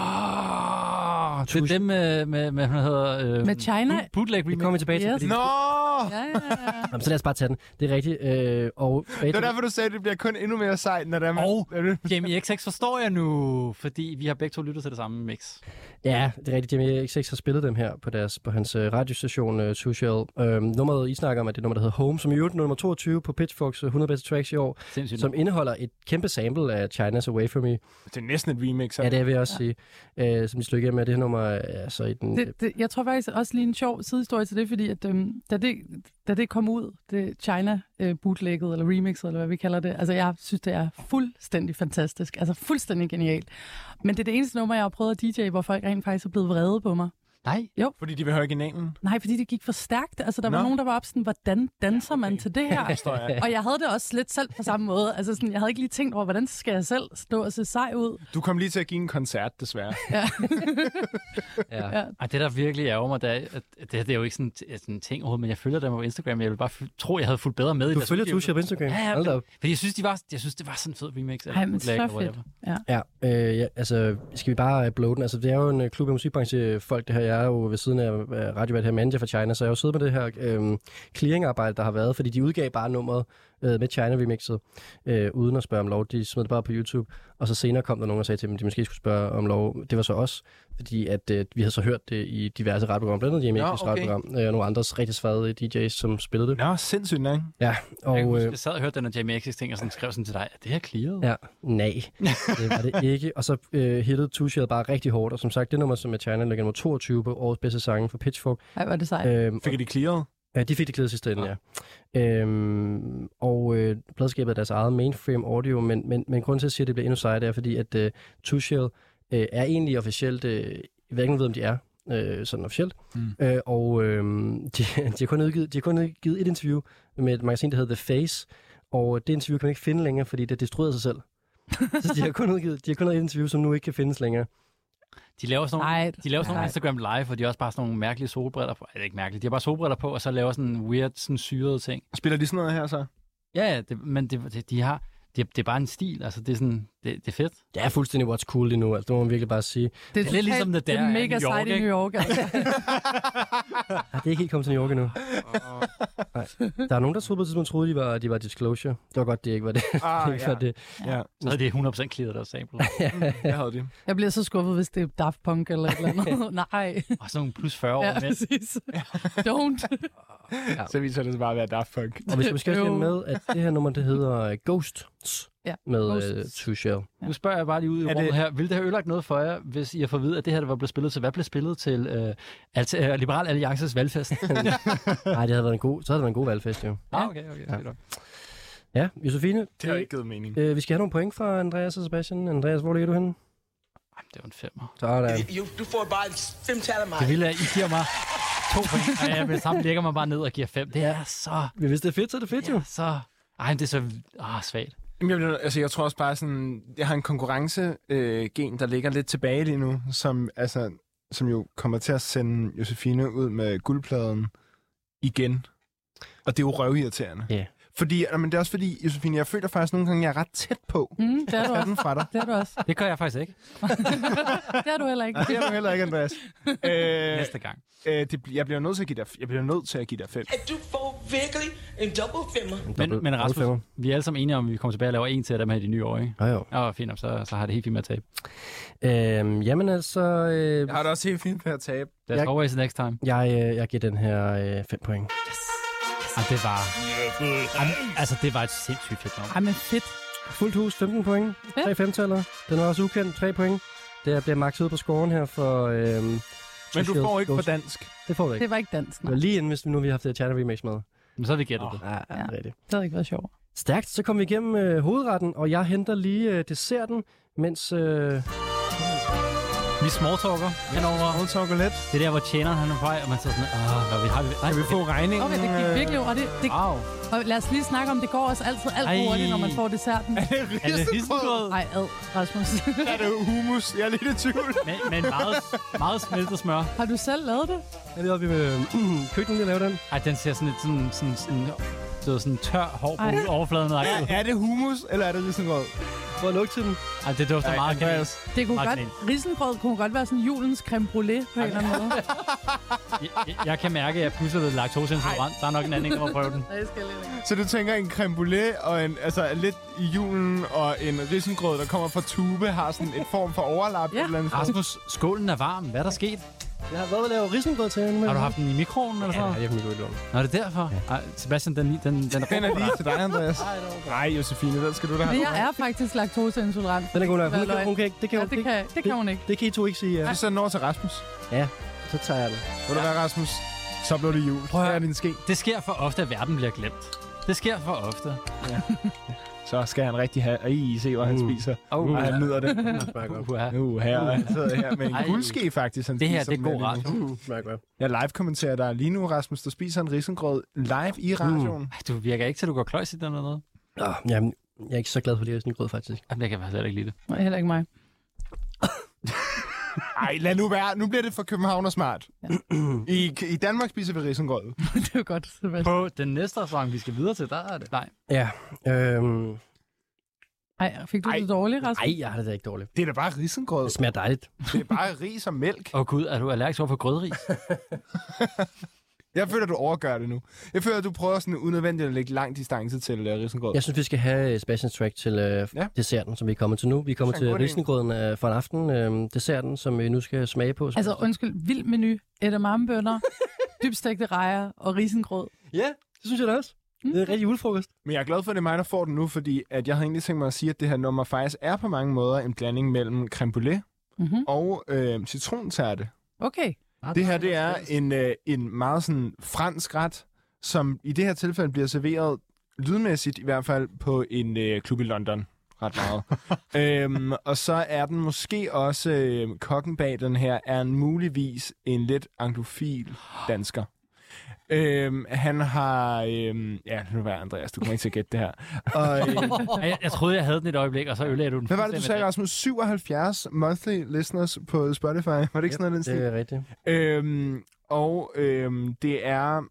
[SPEAKER 3] Åh, det
[SPEAKER 2] Tusind.
[SPEAKER 3] er dem med, med, med hvad hedder... Øh,
[SPEAKER 4] Med China.
[SPEAKER 3] boot- Bootleg
[SPEAKER 2] Vi
[SPEAKER 3] remix.
[SPEAKER 2] kommer tilbage til,
[SPEAKER 4] Yes.
[SPEAKER 2] fordi...
[SPEAKER 5] Nå!
[SPEAKER 4] Ja, ja, ja.
[SPEAKER 2] Jamen, så lad os bare tage den. Det er rigtigt. Øh, og
[SPEAKER 5] Det var derfor, du sagde, at det bliver kun endnu mere sejt, når det er...
[SPEAKER 3] Og-
[SPEAKER 5] er det-
[SPEAKER 3] Jamie XX forstår jeg nu, fordi vi har begge to lyttet til det samme mix.
[SPEAKER 2] Ja, det er rigtigt. Jamie XX har spillet dem her på, deres, på hans øh, radiostation uh, Social. Øhm, nummeret, I snakker om, er det nummer, der hedder Home, som i øvrigt er nummer 22 på Pitchforks øh, 100 bedste tracks i år,
[SPEAKER 3] Sindssygt.
[SPEAKER 2] som indeholder et kæmpe sample af China's Away From Me.
[SPEAKER 5] Det er næsten et remix. altså.
[SPEAKER 2] Ja, det vil jeg også sige, øh, som de slog igennem med. Det her nummer kommer altså i den...
[SPEAKER 4] Det, det, jeg tror faktisk også lige en sjov sidehistorie til det, fordi at, øhm, da, det, da det kom ud, det China øh, bootlegget, eller remixet, eller hvad vi kalder det, altså jeg synes, det er fuldstændig fantastisk, altså fuldstændig genialt. Men det er det eneste nummer, jeg har prøvet at DJ, hvor folk rent faktisk er blevet vrede på mig.
[SPEAKER 3] Nej.
[SPEAKER 4] Jo.
[SPEAKER 5] Fordi de vil høre originalen.
[SPEAKER 4] Nej, fordi det gik for stærkt. Altså, der var
[SPEAKER 5] Nå.
[SPEAKER 4] nogen, der var op sådan, hvordan danser man til det her?
[SPEAKER 5] Forstår jeg.
[SPEAKER 4] og jeg havde det også lidt selv på samme måde. Altså, sådan, jeg havde ikke lige tænkt over, hvordan skal jeg selv stå og se sej ud?
[SPEAKER 5] Du kom lige til at give en koncert, desværre.
[SPEAKER 3] Ja. Ej, det, der virkelig ærger mig, det er, at det, her, det er jo ikke sådan, en- sådan en ting overhovedet, men jeg følger dem på Instagram. Jeg ville bare f- tro, jeg havde fulgt bedre med. i
[SPEAKER 2] Du
[SPEAKER 3] deres
[SPEAKER 2] følger Tusha
[SPEAKER 3] udgivelser.
[SPEAKER 2] på Instagram?
[SPEAKER 3] Ja,
[SPEAKER 2] Hold da
[SPEAKER 3] ja.
[SPEAKER 2] op.
[SPEAKER 3] Fordi jeg synes, de var, jeg synes, det var sådan en fed remix. af
[SPEAKER 4] Ej, men så
[SPEAKER 3] bootleg og whatever.
[SPEAKER 4] fedt. Ja.
[SPEAKER 2] Ja, øh, ja, altså skal vi bare uploade den? Altså det er jo en øh, klub af musikbranchefolk det her. Jeg er jo ved siden af øh, radiovært her manager for China, så jeg har jo siddet med det her øh, clearingarbejde, der har været, fordi de udgav bare nummeret øh, med China remixet, øh, uden at spørge om lov. De smed det bare på YouTube, og så senere kom der nogen og sagde til dem, at de måske skulle spørge om lov. Det var så os, fordi at, øh, vi havde så hørt det i diverse radioprogrammer, blandt andet Jamie
[SPEAKER 5] Nå,
[SPEAKER 2] Ekvist
[SPEAKER 5] okay.
[SPEAKER 2] radioprogram, øh, og nogle andre rigtig svade DJ's, som spillede det.
[SPEAKER 5] Nå, sindssygt nok.
[SPEAKER 2] Ja, og...
[SPEAKER 3] Jeg, kan huske,
[SPEAKER 2] øh,
[SPEAKER 3] jeg sad og hørte den af Jamie X's ting, og sådan skrev sådan til dig, at det her clearet.
[SPEAKER 2] Ja, nej, det var det ikke. Og så øh, hittede Tushia bare rigtig hårdt, og som sagt, det nummer, som er China, ligger nummer 22 på årets bedste sange for Pitchfork.
[SPEAKER 4] Ej, hvor er det
[SPEAKER 3] Øh,
[SPEAKER 4] sejt.
[SPEAKER 2] Øhm,
[SPEAKER 5] Fik I det clearet?
[SPEAKER 2] Ja, de fik det klædet sidste ende, ja. Øhm, og øh, pladskabet er deres eget mainframe audio, men, men, men grunden til, at jeg siger, at det bliver endnu sejere, det er fordi, at øh, Tushel øh, er egentlig officielt, øh, hvad ikke ved, om de er, øh, sådan officielt,
[SPEAKER 5] Mm.
[SPEAKER 2] øh, og øh, de, de, har kun udgivet, de har kun udgivet et interview med et magasin, der hedder The Face, og det interview kan man ikke finde længere, fordi det destruerede sig selv. Så de har kun udgivet, de har kun lavet et interview, som nu ikke kan findes længere.
[SPEAKER 3] De laver sådan nogle,
[SPEAKER 4] Sejt.
[SPEAKER 3] de laver sådan nogle
[SPEAKER 4] Sejt.
[SPEAKER 3] Instagram live, hvor de har også bare sådan nogle mærkelige solbriller på. Eller ikke mærkelige, de har bare solbriller på, og så laver sådan en weird, sådan syrede ting.
[SPEAKER 5] Spiller de sådan noget her så?
[SPEAKER 3] Ja, ja, det, men det, det, de har, det, det er bare en stil, altså det er sådan, det, det er fedt.
[SPEAKER 2] Det er fuldstændig what's cool lige nu, altså det må man virkelig bare sige.
[SPEAKER 4] Det er,
[SPEAKER 3] lidt ligesom det
[SPEAKER 4] det
[SPEAKER 3] der
[SPEAKER 4] er
[SPEAKER 3] er i
[SPEAKER 4] mega
[SPEAKER 3] New York,
[SPEAKER 4] sejt i
[SPEAKER 3] ikke?
[SPEAKER 4] New York. Altså.
[SPEAKER 2] Ah, det er ikke helt kommet til New York endnu. Nej. Der er nogen, der troede på et tidspunkt, troede, de var, de var disclosure. Det var godt, det ikke var det.
[SPEAKER 5] Ah,
[SPEAKER 2] det ikke var
[SPEAKER 5] ja.
[SPEAKER 2] det.
[SPEAKER 5] ja.
[SPEAKER 3] Så er det 100% clearet deres sample.
[SPEAKER 5] Jeg havde det.
[SPEAKER 4] Jeg bliver så skuffet, hvis det er Daft Punk eller et eller andet. Nej.
[SPEAKER 3] Og sådan nogle plus 40 år
[SPEAKER 4] Ja,
[SPEAKER 3] med.
[SPEAKER 4] præcis. Don't.
[SPEAKER 5] Så viser det sig bare at være Daft Punk.
[SPEAKER 2] Og hvis vi skal også lige
[SPEAKER 4] Jo.
[SPEAKER 2] have med, at det her nummer, det hedder øh, Ghosts
[SPEAKER 4] Ja,
[SPEAKER 2] med uh,
[SPEAKER 4] Ghosts.
[SPEAKER 2] Two Shell.
[SPEAKER 3] Nu spørger jeg bare lige ud i
[SPEAKER 5] Er
[SPEAKER 3] rummet
[SPEAKER 5] det-
[SPEAKER 3] her. Vil det have ødelagt noget for jer, hvis I har fået at vide, at det her der var blevet spillet til? Hvad blev spillet til øh, altså, øh, Liberal Alliances valgfest?
[SPEAKER 2] Nej, det havde været en god, så havde det været en god valgfest, jo.
[SPEAKER 3] ah, okay, okay. Ja.
[SPEAKER 2] Ja, Josefine,
[SPEAKER 5] Det har ikke givet mening.
[SPEAKER 2] øh, vi skal have nogle point fra Andreas og Sebastian. Andreas, hvor ligger du henne? ah,
[SPEAKER 3] Jamen, det var en femmer.
[SPEAKER 2] Sådan.
[SPEAKER 12] Du får bare fem tal af mig.
[SPEAKER 3] Det ville jeg, I giver mig to point, og jeg med sammen lægger mig bare ned og giver fem. Det er så...
[SPEAKER 2] Men Hvis det er fedt, så er det fedt, jo.
[SPEAKER 3] så ej, men det er så ah, svagt.
[SPEAKER 5] Jamen, jeg, bliver- altså, jeg tror også bare sådan, jeg har en konkurrencegen, øh, gen, der ligger lidt tilbage lige nu, som, altså, som jo kommer til at sende Josefine ud med guldpladen igen. Og det er jo røvirriterende.
[SPEAKER 2] Ja.
[SPEAKER 5] Fordi, men det er også fordi, Josefine, jeg føler faktisk nogle gange, jeg er ret tæt på
[SPEAKER 4] Mm, det er
[SPEAKER 5] at
[SPEAKER 4] du
[SPEAKER 5] tage
[SPEAKER 4] også.
[SPEAKER 5] den fra dig.
[SPEAKER 4] Det er du også.
[SPEAKER 3] Det gør jeg faktisk ikke
[SPEAKER 4] Det er du heller ikke.
[SPEAKER 5] Det er du heller ikke, Andreas. Øh,
[SPEAKER 3] næste gang.
[SPEAKER 5] øh, det, bl- jeg bliver nødt til at give dig, jeg bliver nødt til at give dig fem.
[SPEAKER 12] At du får virkelig en double femmer.
[SPEAKER 3] Men, men Rasmus, vi er alle sammen enige om, at vi kommer tilbage og laver en til af dem her i de nye år, ikke?
[SPEAKER 2] Ja, jo.
[SPEAKER 3] Og fint, nok, så, så har det helt fint med at tabe.
[SPEAKER 2] Øhm, jamen altså, øh,
[SPEAKER 5] Jeg har det også helt fint med at tabe.
[SPEAKER 3] There's
[SPEAKER 2] Jeg-
[SPEAKER 3] always next time.
[SPEAKER 2] jeg, øh, jeg giver den her 5 point.
[SPEAKER 3] Ah, det var... Jamen, altså, det var et sindssygt fedt nummer.
[SPEAKER 4] Ej, men fedt.
[SPEAKER 2] Fuldt hus, 15 point.
[SPEAKER 4] Ja.
[SPEAKER 2] Tre femtaller. Den var også ukendt, 3 point. Det bliver makset ud på scoren her for... Øhm,
[SPEAKER 5] Men du
[SPEAKER 2] Social
[SPEAKER 5] får ikke på
[SPEAKER 2] Ghost.
[SPEAKER 5] dansk.
[SPEAKER 2] Det får du ikke.
[SPEAKER 4] Det var ikke dansk,
[SPEAKER 2] Det
[SPEAKER 4] nej.
[SPEAKER 2] var lige inden, hvis nu vi har haft det her China Remix med.
[SPEAKER 3] Men så har vi gættet det.
[SPEAKER 2] Ja, ja, det er rigtigt.
[SPEAKER 4] Det havde ikke været sjovt.
[SPEAKER 2] Stærkt, så kom vi igennem øh, hovedretten, og jeg henter lige øh, desserten, mens... Øh,
[SPEAKER 3] Vi småtalker henover.
[SPEAKER 5] Hold chokolat.
[SPEAKER 3] Det er der, hvor tjeneren han er på vej, og man sidder sådan, åh, hvad vi har vi... Ej,
[SPEAKER 5] Kan vi få regningen?
[SPEAKER 4] Okay, det gik virkelig over. Det, det,
[SPEAKER 3] Wow.
[SPEAKER 4] og lad os lige snakke om, det går også altid alt for
[SPEAKER 3] Ej.
[SPEAKER 4] hurtigt, når man får desserten.
[SPEAKER 3] Er det risengrød?
[SPEAKER 4] Ej, ad, Rasmus.
[SPEAKER 5] Er det humus? Jeg er lidt i tvivl.
[SPEAKER 3] Men, men meget, meget smeltet smør.
[SPEAKER 4] Har du selv lavet det?
[SPEAKER 2] er det oppe i øh, køkkenet, jeg laver den?
[SPEAKER 3] Ej, den ser sådan lidt sådan, sådan, sådan, det er sådan tør hår på
[SPEAKER 4] Ej.
[SPEAKER 3] overfladen. Ej,
[SPEAKER 5] Er det humus, eller er det ligesom risengrød?
[SPEAKER 2] Prøv at lukke til den.
[SPEAKER 3] Ej, det dufter
[SPEAKER 5] Ej,
[SPEAKER 3] meget kanel.
[SPEAKER 5] Andreas.
[SPEAKER 4] Det kunne
[SPEAKER 3] Meget
[SPEAKER 4] godt, risengrød kunne godt være sådan julens creme brulee på en eller anden måde.
[SPEAKER 3] Jeg, jeg- jeg, kan mærke, at jeg pludselig er blevet laktoseintolerant. Der er nok en anden, der må prøve den.
[SPEAKER 4] Nej, jeg skal lidt.
[SPEAKER 5] Så du tænker en creme brûlée og en, altså lidt i julen og en risengrød, der kommer fra tube, har sådan en form for overlap?
[SPEAKER 4] Ja.
[SPEAKER 5] et Eller andet.
[SPEAKER 3] Rasmus, skålen er varm. Hvad er der sket?
[SPEAKER 2] Jeg har været at lave risengrød til hende.
[SPEAKER 3] Har du haft den i mikroen eller sådan
[SPEAKER 2] Ja,
[SPEAKER 3] noget?
[SPEAKER 2] jeg har den i mikroen.
[SPEAKER 3] Nå, er det derfor? Ja. Ej, Sebastian, den, den, den, den er
[SPEAKER 5] Den er lige til dig, Andreas. Nej, Josefine, den skal du da
[SPEAKER 4] Men
[SPEAKER 5] have.
[SPEAKER 4] jeg er faktisk laktoseintolerant.
[SPEAKER 2] Den er god nok.
[SPEAKER 4] Hvad
[SPEAKER 2] Hun kan,
[SPEAKER 4] løgn?
[SPEAKER 2] hun kan ikke, det kan
[SPEAKER 4] ja,
[SPEAKER 2] hun
[SPEAKER 4] det
[SPEAKER 2] ikke.
[SPEAKER 4] kan, det kan hun ikke.
[SPEAKER 2] Det kan I to ikke sige. Ja.
[SPEAKER 5] Så send den over til Rasmus.
[SPEAKER 2] ja, så tager jeg den.
[SPEAKER 5] Vil du være, Rasmus? Så blev det jul.
[SPEAKER 3] Prøv at
[SPEAKER 5] høre. din ske.
[SPEAKER 3] Det sker for ofte, at verden bliver glemt. Det sker for ofte.
[SPEAKER 5] Så skal han rigtig have... Og I se, hvor han spiser.
[SPEAKER 3] Uh.
[SPEAKER 5] Og han nyder det.
[SPEAKER 3] Uh.
[SPEAKER 5] Uh, her. Og Han sidder her med en
[SPEAKER 3] Ej.
[SPEAKER 5] guldske, faktisk. Han
[SPEAKER 3] Det her,
[SPEAKER 5] spiser
[SPEAKER 3] det er god
[SPEAKER 5] med lige
[SPEAKER 3] radio.
[SPEAKER 5] nu.
[SPEAKER 2] Det smager godt.
[SPEAKER 5] Jeg live-kommenterer dig lige nu, Rasmus. Der spiser en risengrød live i
[SPEAKER 3] Uh.
[SPEAKER 5] radioen.
[SPEAKER 3] Ej, Du virker ikke til, at du går kløjs i den eller noget.
[SPEAKER 2] Nå, jamen, jeg er ikke så glad for det her risengrød, faktisk.
[SPEAKER 3] Jamen, jeg kan faktisk heller ikke lide det.
[SPEAKER 4] Nej, heller ikke mig.
[SPEAKER 5] Nej, lad nu være. Nu bliver det for København og smart. I, I Danmark spiser vi risengrød.
[SPEAKER 4] det er jo godt, Sebastian.
[SPEAKER 3] På den næste restaurant, vi skal videre til, der er det. Nej.
[SPEAKER 2] Ja, øhm,
[SPEAKER 4] Ej, fik du det dårligt, Rasmus?
[SPEAKER 2] ej, jeg har det da ikke dårligt.
[SPEAKER 5] Det er da bare risengrød.
[SPEAKER 2] Det smager dejligt.
[SPEAKER 5] Det er bare ris og mælk.
[SPEAKER 3] Åh oh, gud, er du allergisk over for grødris?
[SPEAKER 5] Jeg føler, du overgør det nu. Jeg føler, du prøver sådan unødvendigt at lægge lang distance til uh, risengrød.
[SPEAKER 2] Jeg synes, vi skal have øh, Sebastians track til øh,
[SPEAKER 5] Ja.
[SPEAKER 2] ja. desserten, som vi er kommet til nu. Vi er kommet
[SPEAKER 5] Det
[SPEAKER 2] til
[SPEAKER 5] er en god idé.
[SPEAKER 2] risengrøden øh, for en aften. Øh, desserten, som vi nu skal smage på.
[SPEAKER 4] Altså, undskyld, vild menu, edamamebønner, dybstegte rejer og risengrød.
[SPEAKER 2] ja, det synes jeg da også. Det er en rigtig julefrokost.
[SPEAKER 5] Men jeg er glad for, at det er mig, der får den nu, fordi at jeg havde egentlig tænkt mig at sige, at det her nummer faktisk er på mange måder en blanding mellem creme brulee
[SPEAKER 4] Mhm.
[SPEAKER 5] og øh, citrontærte.
[SPEAKER 4] Okay,
[SPEAKER 5] Det her det er en, øh, en meget sådan fransk ret, som i det her tilfælde bliver serveret lydmæssigt i hvert fald på en øh, klub i London ret meget. øhm, og så er den måske også, øh, kokken bag den her, er en muligvis en lidt anglofil dansker. Øhm, han har... Øhm, ja, nu var Andreas, du kommer ikke til at gætte det her. Og, øh,
[SPEAKER 3] Ej, jeg, jeg troede, jeg havde den et øjeblik, og så ødelagde du den.
[SPEAKER 5] hvad var det, du sagde, Rasmus? 77 monthly listeners på Spotify. Var det ikke sådan noget, i den stil?
[SPEAKER 2] Det er rigtigt.
[SPEAKER 5] Øhm, og øhm, det er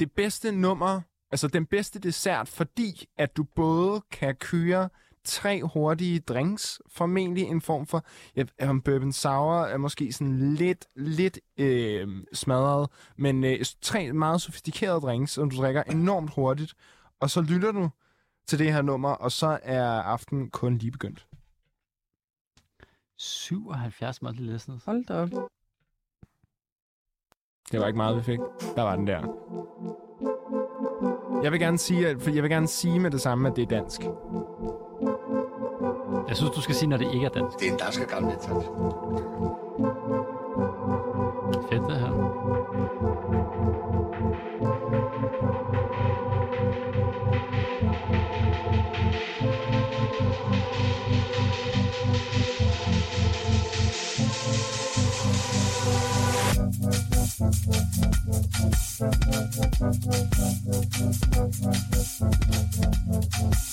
[SPEAKER 5] det bedste nummer, altså den bedste dessert, fordi at du både kan køre tre hurtige drinks, formentlig en form for, ja, om bourbon sour er måske sådan lidt, lidt øh, smadret, men øh, tre meget sofistikerede drinks, som du drikker enormt hurtigt, og så lytter du til det her nummer, og så er aftenen kun lige begyndt.
[SPEAKER 3] 77 monthly listeners.
[SPEAKER 4] hold da op.
[SPEAKER 5] Det var ikke meget, vi fik. Der var den der. Jeg vil gerne sige, at, for jeg vil gerne sige med det samme, at det er dansk.
[SPEAKER 3] Jeg synes, du skal sige, når det ikke er dansk.
[SPEAKER 11] Det er en dansk gammel etat.
[SPEAKER 3] Fedt, det her.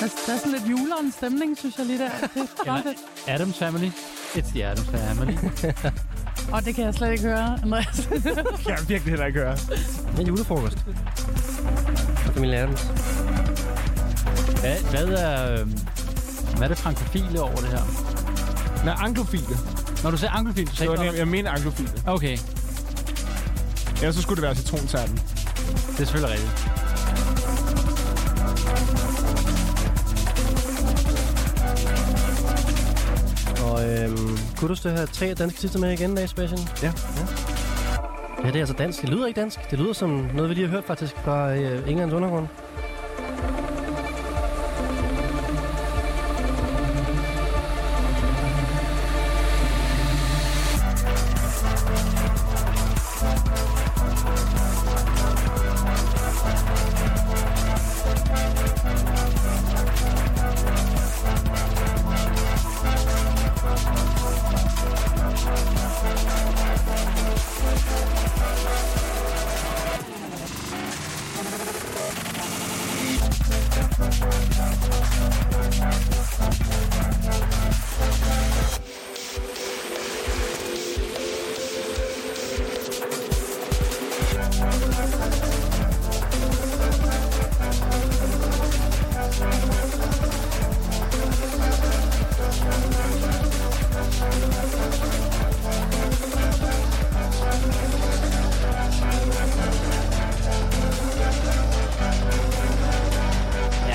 [SPEAKER 4] Der, der er sådan lidt julerens stemning, synes jeg lige der. Det er meget fedt.
[SPEAKER 3] Adams Family. It's the Adams Family.
[SPEAKER 4] Og det kan jeg slet ikke høre, Andreas.
[SPEAKER 5] Jeg kan virkelig heller ikke høre.
[SPEAKER 2] Det er en julefrokost. Og Camilla Adams.
[SPEAKER 3] Hvad, hvad, er, øh, hvad er det frankofile over det her?
[SPEAKER 5] Nej, anglofile.
[SPEAKER 3] Når du sagde anglofil, du
[SPEAKER 5] Det
[SPEAKER 3] sagde
[SPEAKER 5] var
[SPEAKER 3] ikke
[SPEAKER 5] det,
[SPEAKER 3] noget.
[SPEAKER 5] jeg mener anglofile.
[SPEAKER 3] Okay,
[SPEAKER 5] Ellers så skulle det være citrontærten.
[SPEAKER 3] det er selvfølgelig rigtigt.
[SPEAKER 2] Og øhm, kunne du stå her tre danske titler med igen i dag, Sebastian?
[SPEAKER 5] Ja.
[SPEAKER 2] Ja, det er altså dansk. Det lyder ikke dansk. Det lyder som noget, vi lige har hørt faktisk fra øh, Englands undergrund.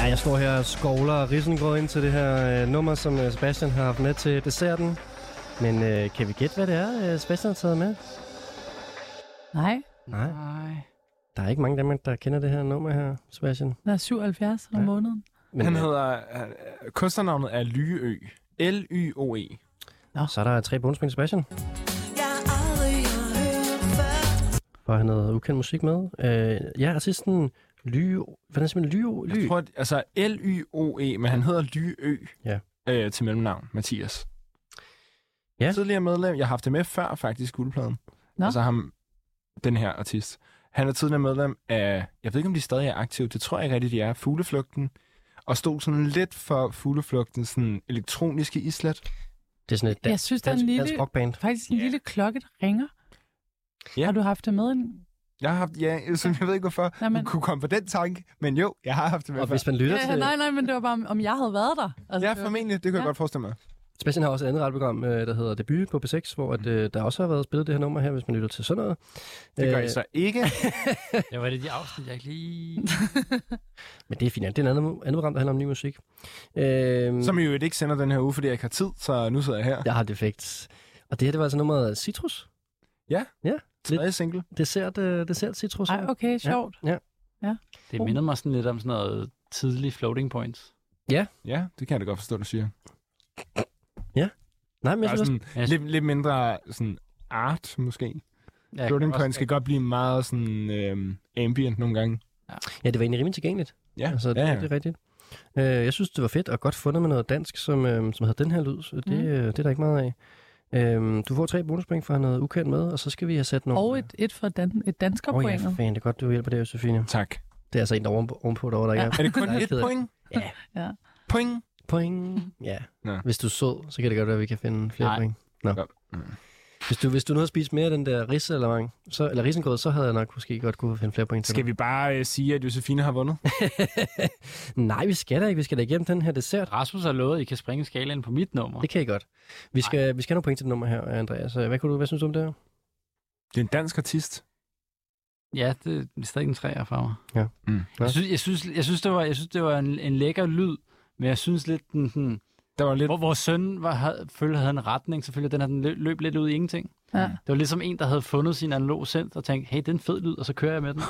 [SPEAKER 2] Jeg står her og skovler risengrød ind til det her øh, nummer, som øh, Sebastian har haft med til desserten. Men øh, kan vi gætte, hvad det er, øh, Sebastian har taget med?
[SPEAKER 4] Nej.
[SPEAKER 2] Nej. Der er ikke mange af dem, der kender det her nummer her, Sebastian.
[SPEAKER 4] Der er 77 om måneden.
[SPEAKER 2] Men,
[SPEAKER 5] Men, han
[SPEAKER 2] øh,
[SPEAKER 5] hedder... Øh, kunstnernavnet er Lyø. L-Y-O-E.
[SPEAKER 2] Nå. Så er der tre bonuspoint til Sebastian, for han havde ukendt musik med. Øh, ja, artisten Ly... Hvordan siger man? Ly... Ly...
[SPEAKER 5] Jeg tror, at, altså L-Y-O-E, E, men han hedder Lyø
[SPEAKER 2] Ja.
[SPEAKER 5] øh, til mellemnavn, Mathias.
[SPEAKER 2] Ja.
[SPEAKER 5] Tidligere medlem, jeg har haft det med før faktisk, guldpladen.
[SPEAKER 4] Nå.
[SPEAKER 5] Altså ham, den her artist. Han er tidligere medlem af, jeg ved ikke om de stadig er aktive, det tror jeg ikke rigtigt, de er, Fugleflugten. Og stod sådan lidt for Fugleflugten, sådan elektroniske islet.
[SPEAKER 2] Det er sådan et
[SPEAKER 4] Jeg synes, der er en lille, faktisk en lille klokke, der ringer.
[SPEAKER 5] Ja.
[SPEAKER 4] Har du haft det med? En...
[SPEAKER 5] Jeg har haft, ja, jeg, synes, jeg ved ikke hvorfor,
[SPEAKER 4] Nej, men-
[SPEAKER 5] du kunne komme på den tanke, men jo, jeg har haft det med
[SPEAKER 2] Og
[SPEAKER 5] før.
[SPEAKER 2] hvis man lytter
[SPEAKER 4] Ja,
[SPEAKER 2] til...
[SPEAKER 4] nej, nej, men det var bare, om- om jeg havde været der. Altså,
[SPEAKER 5] Ja,
[SPEAKER 4] det var-
[SPEAKER 5] formentlig, det kan ja. jeg
[SPEAKER 4] Ja.
[SPEAKER 5] godt forestille mig.
[SPEAKER 2] Sebastian har også et andet radioprogram, øh, der hedder Debut på B6, hvor at, øh, der også har været spillet det her nummer her, hvis man lytter til sådan noget.
[SPEAKER 5] Det gør
[SPEAKER 2] Øh,
[SPEAKER 5] I så ikke.
[SPEAKER 3] Det var det de afsnit, jeg ikke lige...
[SPEAKER 2] Men det er fint. Det er en anden, andet program, der handler om ny musik. Øh,
[SPEAKER 5] Som I jo ikke sender den her uge, fordi jeg ikke har tid, så nu sidder jeg her.
[SPEAKER 2] Jeg har defekt. Og det her, det var altså nummeret Citrus.
[SPEAKER 5] Ja.
[SPEAKER 2] Ja.
[SPEAKER 5] Tredje single.
[SPEAKER 2] Dessert, øh, dessert Citrus.
[SPEAKER 4] Ej, okay, sjovt.
[SPEAKER 2] Ja.
[SPEAKER 4] Ja.
[SPEAKER 3] Det minder mig sådan lidt om sådan noget tidlig floating points.
[SPEAKER 2] Ja.
[SPEAKER 5] Ja, det kan jeg da godt forstå, du siger.
[SPEAKER 2] Nej, men
[SPEAKER 5] Der
[SPEAKER 2] jeg
[SPEAKER 5] er
[SPEAKER 2] synes
[SPEAKER 5] sådan,
[SPEAKER 2] også...
[SPEAKER 5] lidt, lidt mindre sådan art, måske.
[SPEAKER 3] Ja,
[SPEAKER 5] Ja, Floating
[SPEAKER 3] også-
[SPEAKER 5] Point skal godt blive meget sådan øhm, ambient nogle gange.
[SPEAKER 2] Ja, det var egentlig rimelig tilgængeligt.
[SPEAKER 5] Ja,
[SPEAKER 2] altså, det,
[SPEAKER 5] ja, ja.
[SPEAKER 2] det er rigtigt. Øh, jeg synes, det var fedt og godt fundet med noget dansk, som, øh, som havde den her lyd. Så det,
[SPEAKER 4] Mhm.
[SPEAKER 2] mm. øh, det er der ikke meget af. Øh, du får tre bonuspoint for at have noget ukendt med, og så skal vi have sat nogle...
[SPEAKER 4] Og et, et for dan, et dansker
[SPEAKER 2] Åh oh, ja, for fanden, det er godt, du hjælper der, Josefine.
[SPEAKER 5] Tak.
[SPEAKER 2] Det er altså en, der er ovenpå, ovenpå derovre, der
[SPEAKER 4] Ja.
[SPEAKER 2] ikke
[SPEAKER 5] Er det kun
[SPEAKER 2] der
[SPEAKER 5] et
[SPEAKER 2] ked af-
[SPEAKER 5] point?
[SPEAKER 2] Ja.
[SPEAKER 4] Ja.
[SPEAKER 5] Point?
[SPEAKER 2] Point. Ja.
[SPEAKER 5] Nå.
[SPEAKER 2] Hvis du er sød, så kan det godt være, at vi kan finde flere
[SPEAKER 3] Nej.
[SPEAKER 2] point. Nå.
[SPEAKER 5] Godt.
[SPEAKER 2] Hvis du, hvis du nu havde spist mere af den der ris eller mange, så, eller risengrød, så havde jeg nok måske godt kunne finde flere point til
[SPEAKER 5] Skal vi bare øh, sige, at Josefine har vundet?
[SPEAKER 2] dig. Nej, vi skal da ikke. Vi skal da igennem den her dessert.
[SPEAKER 3] Rasmus har lovet, at I kan springe skalaen på mit nummer.
[SPEAKER 2] Det kan I godt. Vi skal, vi skal have nogle point til det nummer her, Andreas. Hvad, kunne du, hvad synes du om det her?
[SPEAKER 5] Det er en dansk artist.
[SPEAKER 3] Ja, det er stadig en træer for mig.
[SPEAKER 2] Ja.
[SPEAKER 5] Mm.
[SPEAKER 3] Jeg synes, jeg synes, jeg synes, det var, jeg synes, det var en, en lækker lyd, men jeg synes lidt, den, den,
[SPEAKER 5] Der var lidt...
[SPEAKER 3] hvor vores søn var, havde, følte, havde en retning, så følte jeg, den her, den løb, løb lidt ud i ingenting.
[SPEAKER 4] Ja.
[SPEAKER 3] Det var ligesom en, der havde fundet sin analog sendt og tænkte, hey, det er en fed lyd, og så kører jeg med den.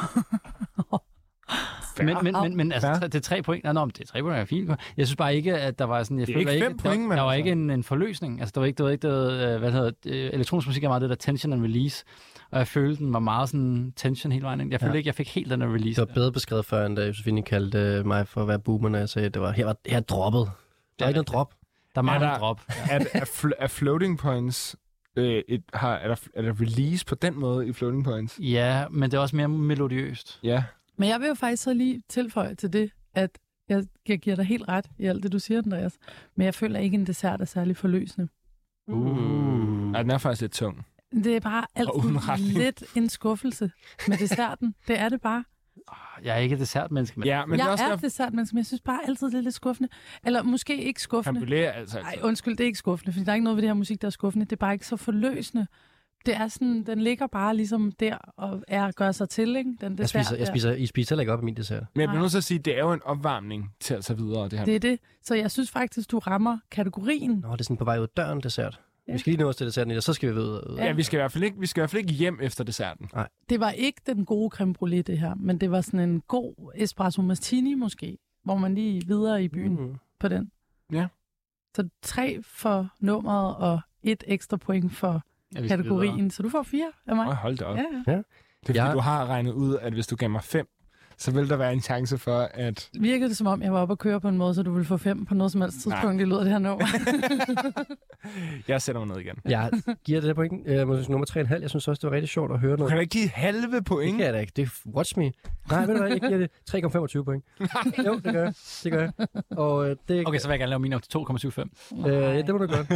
[SPEAKER 3] men, men, men, men altså,
[SPEAKER 5] Fair.
[SPEAKER 3] tre- det er tre point. Nej, nå, men det er tre point, er fint. Jeg synes bare ikke, at der var sådan... Jeg
[SPEAKER 5] Det er
[SPEAKER 3] føler
[SPEAKER 5] ikke fem
[SPEAKER 3] der,
[SPEAKER 5] point, men
[SPEAKER 3] Der var
[SPEAKER 5] altså.
[SPEAKER 3] ikke en, en forløsning. Altså, der var ikke, der var ikke det, øh, hvad hedder, det, øh, elektronisk musik er meget det der tension and release. Og jeg følte, den var meget sådan tension hele vejen. ind. Jeg følte
[SPEAKER 2] Ja.
[SPEAKER 3] ja. ikke, jeg fik helt den der release.
[SPEAKER 2] Det var bedre beskrevet før, end da Josefine kaldte øh, mig for at være boomer, når jeg sagde, at det var, her, var, her droppet. Der er ikke noget drop.
[SPEAKER 3] Der mangler
[SPEAKER 5] Er der-
[SPEAKER 3] en drop.
[SPEAKER 5] at, at, fl- at Floating Points... Øh, et, har, er, der, er der release på den måde i Floating Points?
[SPEAKER 3] Ja, men det er også mere melodiøst.
[SPEAKER 5] Ja.
[SPEAKER 4] Men jeg vil jo faktisk så lige tilføje til det, at jeg, jeg giver dig helt ret i alt det, du siger, Andreas. Men jeg føler ikke, en dessert er særlig forløsende.
[SPEAKER 5] Mm. Ej, den er faktisk lidt tung.
[SPEAKER 4] Det er bare
[SPEAKER 5] uden retning.
[SPEAKER 4] altid lidt en skuffelse med desserten. Det er det bare.
[SPEAKER 3] Jeg er ikke et dessertmenneske, men
[SPEAKER 5] Ja, men
[SPEAKER 4] Men
[SPEAKER 5] det er
[SPEAKER 4] jeg
[SPEAKER 5] også
[SPEAKER 4] er
[SPEAKER 5] derfor,
[SPEAKER 4] dessertmand, men jeg synes bare altid, det er lidt skuffende. Eller måske ikke skuffende.
[SPEAKER 5] Cambulære, altså.
[SPEAKER 4] Nej, undskyld, det er ikke skuffende, fordi der er ikke noget ved det her musik, der er skuffende. Det er bare ikke så forløsende. Det er sådan, den ligger bare ligesom der og er gør sig til, ikke? Den
[SPEAKER 2] Jeg
[SPEAKER 4] dessert
[SPEAKER 2] spiser, jeg
[SPEAKER 4] der.
[SPEAKER 2] spiser, I spiser heller ikke op i min dessert.
[SPEAKER 5] Men jeg bliver
[SPEAKER 4] Nej.
[SPEAKER 5] nødt til at sige, at det er jo en opvarmning til at tage videre, det her.
[SPEAKER 4] Det er det. Så jeg synes faktisk, du rammer kategorien.
[SPEAKER 2] Nå, det er sådan på vej ud af døren, dessert. Vi skal lige nå os til desserten, og så skal vi ved. ud.
[SPEAKER 5] Ja, vi skal i hvert fald ikke, vi skal i hvert fald ikke hjem efter desserten.
[SPEAKER 4] Det var ikke den gode creme brulee, det her, men det var sådan en god espresso martini måske, hvor man lige videre i byen mm.
[SPEAKER 2] Mm.
[SPEAKER 4] på den.
[SPEAKER 5] Ja.
[SPEAKER 4] Så tre for nummeret og et ekstra point for
[SPEAKER 3] Ja, vi skal videre.
[SPEAKER 4] kategorien, så du får fire af mig.
[SPEAKER 5] Åh, hold da op.
[SPEAKER 4] Ja, ja.
[SPEAKER 5] Det er fordi,
[SPEAKER 2] Jeg-
[SPEAKER 5] du har regnet ud, at hvis du gav mig fem, så vil der være en chance for, at...
[SPEAKER 4] Virkede det som om, jeg var oppe at køre på en måde, så du ville få fem på noget som helst tidspunkt, det lyder det her nummer.
[SPEAKER 5] Jeg sætter mig ned igen.
[SPEAKER 2] Jeg giver det der point. Øh, måske nummer 3,5. Jeg synes også, det var rigtig sjovt at høre
[SPEAKER 5] Du
[SPEAKER 2] noget.
[SPEAKER 5] kan da ikke give halve
[SPEAKER 2] Det
[SPEAKER 5] point.
[SPEAKER 2] kan jeg da ikke. Det er watch me. Nej, ved du hvad? Jeg giver det 3,25 point. jo, det gør jeg. Det gør jeg. Og øh, det,
[SPEAKER 3] Okay, så vil jeg gerne lave min op til 2,75.
[SPEAKER 2] øh, ja, det må du godt.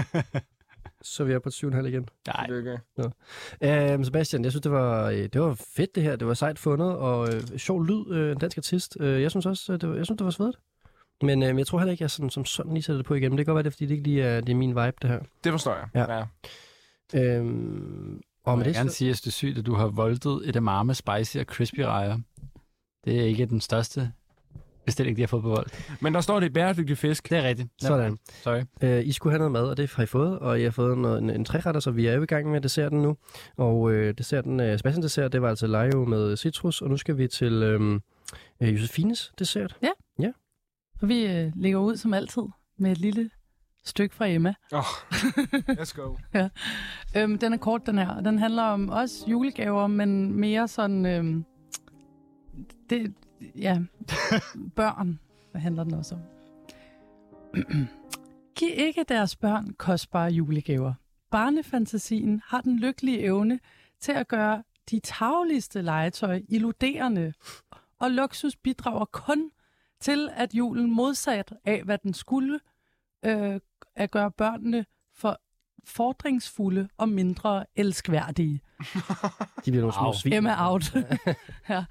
[SPEAKER 2] Så er vi er på 7,5 igen.
[SPEAKER 3] Nej,
[SPEAKER 5] Okay.
[SPEAKER 2] Øh, Sebastian, jeg synes, det var, øh, det var fedt det her. Det var sejt fundet, og øh, sjov lyd, øh, en dansk artist. Øh, jeg synes også, øh, det var, jeg synes, det var svedigt. Men øh, jeg tror heller ikke, jeg sådan, som sådan lige sætter det på igen. Men det kan godt være, det er, fordi det ikke lige er, det er min vibe, det her.
[SPEAKER 5] Det forstår jeg.
[SPEAKER 2] Ja. Øhm, og med
[SPEAKER 3] jeg vil
[SPEAKER 2] det,
[SPEAKER 3] gerne
[SPEAKER 2] så,
[SPEAKER 3] sige, at jeg synes, det er sygt, at du har voldtet et amame, spicy og crispy rejer. Det er ikke den største bestilling, de har fået på vold.
[SPEAKER 5] Men der står, det er bæredygtig fisk.
[SPEAKER 3] Det er rigtigt.
[SPEAKER 2] Sådan.
[SPEAKER 3] Sorry.
[SPEAKER 2] Øh, I skulle have noget mad, og det har I fået, og jeg har fået noget, en, en træretter, så vi er jo i gang med desserten nu. Og øh, desserten, øh, Sebastian dessert, det var altså lejo med citrus, og nu skal vi til øh, øh, Josefines dessert.
[SPEAKER 4] Ja.
[SPEAKER 2] Ja.
[SPEAKER 4] Og vi øh, ligger ud som altid med et lille stykke fra Emma.
[SPEAKER 5] Oh, let's go.
[SPEAKER 4] ja. øhm, den er kort, den her. og Den handler om også julegaver, men mere sådan... Øhm, det, ja, børn handler den også om. Giv ikke deres børn kostbare julegaver. Barnefantasien har den lykkelige evne til at gøre de tavligste legetøj illuderende, og luksus bidrager kun til, at julen modsat af, hvad den skulle, øh, at gøre børnene for fordringsfulde og mindre elskværdige.
[SPEAKER 2] De bliver nogle små svin.
[SPEAKER 4] Emma out. ja.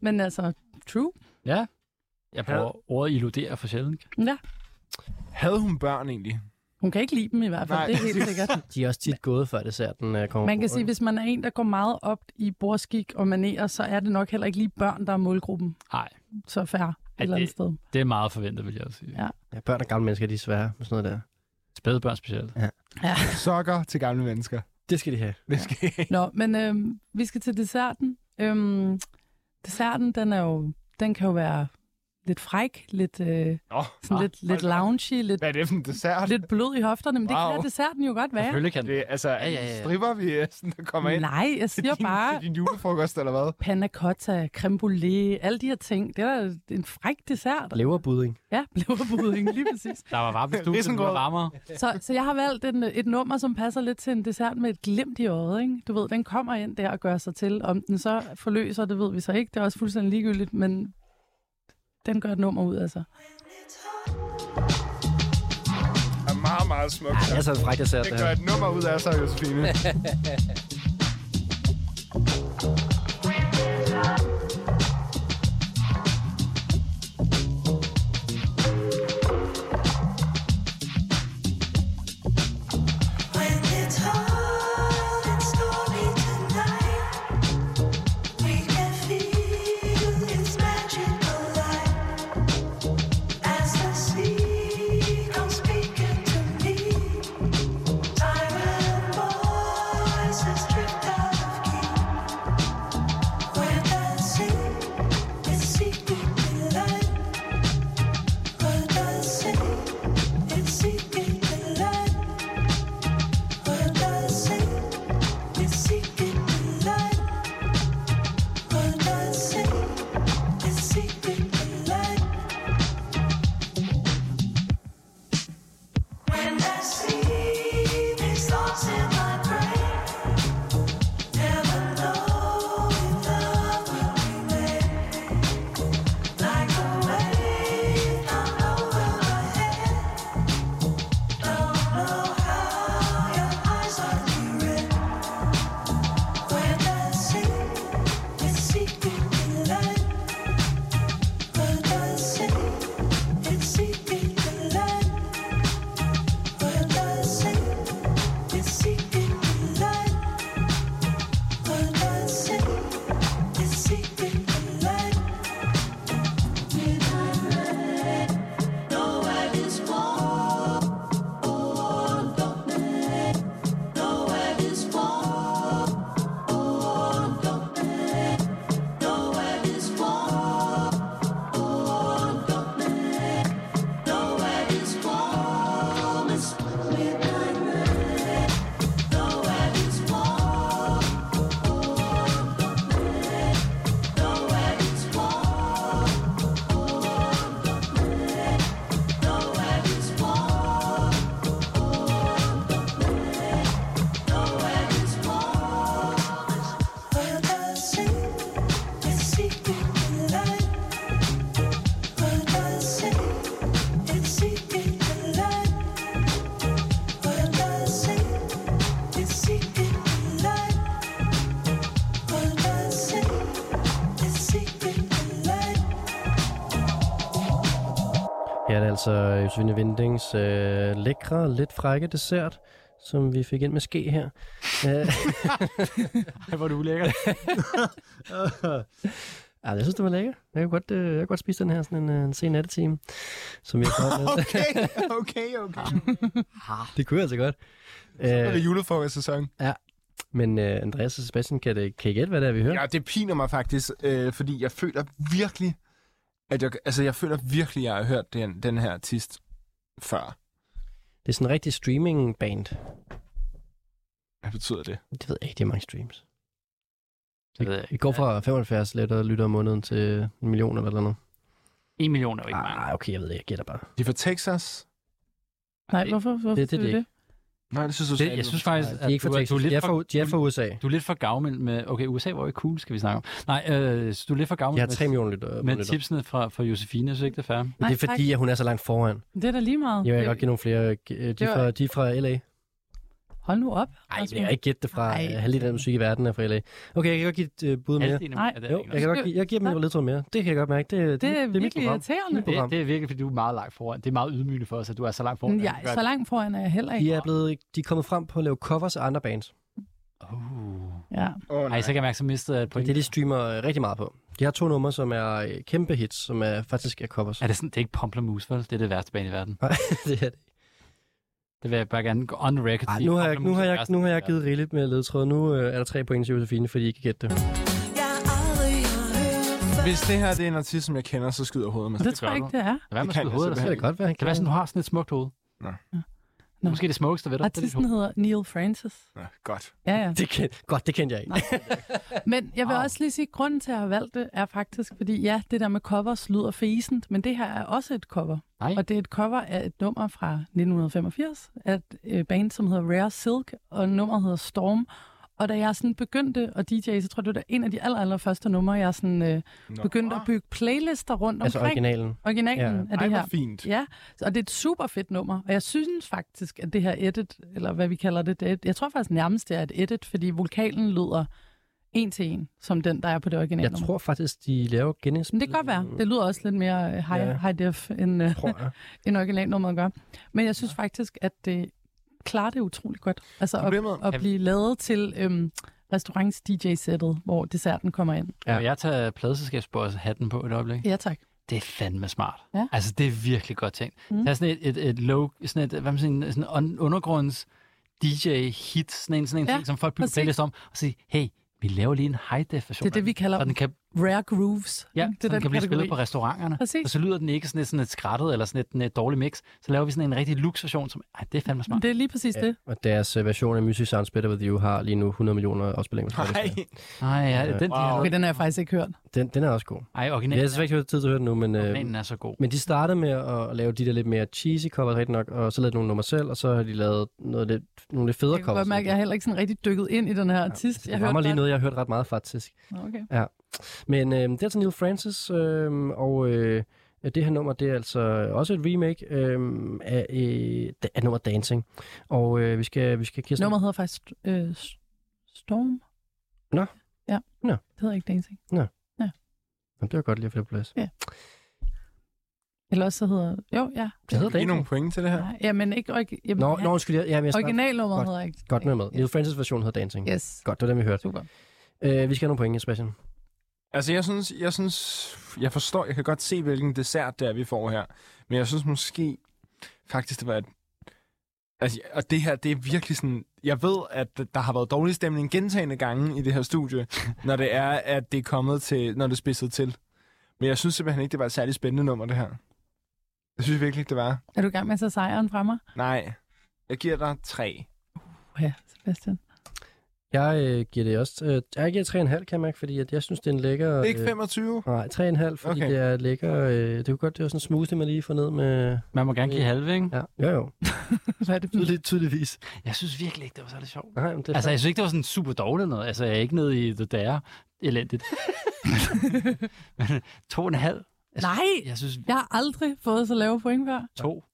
[SPEAKER 4] Men altså, true.
[SPEAKER 3] Ja. Jeg bruger ordet illudere for sjældent.
[SPEAKER 4] Ja.
[SPEAKER 5] Havde hun børn egentlig?
[SPEAKER 4] Hun kan ikke lide dem i hvert fald, Nej, det er helt sikkert.
[SPEAKER 2] De er også tit gået, før desserten øh, kommer
[SPEAKER 4] Man
[SPEAKER 2] på
[SPEAKER 4] kan sige,
[SPEAKER 2] bordet.
[SPEAKER 4] at hvis man er en, der går meget op i bordskik og manerer, så er det nok heller ikke lige børn, der er målgruppen.
[SPEAKER 3] Nej.
[SPEAKER 4] Så færre et eller andet sted.
[SPEAKER 3] Det er meget forventet, vil jeg også sige.
[SPEAKER 4] Ja.
[SPEAKER 2] Ja, børn og gamle mennesker, de er svære med sådan noget der.
[SPEAKER 3] Spædebørn specielt.
[SPEAKER 2] Ja.
[SPEAKER 4] ja.
[SPEAKER 5] Sokker til gamle mennesker.
[SPEAKER 2] Det skal de have.
[SPEAKER 5] Det skal
[SPEAKER 4] Nå, men øhm, vi skal til desserten. Øhm, desserten, den, er jo, den kan jo være lidt fræk, lidt, øh,
[SPEAKER 5] oh,
[SPEAKER 4] sådan lidt, lidt loungy, lidt,
[SPEAKER 5] Hvad er det for en dessert?
[SPEAKER 4] lidt blød i hofterne, men wow. det
[SPEAKER 5] Wow.
[SPEAKER 4] kan desserten jo godt være.
[SPEAKER 3] kan
[SPEAKER 5] det. Altså, ja, ja, ja. stripper vi øh, sådan, der kommer ind
[SPEAKER 4] Nej, jeg siger
[SPEAKER 5] til din,
[SPEAKER 4] bare
[SPEAKER 5] til din julefrokost, eller hvad?
[SPEAKER 4] panna cotta, creme brulee, alle de her ting. Det er da en fræk dessert.
[SPEAKER 2] Leverbudding.
[SPEAKER 4] Ja, leverpudding, lige præcis.
[SPEAKER 3] Der var varme i studiet, det var
[SPEAKER 5] Risengrød.
[SPEAKER 3] varmere.
[SPEAKER 4] Så, så jeg har valgt en, et nummer, som passer lidt til en dessert med et glimt i øjet. Ikke? Du ved, den kommer ind der og gør sig til. Om den så forløser, det ved vi så ikke. Det er også fuldstændig ligegyldigt, men den gør et nummer ud altså. af sig.
[SPEAKER 5] Er meget, meget smukt.
[SPEAKER 2] Ej, jeg er så en Altså, fræk dessert,
[SPEAKER 5] Det
[SPEAKER 2] det
[SPEAKER 5] gør
[SPEAKER 2] her.
[SPEAKER 5] et nummer ud af sig, Josefine.
[SPEAKER 6] Seeking the light. We're dancing, we're seeking the light. We're dancing, we're seeking the light. When I see these thoughts in my brain, never know if love will remain. Like a wave hung over my head, don't know how your eyes are red. We're dancing, we're seeking the light. We're dancing, we're seeking the light. We're dancing, we're seeking the light. We're dancing, we're seeking the light. Nowhere is warm, warm, don't let. Nowhere is warm, warm, don't let. Nowhere is warm, warm, don't let. Nowhere is warm, it's midnight. red. Nowhere is warm, warm, don't let. Nowhere is warm.
[SPEAKER 2] Her er det altså Josefine Vindings øh, lækre, lidt frække dessert, som vi fik ind med ske her. Øh,
[SPEAKER 3] Ej, hvor er du ulækkert.
[SPEAKER 2] Ja, jeg synes, det var lækker. Jeg kan godt, øh, jeg kan godt spise den her sådan en, øh, en sen nattetime, som jeg har med.
[SPEAKER 5] Okay, okay, okay.
[SPEAKER 2] det kunne jeg altså godt. Så
[SPEAKER 5] er det julefrokostsæson.
[SPEAKER 2] Ja. Men øh, Andreas og Sebastian, kan, det, kan I gætte, hvad det er, vi hører?
[SPEAKER 5] Ja, det piner mig faktisk, øh, fordi jeg føler virkelig, at jeg, altså jeg føler virkelig, jeg har hørt den, den her artist før.
[SPEAKER 2] Det er sådan en rigtig streaming-band.
[SPEAKER 5] Hvad betyder det?
[SPEAKER 2] Det ved jeg ikke, det er mange streams. Det ved jeg ikke. Vi går fra 75 letter lytter om måneden til en million eller noget.
[SPEAKER 3] En million er jo ikke
[SPEAKER 2] mange. Nej, okay, jeg ved det. Jeg gætter bare.
[SPEAKER 5] Det er fra Texas.
[SPEAKER 4] Nej, hvorfor, hvorfor
[SPEAKER 2] det er det
[SPEAKER 4] siger vi
[SPEAKER 2] ikke.
[SPEAKER 5] Nej, det synes du
[SPEAKER 3] Det, jeg synes faktisk,
[SPEAKER 2] de Altså, er ikke fra
[SPEAKER 3] du, er-
[SPEAKER 2] Texas.
[SPEAKER 3] du er
[SPEAKER 2] De er
[SPEAKER 3] lidt
[SPEAKER 2] fra,
[SPEAKER 3] for,
[SPEAKER 2] de er fra USA.
[SPEAKER 3] du er lidt for gavmild med... Okay, USA var jo ikke cool, skal vi snakke om. Nej, øh, så du er lidt for gavmild
[SPEAKER 2] Jeg har
[SPEAKER 3] med-
[SPEAKER 2] 3 millioner lytter.
[SPEAKER 3] med tipsene fra, fra Josefine, så ikke det er fair.
[SPEAKER 2] Men det
[SPEAKER 4] Nej,
[SPEAKER 2] er fordi,
[SPEAKER 4] tak.
[SPEAKER 2] at hun er så langt foran.
[SPEAKER 4] Det er da lige meget.
[SPEAKER 2] Jo, jeg
[SPEAKER 4] Det-
[SPEAKER 2] kan godt give nogle flere. Øh, De er
[SPEAKER 4] var-
[SPEAKER 2] fra, de er fra L.A.
[SPEAKER 4] Hold nu op.
[SPEAKER 2] Nej,
[SPEAKER 4] Rasmus.
[SPEAKER 2] men jeg kan ikke gætte det fra
[SPEAKER 4] Ej.
[SPEAKER 2] øh, halvdelen af den musik i verden er fra L.A. Okay, jeg kan godt give et øh, bud mere.
[SPEAKER 3] Halvdelen
[SPEAKER 4] Nej.
[SPEAKER 3] af det er
[SPEAKER 2] Jo,
[SPEAKER 3] ikke
[SPEAKER 2] jeg kan godt give, jeg giver dem en ledtråd mere. Det kan jeg godt mærke. Det, det,
[SPEAKER 4] Det er
[SPEAKER 2] det, mit
[SPEAKER 4] virkelig
[SPEAKER 2] program.
[SPEAKER 4] irriterende.
[SPEAKER 2] Mit program.
[SPEAKER 3] Det, det er virkelig, fordi du er meget langt foran. Det er meget ydmygende for os, at du er så langt
[SPEAKER 2] Mm,
[SPEAKER 3] foran.
[SPEAKER 4] Men jeg, så langt foran er jeg heller ikke.
[SPEAKER 2] De er, blevet, de er kommet frem på at lave covers af andre bands.
[SPEAKER 3] Oh.
[SPEAKER 4] Ja.
[SPEAKER 5] Oh,
[SPEAKER 3] Ej, så kan jeg mærke, så mistede jeg et
[SPEAKER 2] Det er
[SPEAKER 3] point.
[SPEAKER 2] det, de streamer øh, rigtig meget på. De har to numre, som er øh, kæmpe hits, som er faktisk er covers.
[SPEAKER 3] Er det sådan, det er ikke Pomplamoose, vel? Det er det værste bane i verden.
[SPEAKER 2] Nej, det er det.
[SPEAKER 3] Det vil jeg bare gerne gå on record.
[SPEAKER 2] Ej,
[SPEAKER 3] sige.
[SPEAKER 2] nu har jeg,
[SPEAKER 3] Pomplamoose
[SPEAKER 2] nu har
[SPEAKER 3] er det
[SPEAKER 2] jeg,
[SPEAKER 3] værste
[SPEAKER 2] nu har
[SPEAKER 3] bane
[SPEAKER 2] jeg
[SPEAKER 3] i verden.
[SPEAKER 2] givet rigeligt med ledtråd. Nu øh, er der tre point til Josefine, fordi I kan gætte det.
[SPEAKER 5] Hvis det her det er en artist, som jeg kender, så skyder jeg hovedet med.
[SPEAKER 4] Det tror jeg ikke, det er.
[SPEAKER 3] Lad være med
[SPEAKER 5] Det
[SPEAKER 3] at
[SPEAKER 5] kan
[SPEAKER 3] skyde
[SPEAKER 5] jeg
[SPEAKER 3] hovedet af dig
[SPEAKER 2] Det
[SPEAKER 3] selv.
[SPEAKER 2] kan det godt være, han
[SPEAKER 3] Kan det
[SPEAKER 2] kan.
[SPEAKER 3] være sådan, du har sådan et smukt hoved?
[SPEAKER 5] Nå.
[SPEAKER 3] Nå. Måske det smukkeste ved dig. det er dit
[SPEAKER 4] Artisten
[SPEAKER 3] hoved.
[SPEAKER 4] hedder Neil Francis.
[SPEAKER 5] Nå, godt.
[SPEAKER 4] Ja, ja.
[SPEAKER 2] Det kan, godt, det kendte jeg ikke.
[SPEAKER 4] Men jeg vil også lige sige, at grunden til, at jeg har valgt det, er faktisk, fordi ja, det der med covers lyder fæsent, men det her er også et cover.
[SPEAKER 3] Nej.
[SPEAKER 4] Og det er et cover af et nummer fra 1985 af et øh, band, som hedder Rare Silk, og nummeret hedder Storm. Og da jeg sådan begyndte at DJ, så tror jeg, det var en af de aller, aller første numre, jeg sådan, øh, begyndte at bygge playlister rundt
[SPEAKER 2] Altså
[SPEAKER 4] omkring.
[SPEAKER 2] originalen.
[SPEAKER 4] Originalen
[SPEAKER 2] Ja.
[SPEAKER 4] ja. af
[SPEAKER 5] Ej,
[SPEAKER 4] det her.
[SPEAKER 5] hvor fint.
[SPEAKER 4] Ja, så- og det er et super fedt nummer, og jeg synes faktisk, at det her edit, eller hvad vi kalder det, det er et- jeg tror faktisk nærmest, det er et edit, fordi vulkalen lyder en til en, som den, der er på det originale
[SPEAKER 2] Jeg
[SPEAKER 4] nummer.
[SPEAKER 2] tror faktisk, de laver genindspil.
[SPEAKER 4] Men det kan godt være. Det lyder også lidt mere øh, high,
[SPEAKER 2] Ja.
[SPEAKER 4] ja. high def, end, øh,
[SPEAKER 2] Tror jeg.
[SPEAKER 4] end originalnummeret gør. Men jeg synes faktisk, at det klarer det utrolig godt. Altså
[SPEAKER 5] Problemet-
[SPEAKER 4] at, at blive lavet til øhm, restaurants DJ-sættet, hvor desserten kommer ind.
[SPEAKER 2] Ja.
[SPEAKER 3] Vil jeg tager pladeselskabsboss hatten på et øjeblik?
[SPEAKER 4] Ja, tak.
[SPEAKER 3] Det er fandme smart.
[SPEAKER 4] Ja.
[SPEAKER 3] Altså, det er virkelig godt tænkt. Mm. Der er sådan et, et, et low, sådan et, hvad man siger, en- sådan en undergrunds DJ-hit, sådan en, sådan en ja,
[SPEAKER 4] Ja,
[SPEAKER 3] ting, som folk bliver
[SPEAKER 4] præcis.
[SPEAKER 3] playlist om, og sige, hey, vi laver lige en high-def-version.
[SPEAKER 4] Det er det, vi kalder
[SPEAKER 3] og den kan,
[SPEAKER 4] Rare grooves.
[SPEAKER 3] ja,
[SPEAKER 4] ikke?
[SPEAKER 3] det så den kan blive spillet
[SPEAKER 4] kategori.
[SPEAKER 3] på restauranterne.
[SPEAKER 4] Præcis.
[SPEAKER 3] Og så lyder den ikke sådan et, sådan et skrattet eller sådan et, en, et dårlig mix. Så laver vi sådan en rigtig luxe-version, som, ej, det er fandme smart.
[SPEAKER 4] Det er lige præcis ja. det.
[SPEAKER 2] Og deres øh, version af Music Sounds Better With You har lige nu 100 millioner afspilninger. på Spotify.
[SPEAKER 5] Nej.
[SPEAKER 3] Nej, ja, den, wow. de har
[SPEAKER 4] Okay,
[SPEAKER 3] lavet.
[SPEAKER 4] den har jeg faktisk ikke hørt.
[SPEAKER 2] Den, den er også god.
[SPEAKER 3] Ej,
[SPEAKER 2] Jeg
[SPEAKER 3] originalen,
[SPEAKER 2] har
[SPEAKER 3] yes.
[SPEAKER 2] desværre ikke tid til at høre den nu, men, øh,
[SPEAKER 3] originalen er så god.
[SPEAKER 2] men de startede med at lave de der lidt mere cheesy covers, rigtig nok, og så lavede de nogle nummer selv, og så har de lavet noget lidt, nogle lidt federe
[SPEAKER 4] Jeg kan
[SPEAKER 2] covers.
[SPEAKER 4] godt mærke, at jeg er heller ikke sådan rigtig dykket ind i den her artist.
[SPEAKER 2] Altså,
[SPEAKER 4] jeg
[SPEAKER 2] det rammer lige
[SPEAKER 4] hørte
[SPEAKER 2] noget, jeg har hørt ret meget faktisk.
[SPEAKER 4] bare- Nå, Okay.
[SPEAKER 2] Men øh, det er altså Neil Francis, øh, og øh, det her nummer, det er altså også et remake øh, af, øh, af nummer Dancing. Og øh, vi skal, vi skal kigge
[SPEAKER 4] Nummeret hedder faktisk øh, S- Storm.
[SPEAKER 2] Nå.
[SPEAKER 4] Ja.
[SPEAKER 2] Nå.
[SPEAKER 4] Det hedder ikke Dancing.
[SPEAKER 2] Jamen, det var godt lige at få det på plads.
[SPEAKER 4] Eller også så hedder... Jo,
[SPEAKER 2] Det
[SPEAKER 4] ja.
[SPEAKER 2] hedder
[SPEAKER 5] Giv
[SPEAKER 2] Dancing.
[SPEAKER 5] nogle point til det her.
[SPEAKER 4] Nej, Jamen ikke... orgi- Jamen,
[SPEAKER 2] Nå,
[SPEAKER 4] ja.
[SPEAKER 2] nå, undskyld, jeg, jamen, jeg snakker
[SPEAKER 4] Originalnummeret
[SPEAKER 2] Godt.
[SPEAKER 4] hedder ikke...
[SPEAKER 2] godt med med. Neil Francis version hedder Dancing.
[SPEAKER 4] Yes.
[SPEAKER 2] Godt, det var den, vi hørte.
[SPEAKER 4] Super.
[SPEAKER 2] Øh, vi skal have nogle point, Sebastian.
[SPEAKER 5] Altså, jeg synes, jeg synes, jeg forstår, jeg kan godt se, hvilken dessert det er, vi får her. Men jeg synes måske, faktisk, det var et... Altså, og det her, det er virkelig sådan... Jeg ved, at der har været dårlig stemning gentagende gange i det her studie, når det er, at det er kommet til... Når det er spidset til. Men jeg synes simpelthen ikke, det var et særligt spændende nummer, det her. Jeg synes virkelig ikke, det var.
[SPEAKER 4] Er du i gang med at tage sejren fra mig?
[SPEAKER 5] Nej. Jeg giver dig tre.
[SPEAKER 4] Oh, ja, Sebastian.
[SPEAKER 2] Jeg øh, giver det også... Øh, jeg giver 3,5, kan jeg mærke, fordi at jeg synes, det er en lækker...
[SPEAKER 5] Ikke 25?
[SPEAKER 2] Øh, nej, 3,5, fordi okay.
[SPEAKER 5] Okay.
[SPEAKER 2] det er lækker... Øh, det kunne godt, det var sådan en smoothie, man lige får ned med...
[SPEAKER 3] Man må gerne give halve, ikke?
[SPEAKER 2] Ja, jo jo.
[SPEAKER 4] Hvad er det for
[SPEAKER 2] tydeligvis.
[SPEAKER 3] Jeg synes virkelig ikke, det var særlig sjovt.
[SPEAKER 2] Nej, men det er
[SPEAKER 3] Altså, jeg synes ikke, det var sådan super dårligt noget. Altså, jeg er ikke nede i det der elendigt. Men to og en halv. Jeg synes,
[SPEAKER 4] Nej!
[SPEAKER 3] Jeg synes
[SPEAKER 4] Jeg har aldrig fået så lave point før.
[SPEAKER 3] to.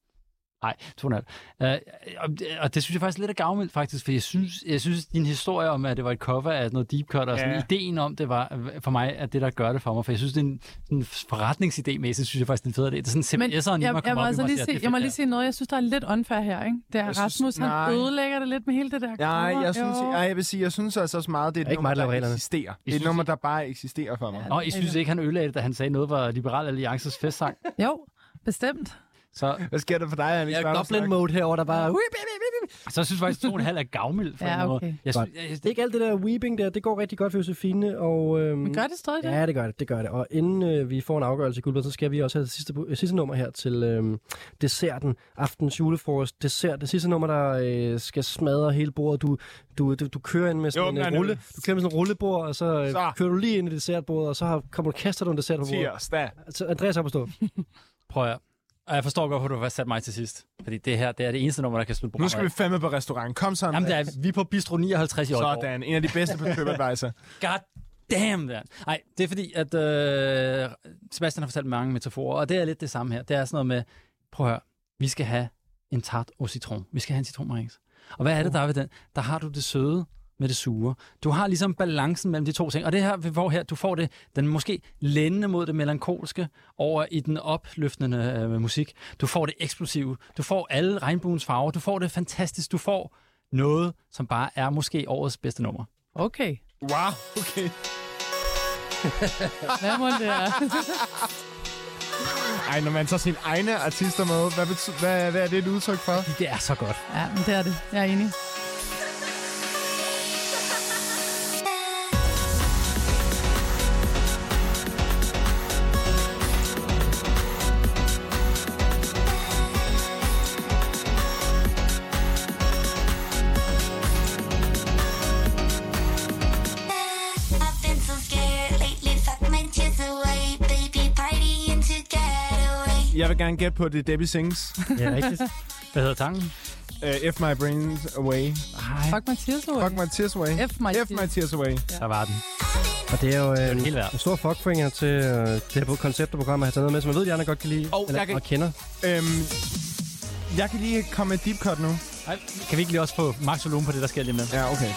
[SPEAKER 13] Nej, to og en halv. Øh, og, det- og det synes jeg faktisk er lidt af gavmildt, faktisk, for jeg synes, jeg synes, din historie om, at det var et cover af noget deep cut, og sådan,
[SPEAKER 3] Ja.
[SPEAKER 13] ideen om det var for mig, at det, der gør det for mig, for jeg synes, det er en, sådan en forretningsidé mæssigt, synes jeg faktisk, det er en fed idé. Det er sådan en CBS'er,
[SPEAKER 4] jeg,
[SPEAKER 13] lige må
[SPEAKER 4] jeg,
[SPEAKER 13] komme
[SPEAKER 4] må
[SPEAKER 13] op i
[SPEAKER 4] altså
[SPEAKER 13] mig og
[SPEAKER 4] lige
[SPEAKER 13] sige, at
[SPEAKER 4] se,
[SPEAKER 13] det er
[SPEAKER 4] jeg må
[SPEAKER 13] fedt,
[SPEAKER 4] lige sige noget, jeg synes, der er lidt unfair her, ikke? Det er
[SPEAKER 5] Jeg synes-
[SPEAKER 4] Rasmus, han
[SPEAKER 5] nej.
[SPEAKER 4] ødelægger det lidt med hele det der
[SPEAKER 5] Nej,
[SPEAKER 4] cover.
[SPEAKER 5] jeg, synes,
[SPEAKER 4] Jo.
[SPEAKER 5] jeg, jeg vil sige, jeg synes altså også meget, det er et
[SPEAKER 13] Det er ikke
[SPEAKER 5] nummer,
[SPEAKER 13] mig, der
[SPEAKER 5] der
[SPEAKER 13] laver reglerne.
[SPEAKER 5] eksisterer.
[SPEAKER 13] I
[SPEAKER 5] Det er et
[SPEAKER 13] synes
[SPEAKER 5] nummer, der bare eksisterer for mig.
[SPEAKER 13] Nå, jeg synes ikke, han ødelagde det, da han sagde noget, var Liberal Alliances festsang.
[SPEAKER 4] Jo, bestemt.
[SPEAKER 13] Så,
[SPEAKER 5] Hvad sker der for dig, Alice?
[SPEAKER 13] Jeg er goblin mode herover der bare... Så jeg synes faktisk, at 2,5 er gavmild. For
[SPEAKER 2] Ja,
[SPEAKER 13] en måde.
[SPEAKER 2] okay.
[SPEAKER 13] Jeg synes,
[SPEAKER 2] Godt. Det er ikke alt det der weeping der, det går rigtig godt for Josefine. Og, øhm, Men
[SPEAKER 4] gør det stadig det?
[SPEAKER 2] Ja, det gør det, det gør det. Og inden øh, vi får en afgørelse i Guldbladet, så skal vi også have det sidste, bu- øh, sidste nummer her til øhm, desserten. Aftens julefrokost, dessert. Det sidste nummer, der øh, skal smadre hele bordet. Du, du, du, du kører ind med
[SPEAKER 5] Jo,
[SPEAKER 2] sådan
[SPEAKER 5] men
[SPEAKER 2] en øh,
[SPEAKER 5] nu-
[SPEAKER 2] rulle. Du kører med sådan en rullebord, og så, øh,
[SPEAKER 5] Så.
[SPEAKER 2] så, kører du lige ind i dessertbordet, og så har, kommer du kaster du en dessert på bordet.
[SPEAKER 5] Tirsdag.
[SPEAKER 2] Så Andreas op at stå.
[SPEAKER 3] Prøv at og jeg forstår godt, hvorfor du har sat mig til sidst. Fordi det her, det er det eneste nummer, der kan slutte
[SPEAKER 5] Nu
[SPEAKER 3] programmet.
[SPEAKER 5] skal vi fandme på restaurant. Kom så,
[SPEAKER 3] Jamen, der
[SPEAKER 5] Andreas.
[SPEAKER 3] er, vi er på Bistro 59 i Aalborg.
[SPEAKER 5] Sådan. En af de bedste på TripAdvisor.
[SPEAKER 3] God damn, man. Nej, det er fordi, at øh, Sebastian har fortalt mange metaforer, og det er lidt det samme her. Det er sådan noget med, prøv at høre, vi skal have en tart og citron. Vi skal have en citronmarings. Og hvad er det, der er ved den? Der har du det søde med det sure. Du har ligesom balancen mellem de to ting. Og det her, hvor her, du får det, den måske lændende mod det melankolske over i den opløftende øh, musik. Du får det eksplosive. Du får alle regnbuens farver. Du får det fantastisk. Du får noget, som bare er måske årets bedste nummer.
[SPEAKER 4] Okay.
[SPEAKER 5] Wow, okay.
[SPEAKER 4] Hvad må det er?
[SPEAKER 5] Ej, når man tager sine egne artister med, hvad, betyder, hvad, hvad er det et udtryk for?
[SPEAKER 3] Det er så godt.
[SPEAKER 4] Ja, men det er det. Jeg er enig.
[SPEAKER 6] I've been so scared lately, fuck my tears away. Baby, partying to get away.
[SPEAKER 5] Jeg vil gerne gætte på, at det er Debbie Sings.
[SPEAKER 6] Ja, rigtigt.
[SPEAKER 3] Hvad hedder tanken?
[SPEAKER 5] Uh, F My Brains Away.
[SPEAKER 4] Fuck my tears away.
[SPEAKER 5] Fuck My Tears Away.
[SPEAKER 4] F My,
[SPEAKER 5] F my Tears Away.
[SPEAKER 3] Der var den.
[SPEAKER 2] Og det er jo øh, en, en stor fuckfinger til øh, det her koncept og program at have taget noget med, som jeg ved, at Jana godt kan lide
[SPEAKER 5] Og jeg kan-
[SPEAKER 2] og kender.
[SPEAKER 5] Øhm, jeg kan lige komme med et deep cut nu.
[SPEAKER 3] Ej, kan vi ikke lige også få max volumen på det, der sker lige med?
[SPEAKER 5] Ja, okay.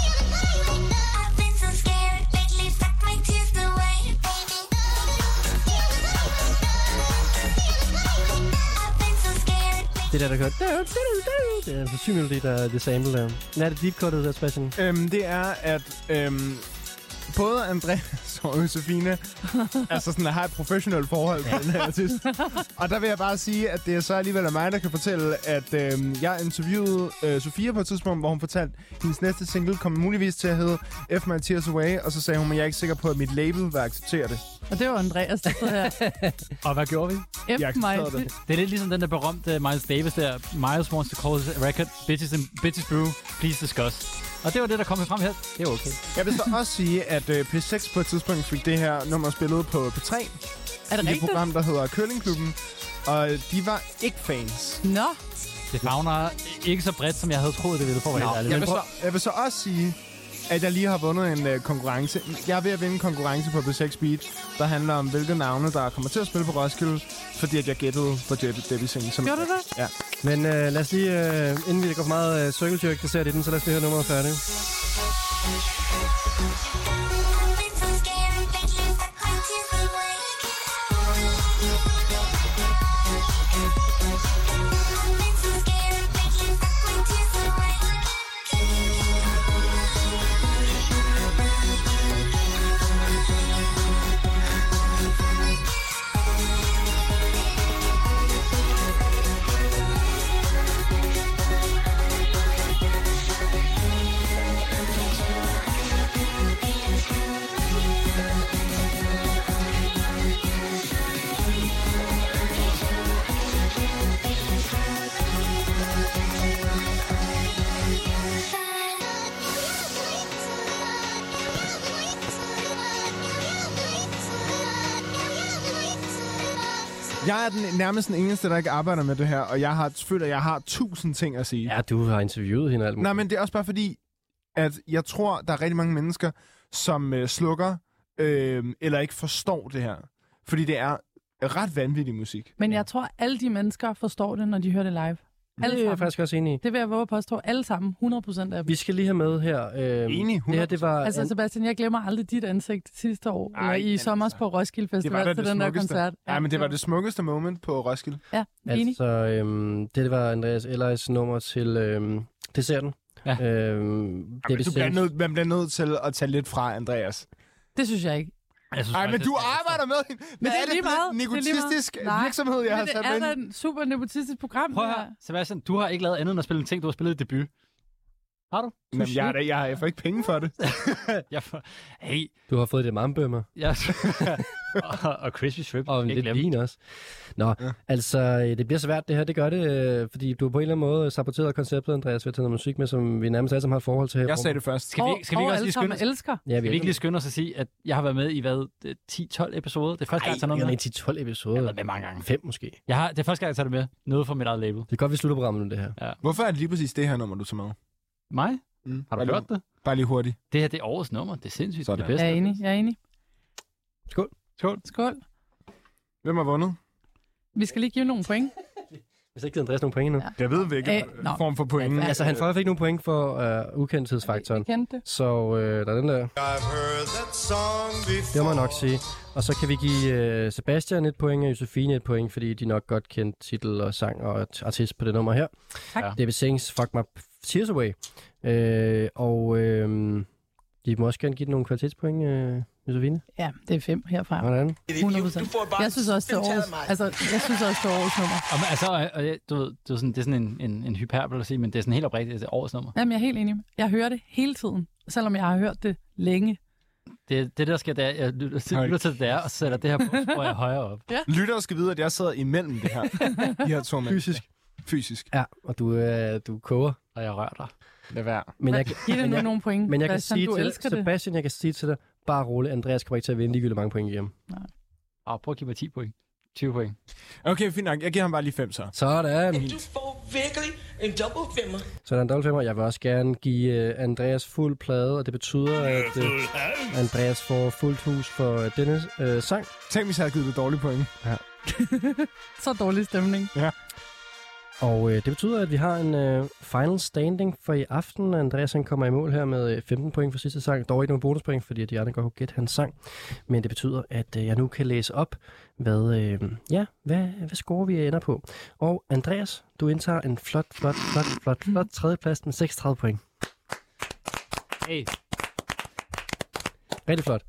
[SPEAKER 6] I've been so scared lately, fuck my tears away. Baby, I've been so scared.
[SPEAKER 2] Det der, der kører... Det er en syg melodi, der er det sample der. Hvad er det deepcuttet der, Sebastian?
[SPEAKER 5] Øhm, det er, at øhm, både Andreas og Josefine altså sådan, har et professionelt forhold til den her artist. Og der vil jeg bare sige, at det er så alligevel er mig, der kan fortælle, at øhm, jeg interviewede øh, Sofia på et tidspunkt, hvor hun fortalte, at hendes næste single kom muligvis til at hedde F My Tears Away, og så sagde hun, at jeg er ikke sikker på, at mit label vil acceptere det.
[SPEAKER 4] Og det var Andreas, der stod her.
[SPEAKER 3] Og hvad gjorde vi?
[SPEAKER 4] F Jeg accepterede Miles. det.
[SPEAKER 3] Det er lidt ligesom den der berømte Miles Davis der. Miles wants to call his record Bitches, and bitches Brew. Please discuss. Og det var det, der kom frem her. Det var okay.
[SPEAKER 5] Jeg vil så også sige, at øh, P6 på et tidspunkt fik det her nummer spillet på P3.
[SPEAKER 4] det
[SPEAKER 5] Er I
[SPEAKER 4] rigtigt?
[SPEAKER 5] et program, der hedder Køllingklubben. Og øh, de var ikke fans.
[SPEAKER 4] Nå.
[SPEAKER 3] Det fagner ikke så bredt, som jeg havde troet, det ville for at være helt ærlig.
[SPEAKER 5] jeg,
[SPEAKER 3] Men
[SPEAKER 5] vil så,
[SPEAKER 3] prøv-
[SPEAKER 5] jeg vil så også sige, at jeg lige har vundet en øh, konkurrence. Jeg er ved at vinde en konkurrence på B6 Beat, der handler om, hvilke navne, der kommer til at spille på Roskilde, fordi at jeg gættede på Debbie, Debbie Singh. Som
[SPEAKER 2] Gjorde du det?
[SPEAKER 5] Ja.
[SPEAKER 2] Men øh, lad os lige, øh, inden vi går for meget øh, circle jerk, der ser det i den, så lad os lige høre nummeret færdigt.
[SPEAKER 6] Thank you.
[SPEAKER 5] Jeg er den, nærmest den eneste, der ikke arbejder med det her, og jeg har, føler, at jeg har tusind ting at sige.
[SPEAKER 2] Ja, du har interviewet hende og alt muligt.
[SPEAKER 5] Nej, men det er også bare fordi, at jeg tror, der er rigtig mange mennesker, som øh, slukker øh, eller ikke forstår det her. Fordi det er ret vanvittig musik.
[SPEAKER 4] Men jeg tror, alle de mennesker forstår det, når de hører det live. Alle
[SPEAKER 2] det er jeg
[SPEAKER 4] sammen.
[SPEAKER 2] faktisk også enig i.
[SPEAKER 4] Det vil jeg våge at påstå. Alle sammen. 100% af dem.
[SPEAKER 2] Vi skal lige have med her. Øh,
[SPEAKER 5] Enig,
[SPEAKER 2] Det her, det var...
[SPEAKER 4] Altså, Sebastian, jeg glemmer aldrig dit ansigt sidste år.
[SPEAKER 5] Ej,
[SPEAKER 4] Ej, eller i
[SPEAKER 5] men
[SPEAKER 4] sommer på Roskilde
[SPEAKER 5] Det
[SPEAKER 4] Festival
[SPEAKER 5] var da
[SPEAKER 4] til
[SPEAKER 5] det
[SPEAKER 4] den der
[SPEAKER 5] smukkeste.
[SPEAKER 4] koncert.
[SPEAKER 5] Ja, men det var det smukkeste moment på Roskilde.
[SPEAKER 4] Ja, enig.
[SPEAKER 2] altså øhm, det, det var Andreas Elleis nummer til øhm, desserten.
[SPEAKER 8] Ja.
[SPEAKER 2] Øhm, det
[SPEAKER 5] Jamen, du bliver nødt, man bliver nødt til at tage lidt fra, Andreas.
[SPEAKER 4] Det synes jeg ikke.
[SPEAKER 3] Jeg synes
[SPEAKER 5] Nej, men
[SPEAKER 3] faktisk,
[SPEAKER 5] du
[SPEAKER 3] det er-
[SPEAKER 5] arbejder med hende. Hvad
[SPEAKER 4] Men det er,
[SPEAKER 5] det
[SPEAKER 4] lige
[SPEAKER 5] for en
[SPEAKER 4] meget.
[SPEAKER 5] nepotistisk
[SPEAKER 4] det er lige meget.
[SPEAKER 5] virksomhed, jeg
[SPEAKER 4] men
[SPEAKER 5] har sat
[SPEAKER 4] det
[SPEAKER 5] mig
[SPEAKER 4] er
[SPEAKER 5] ind
[SPEAKER 4] da
[SPEAKER 5] i?
[SPEAKER 4] et super nepotistisk program.
[SPEAKER 3] Prøv
[SPEAKER 4] det
[SPEAKER 3] at
[SPEAKER 4] her.
[SPEAKER 3] høre, Sebastian, du har ikke lavet andet end at spille en ting, du har spillet i debut. Har du?
[SPEAKER 5] Jamen, jeg, er da- jeg, har- jeg får ikke penge for det.
[SPEAKER 3] Jeg for... Hey,
[SPEAKER 2] Du har fået det mambømmer.
[SPEAKER 3] jeg... og, og Crispy Shrimp.
[SPEAKER 2] Og
[SPEAKER 3] skal ikke
[SPEAKER 2] lidt
[SPEAKER 3] glemme.
[SPEAKER 2] vin også. Nå, ja. altså, øh, det bliver svært det her, det gør det, øh, fordi du har på en eller anden måde saboteret konceptet, Andreas, ved at tage noget musik med, som vi nærmest alle sammen har et forhold til. her i
[SPEAKER 5] Jeg
[SPEAKER 2] rummet.
[SPEAKER 5] sagde det først.
[SPEAKER 3] Skal vi, ikke- skal vi
[SPEAKER 4] Og-
[SPEAKER 3] ikke
[SPEAKER 4] og
[SPEAKER 3] også lige
[SPEAKER 4] alle
[SPEAKER 3] skynde
[SPEAKER 4] sammen
[SPEAKER 3] os?
[SPEAKER 4] elsker.
[SPEAKER 2] Ja,
[SPEAKER 3] Skal vi ikke lige skynde os at sige, at jeg har været med i, hvad, øh, 10-12 episoder? Det er første gang, jeg tager noget
[SPEAKER 2] Ej,
[SPEAKER 3] med.
[SPEAKER 2] jeg er 10-12
[SPEAKER 3] Jeg har
[SPEAKER 2] episoder.
[SPEAKER 3] været med mange gange.
[SPEAKER 2] Fem måske.
[SPEAKER 3] Jeg har, det er første gang, jeg tager det med. Noget fra mit eget label.
[SPEAKER 2] Det er godt, vi slutter programmet nu, det her.
[SPEAKER 5] Hvorfor er det lige præcis det her nummer, du tager med?
[SPEAKER 3] Mig?
[SPEAKER 5] Mm.
[SPEAKER 3] Har du
[SPEAKER 5] bare
[SPEAKER 3] hørt det?
[SPEAKER 5] Lige, bare lige hurtigt.
[SPEAKER 3] Det her, det er årets nummer. Det er sindssygt. Det er
[SPEAKER 5] Sådan.
[SPEAKER 3] det bedste.
[SPEAKER 4] Jeg er enig, jeg er enig.
[SPEAKER 2] Skål.
[SPEAKER 3] Skål.
[SPEAKER 4] Skål.
[SPEAKER 5] Hvem har vundet?
[SPEAKER 4] Vi skal lige give nogle point.
[SPEAKER 2] Hvis ikke givet Andreas nogle point nu. Ja.
[SPEAKER 5] Jeg ved hvilken
[SPEAKER 4] Øh, nå.
[SPEAKER 5] form for point.
[SPEAKER 2] Altså, han får- fik nogle point for øh, ukendthedsfaktoren.
[SPEAKER 4] Jeg kendte det.
[SPEAKER 2] Så øh, der er den der.
[SPEAKER 11] I've heard that song before.
[SPEAKER 2] Det må jeg nok sige. Og så kan vi give øh, Sebastian et point og Josefine et point, fordi de nok godt kendte titel og sang og t- artist på det nummer her.
[SPEAKER 4] Tak.
[SPEAKER 2] Ja. Det er Sings Fuck My Tears Away. Øh, og øh, de må også gerne give den nogle kvalitetspoint, øh, Josefine.
[SPEAKER 4] Ja, det er fem herfra.
[SPEAKER 2] Hvordan?
[SPEAKER 12] Du får
[SPEAKER 4] 100%.
[SPEAKER 12] bare
[SPEAKER 4] Jeg synes også, det er
[SPEAKER 12] fem tal af mig.
[SPEAKER 4] årets, altså, jeg synes også, det er årets nummer.
[SPEAKER 3] Og, men, altså, og- og, jeg- du ved, det er sådan, det er sådan en, en, en hyperbel at sige, men det er sådan helt oprigtigt, det er årets nummer.
[SPEAKER 4] Jamen, jeg er helt enig. Jeg hører det hele tiden, selvom jeg har hørt det længe.
[SPEAKER 3] Det, det der sker, det er, jeg lytter til,
[SPEAKER 5] Hold
[SPEAKER 3] lytter til det der, og sætter det her på, hvor jeg er højere op.
[SPEAKER 5] Lyttere skal vide, at jeg sidder imellem det her. De her to mænd. Fysisk. Fysisk.
[SPEAKER 2] Ja, og du, øh, du koger.
[SPEAKER 3] Og jeg rører dig.
[SPEAKER 5] Lad være.
[SPEAKER 2] Men jeg,
[SPEAKER 4] Giv det
[SPEAKER 2] men
[SPEAKER 4] nu
[SPEAKER 2] jeg,
[SPEAKER 4] nogle point.
[SPEAKER 2] men jeg kan
[SPEAKER 4] Christian,
[SPEAKER 2] sige
[SPEAKER 4] Mm, du
[SPEAKER 2] til
[SPEAKER 4] elsker det.
[SPEAKER 2] Sebastian, jeg kan sige til dig, bare rolig, Andreas kommer ikke til at vinde ligegyldigt mange point hjem.
[SPEAKER 3] Og Ah, prøv at give mig 10 point. 20 point.
[SPEAKER 5] Okay, fint nok. Jeg giver ham bare lige fem så.
[SPEAKER 2] Sådan.
[SPEAKER 12] Du får virkelig en dobbelt femmer.
[SPEAKER 2] Så der er en dobbeltfemmer. Jeg vil også gerne give øh, Andreas fuld plade, og det betyder, at øh, Andreas får fuldt hus for øh, denne øh, sang.
[SPEAKER 5] Tænk, hvis jeg havde givet det dårlige point.
[SPEAKER 4] Så dårlig stemning.
[SPEAKER 2] Og øh, det betyder, at vi har en øh, final standing for i aften. Andreas han kommer i mål her med øh, 15 point for sidste sang. Dog ikke nogen bonuspoint, fordi de andre godt kunne gætte hans sang. Men det betyder, at øh, jeg nu kan læse op, hvad, øh, ja, hvad, hvad score vi ender på. Og Andreas, du indtager en flot, flot, flot, flot, flot tredjeplads med 36 point.
[SPEAKER 3] Hey,
[SPEAKER 2] Rigtig flot.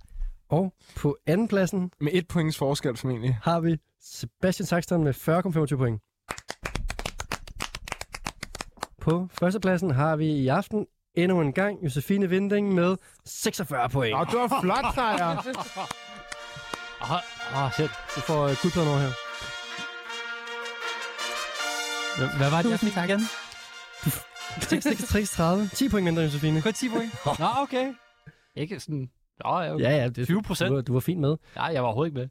[SPEAKER 2] Og på andenpladsen,
[SPEAKER 5] Med et points forskel, formentlig.
[SPEAKER 2] har vi Sebastian Saxton med 40,25 point. På førstepladsen har vi i aften endnu en gang Josefine Vinding med 46 point.
[SPEAKER 5] Åh, det var flot, sejr.
[SPEAKER 3] åh, oh, oh, shit.
[SPEAKER 2] Du får uh, guldpladen over her.
[SPEAKER 3] Hvad- Hvad var det, jeg
[SPEAKER 4] Tusind
[SPEAKER 3] fik
[SPEAKER 4] tak.
[SPEAKER 3] igen?
[SPEAKER 2] 36, 10 point mindre, Josefine.
[SPEAKER 3] Kun 10 point? Nå, okay. Ikke sådan... Nå, ja, okay.
[SPEAKER 2] Ja, ja, det,
[SPEAKER 3] 20 procent?
[SPEAKER 2] du, var- du var fint med.
[SPEAKER 3] Nej, jeg var overhovedet ikke med.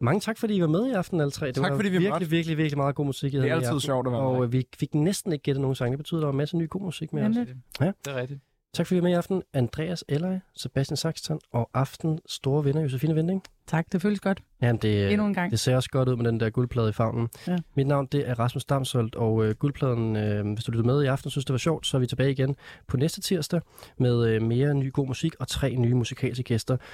[SPEAKER 2] Mange tak, fordi I var med i aften, alle tre. Det
[SPEAKER 5] Tak,
[SPEAKER 2] var
[SPEAKER 5] fordi vi
[SPEAKER 2] virkelig,
[SPEAKER 5] måtte.
[SPEAKER 2] virkelig, virkelig, virkelig meget god musik. I
[SPEAKER 5] Det
[SPEAKER 2] havde
[SPEAKER 5] er
[SPEAKER 2] med i
[SPEAKER 5] altid
[SPEAKER 2] aften.
[SPEAKER 5] sjovt at være
[SPEAKER 2] Og
[SPEAKER 5] med.
[SPEAKER 2] øh, vi fik næsten ikke gættet nogen sange. Det betyder, at der var en masse ny god musik med os.
[SPEAKER 4] Nemlig.
[SPEAKER 3] Det er rigtigt.
[SPEAKER 2] Tak fordi I var med i aften. Andreas Eller, Sebastian Saxton og aften store vinder Josefine Vinding.
[SPEAKER 4] Tak, det føles godt.
[SPEAKER 2] Jamen, det,
[SPEAKER 4] Endnu en gang.
[SPEAKER 2] Det ser også godt ud med den der guldplade i favnen. Ja.
[SPEAKER 4] Ja.
[SPEAKER 2] Mit navn det er Rasmus Damsholdt, og øh, guldpladen, øh, hvis du lyttede med i aften og synes, det var sjovt, så er vi tilbage igen på næste tirsdag med øh, mere ny god musik og tre nye musikalske gæster.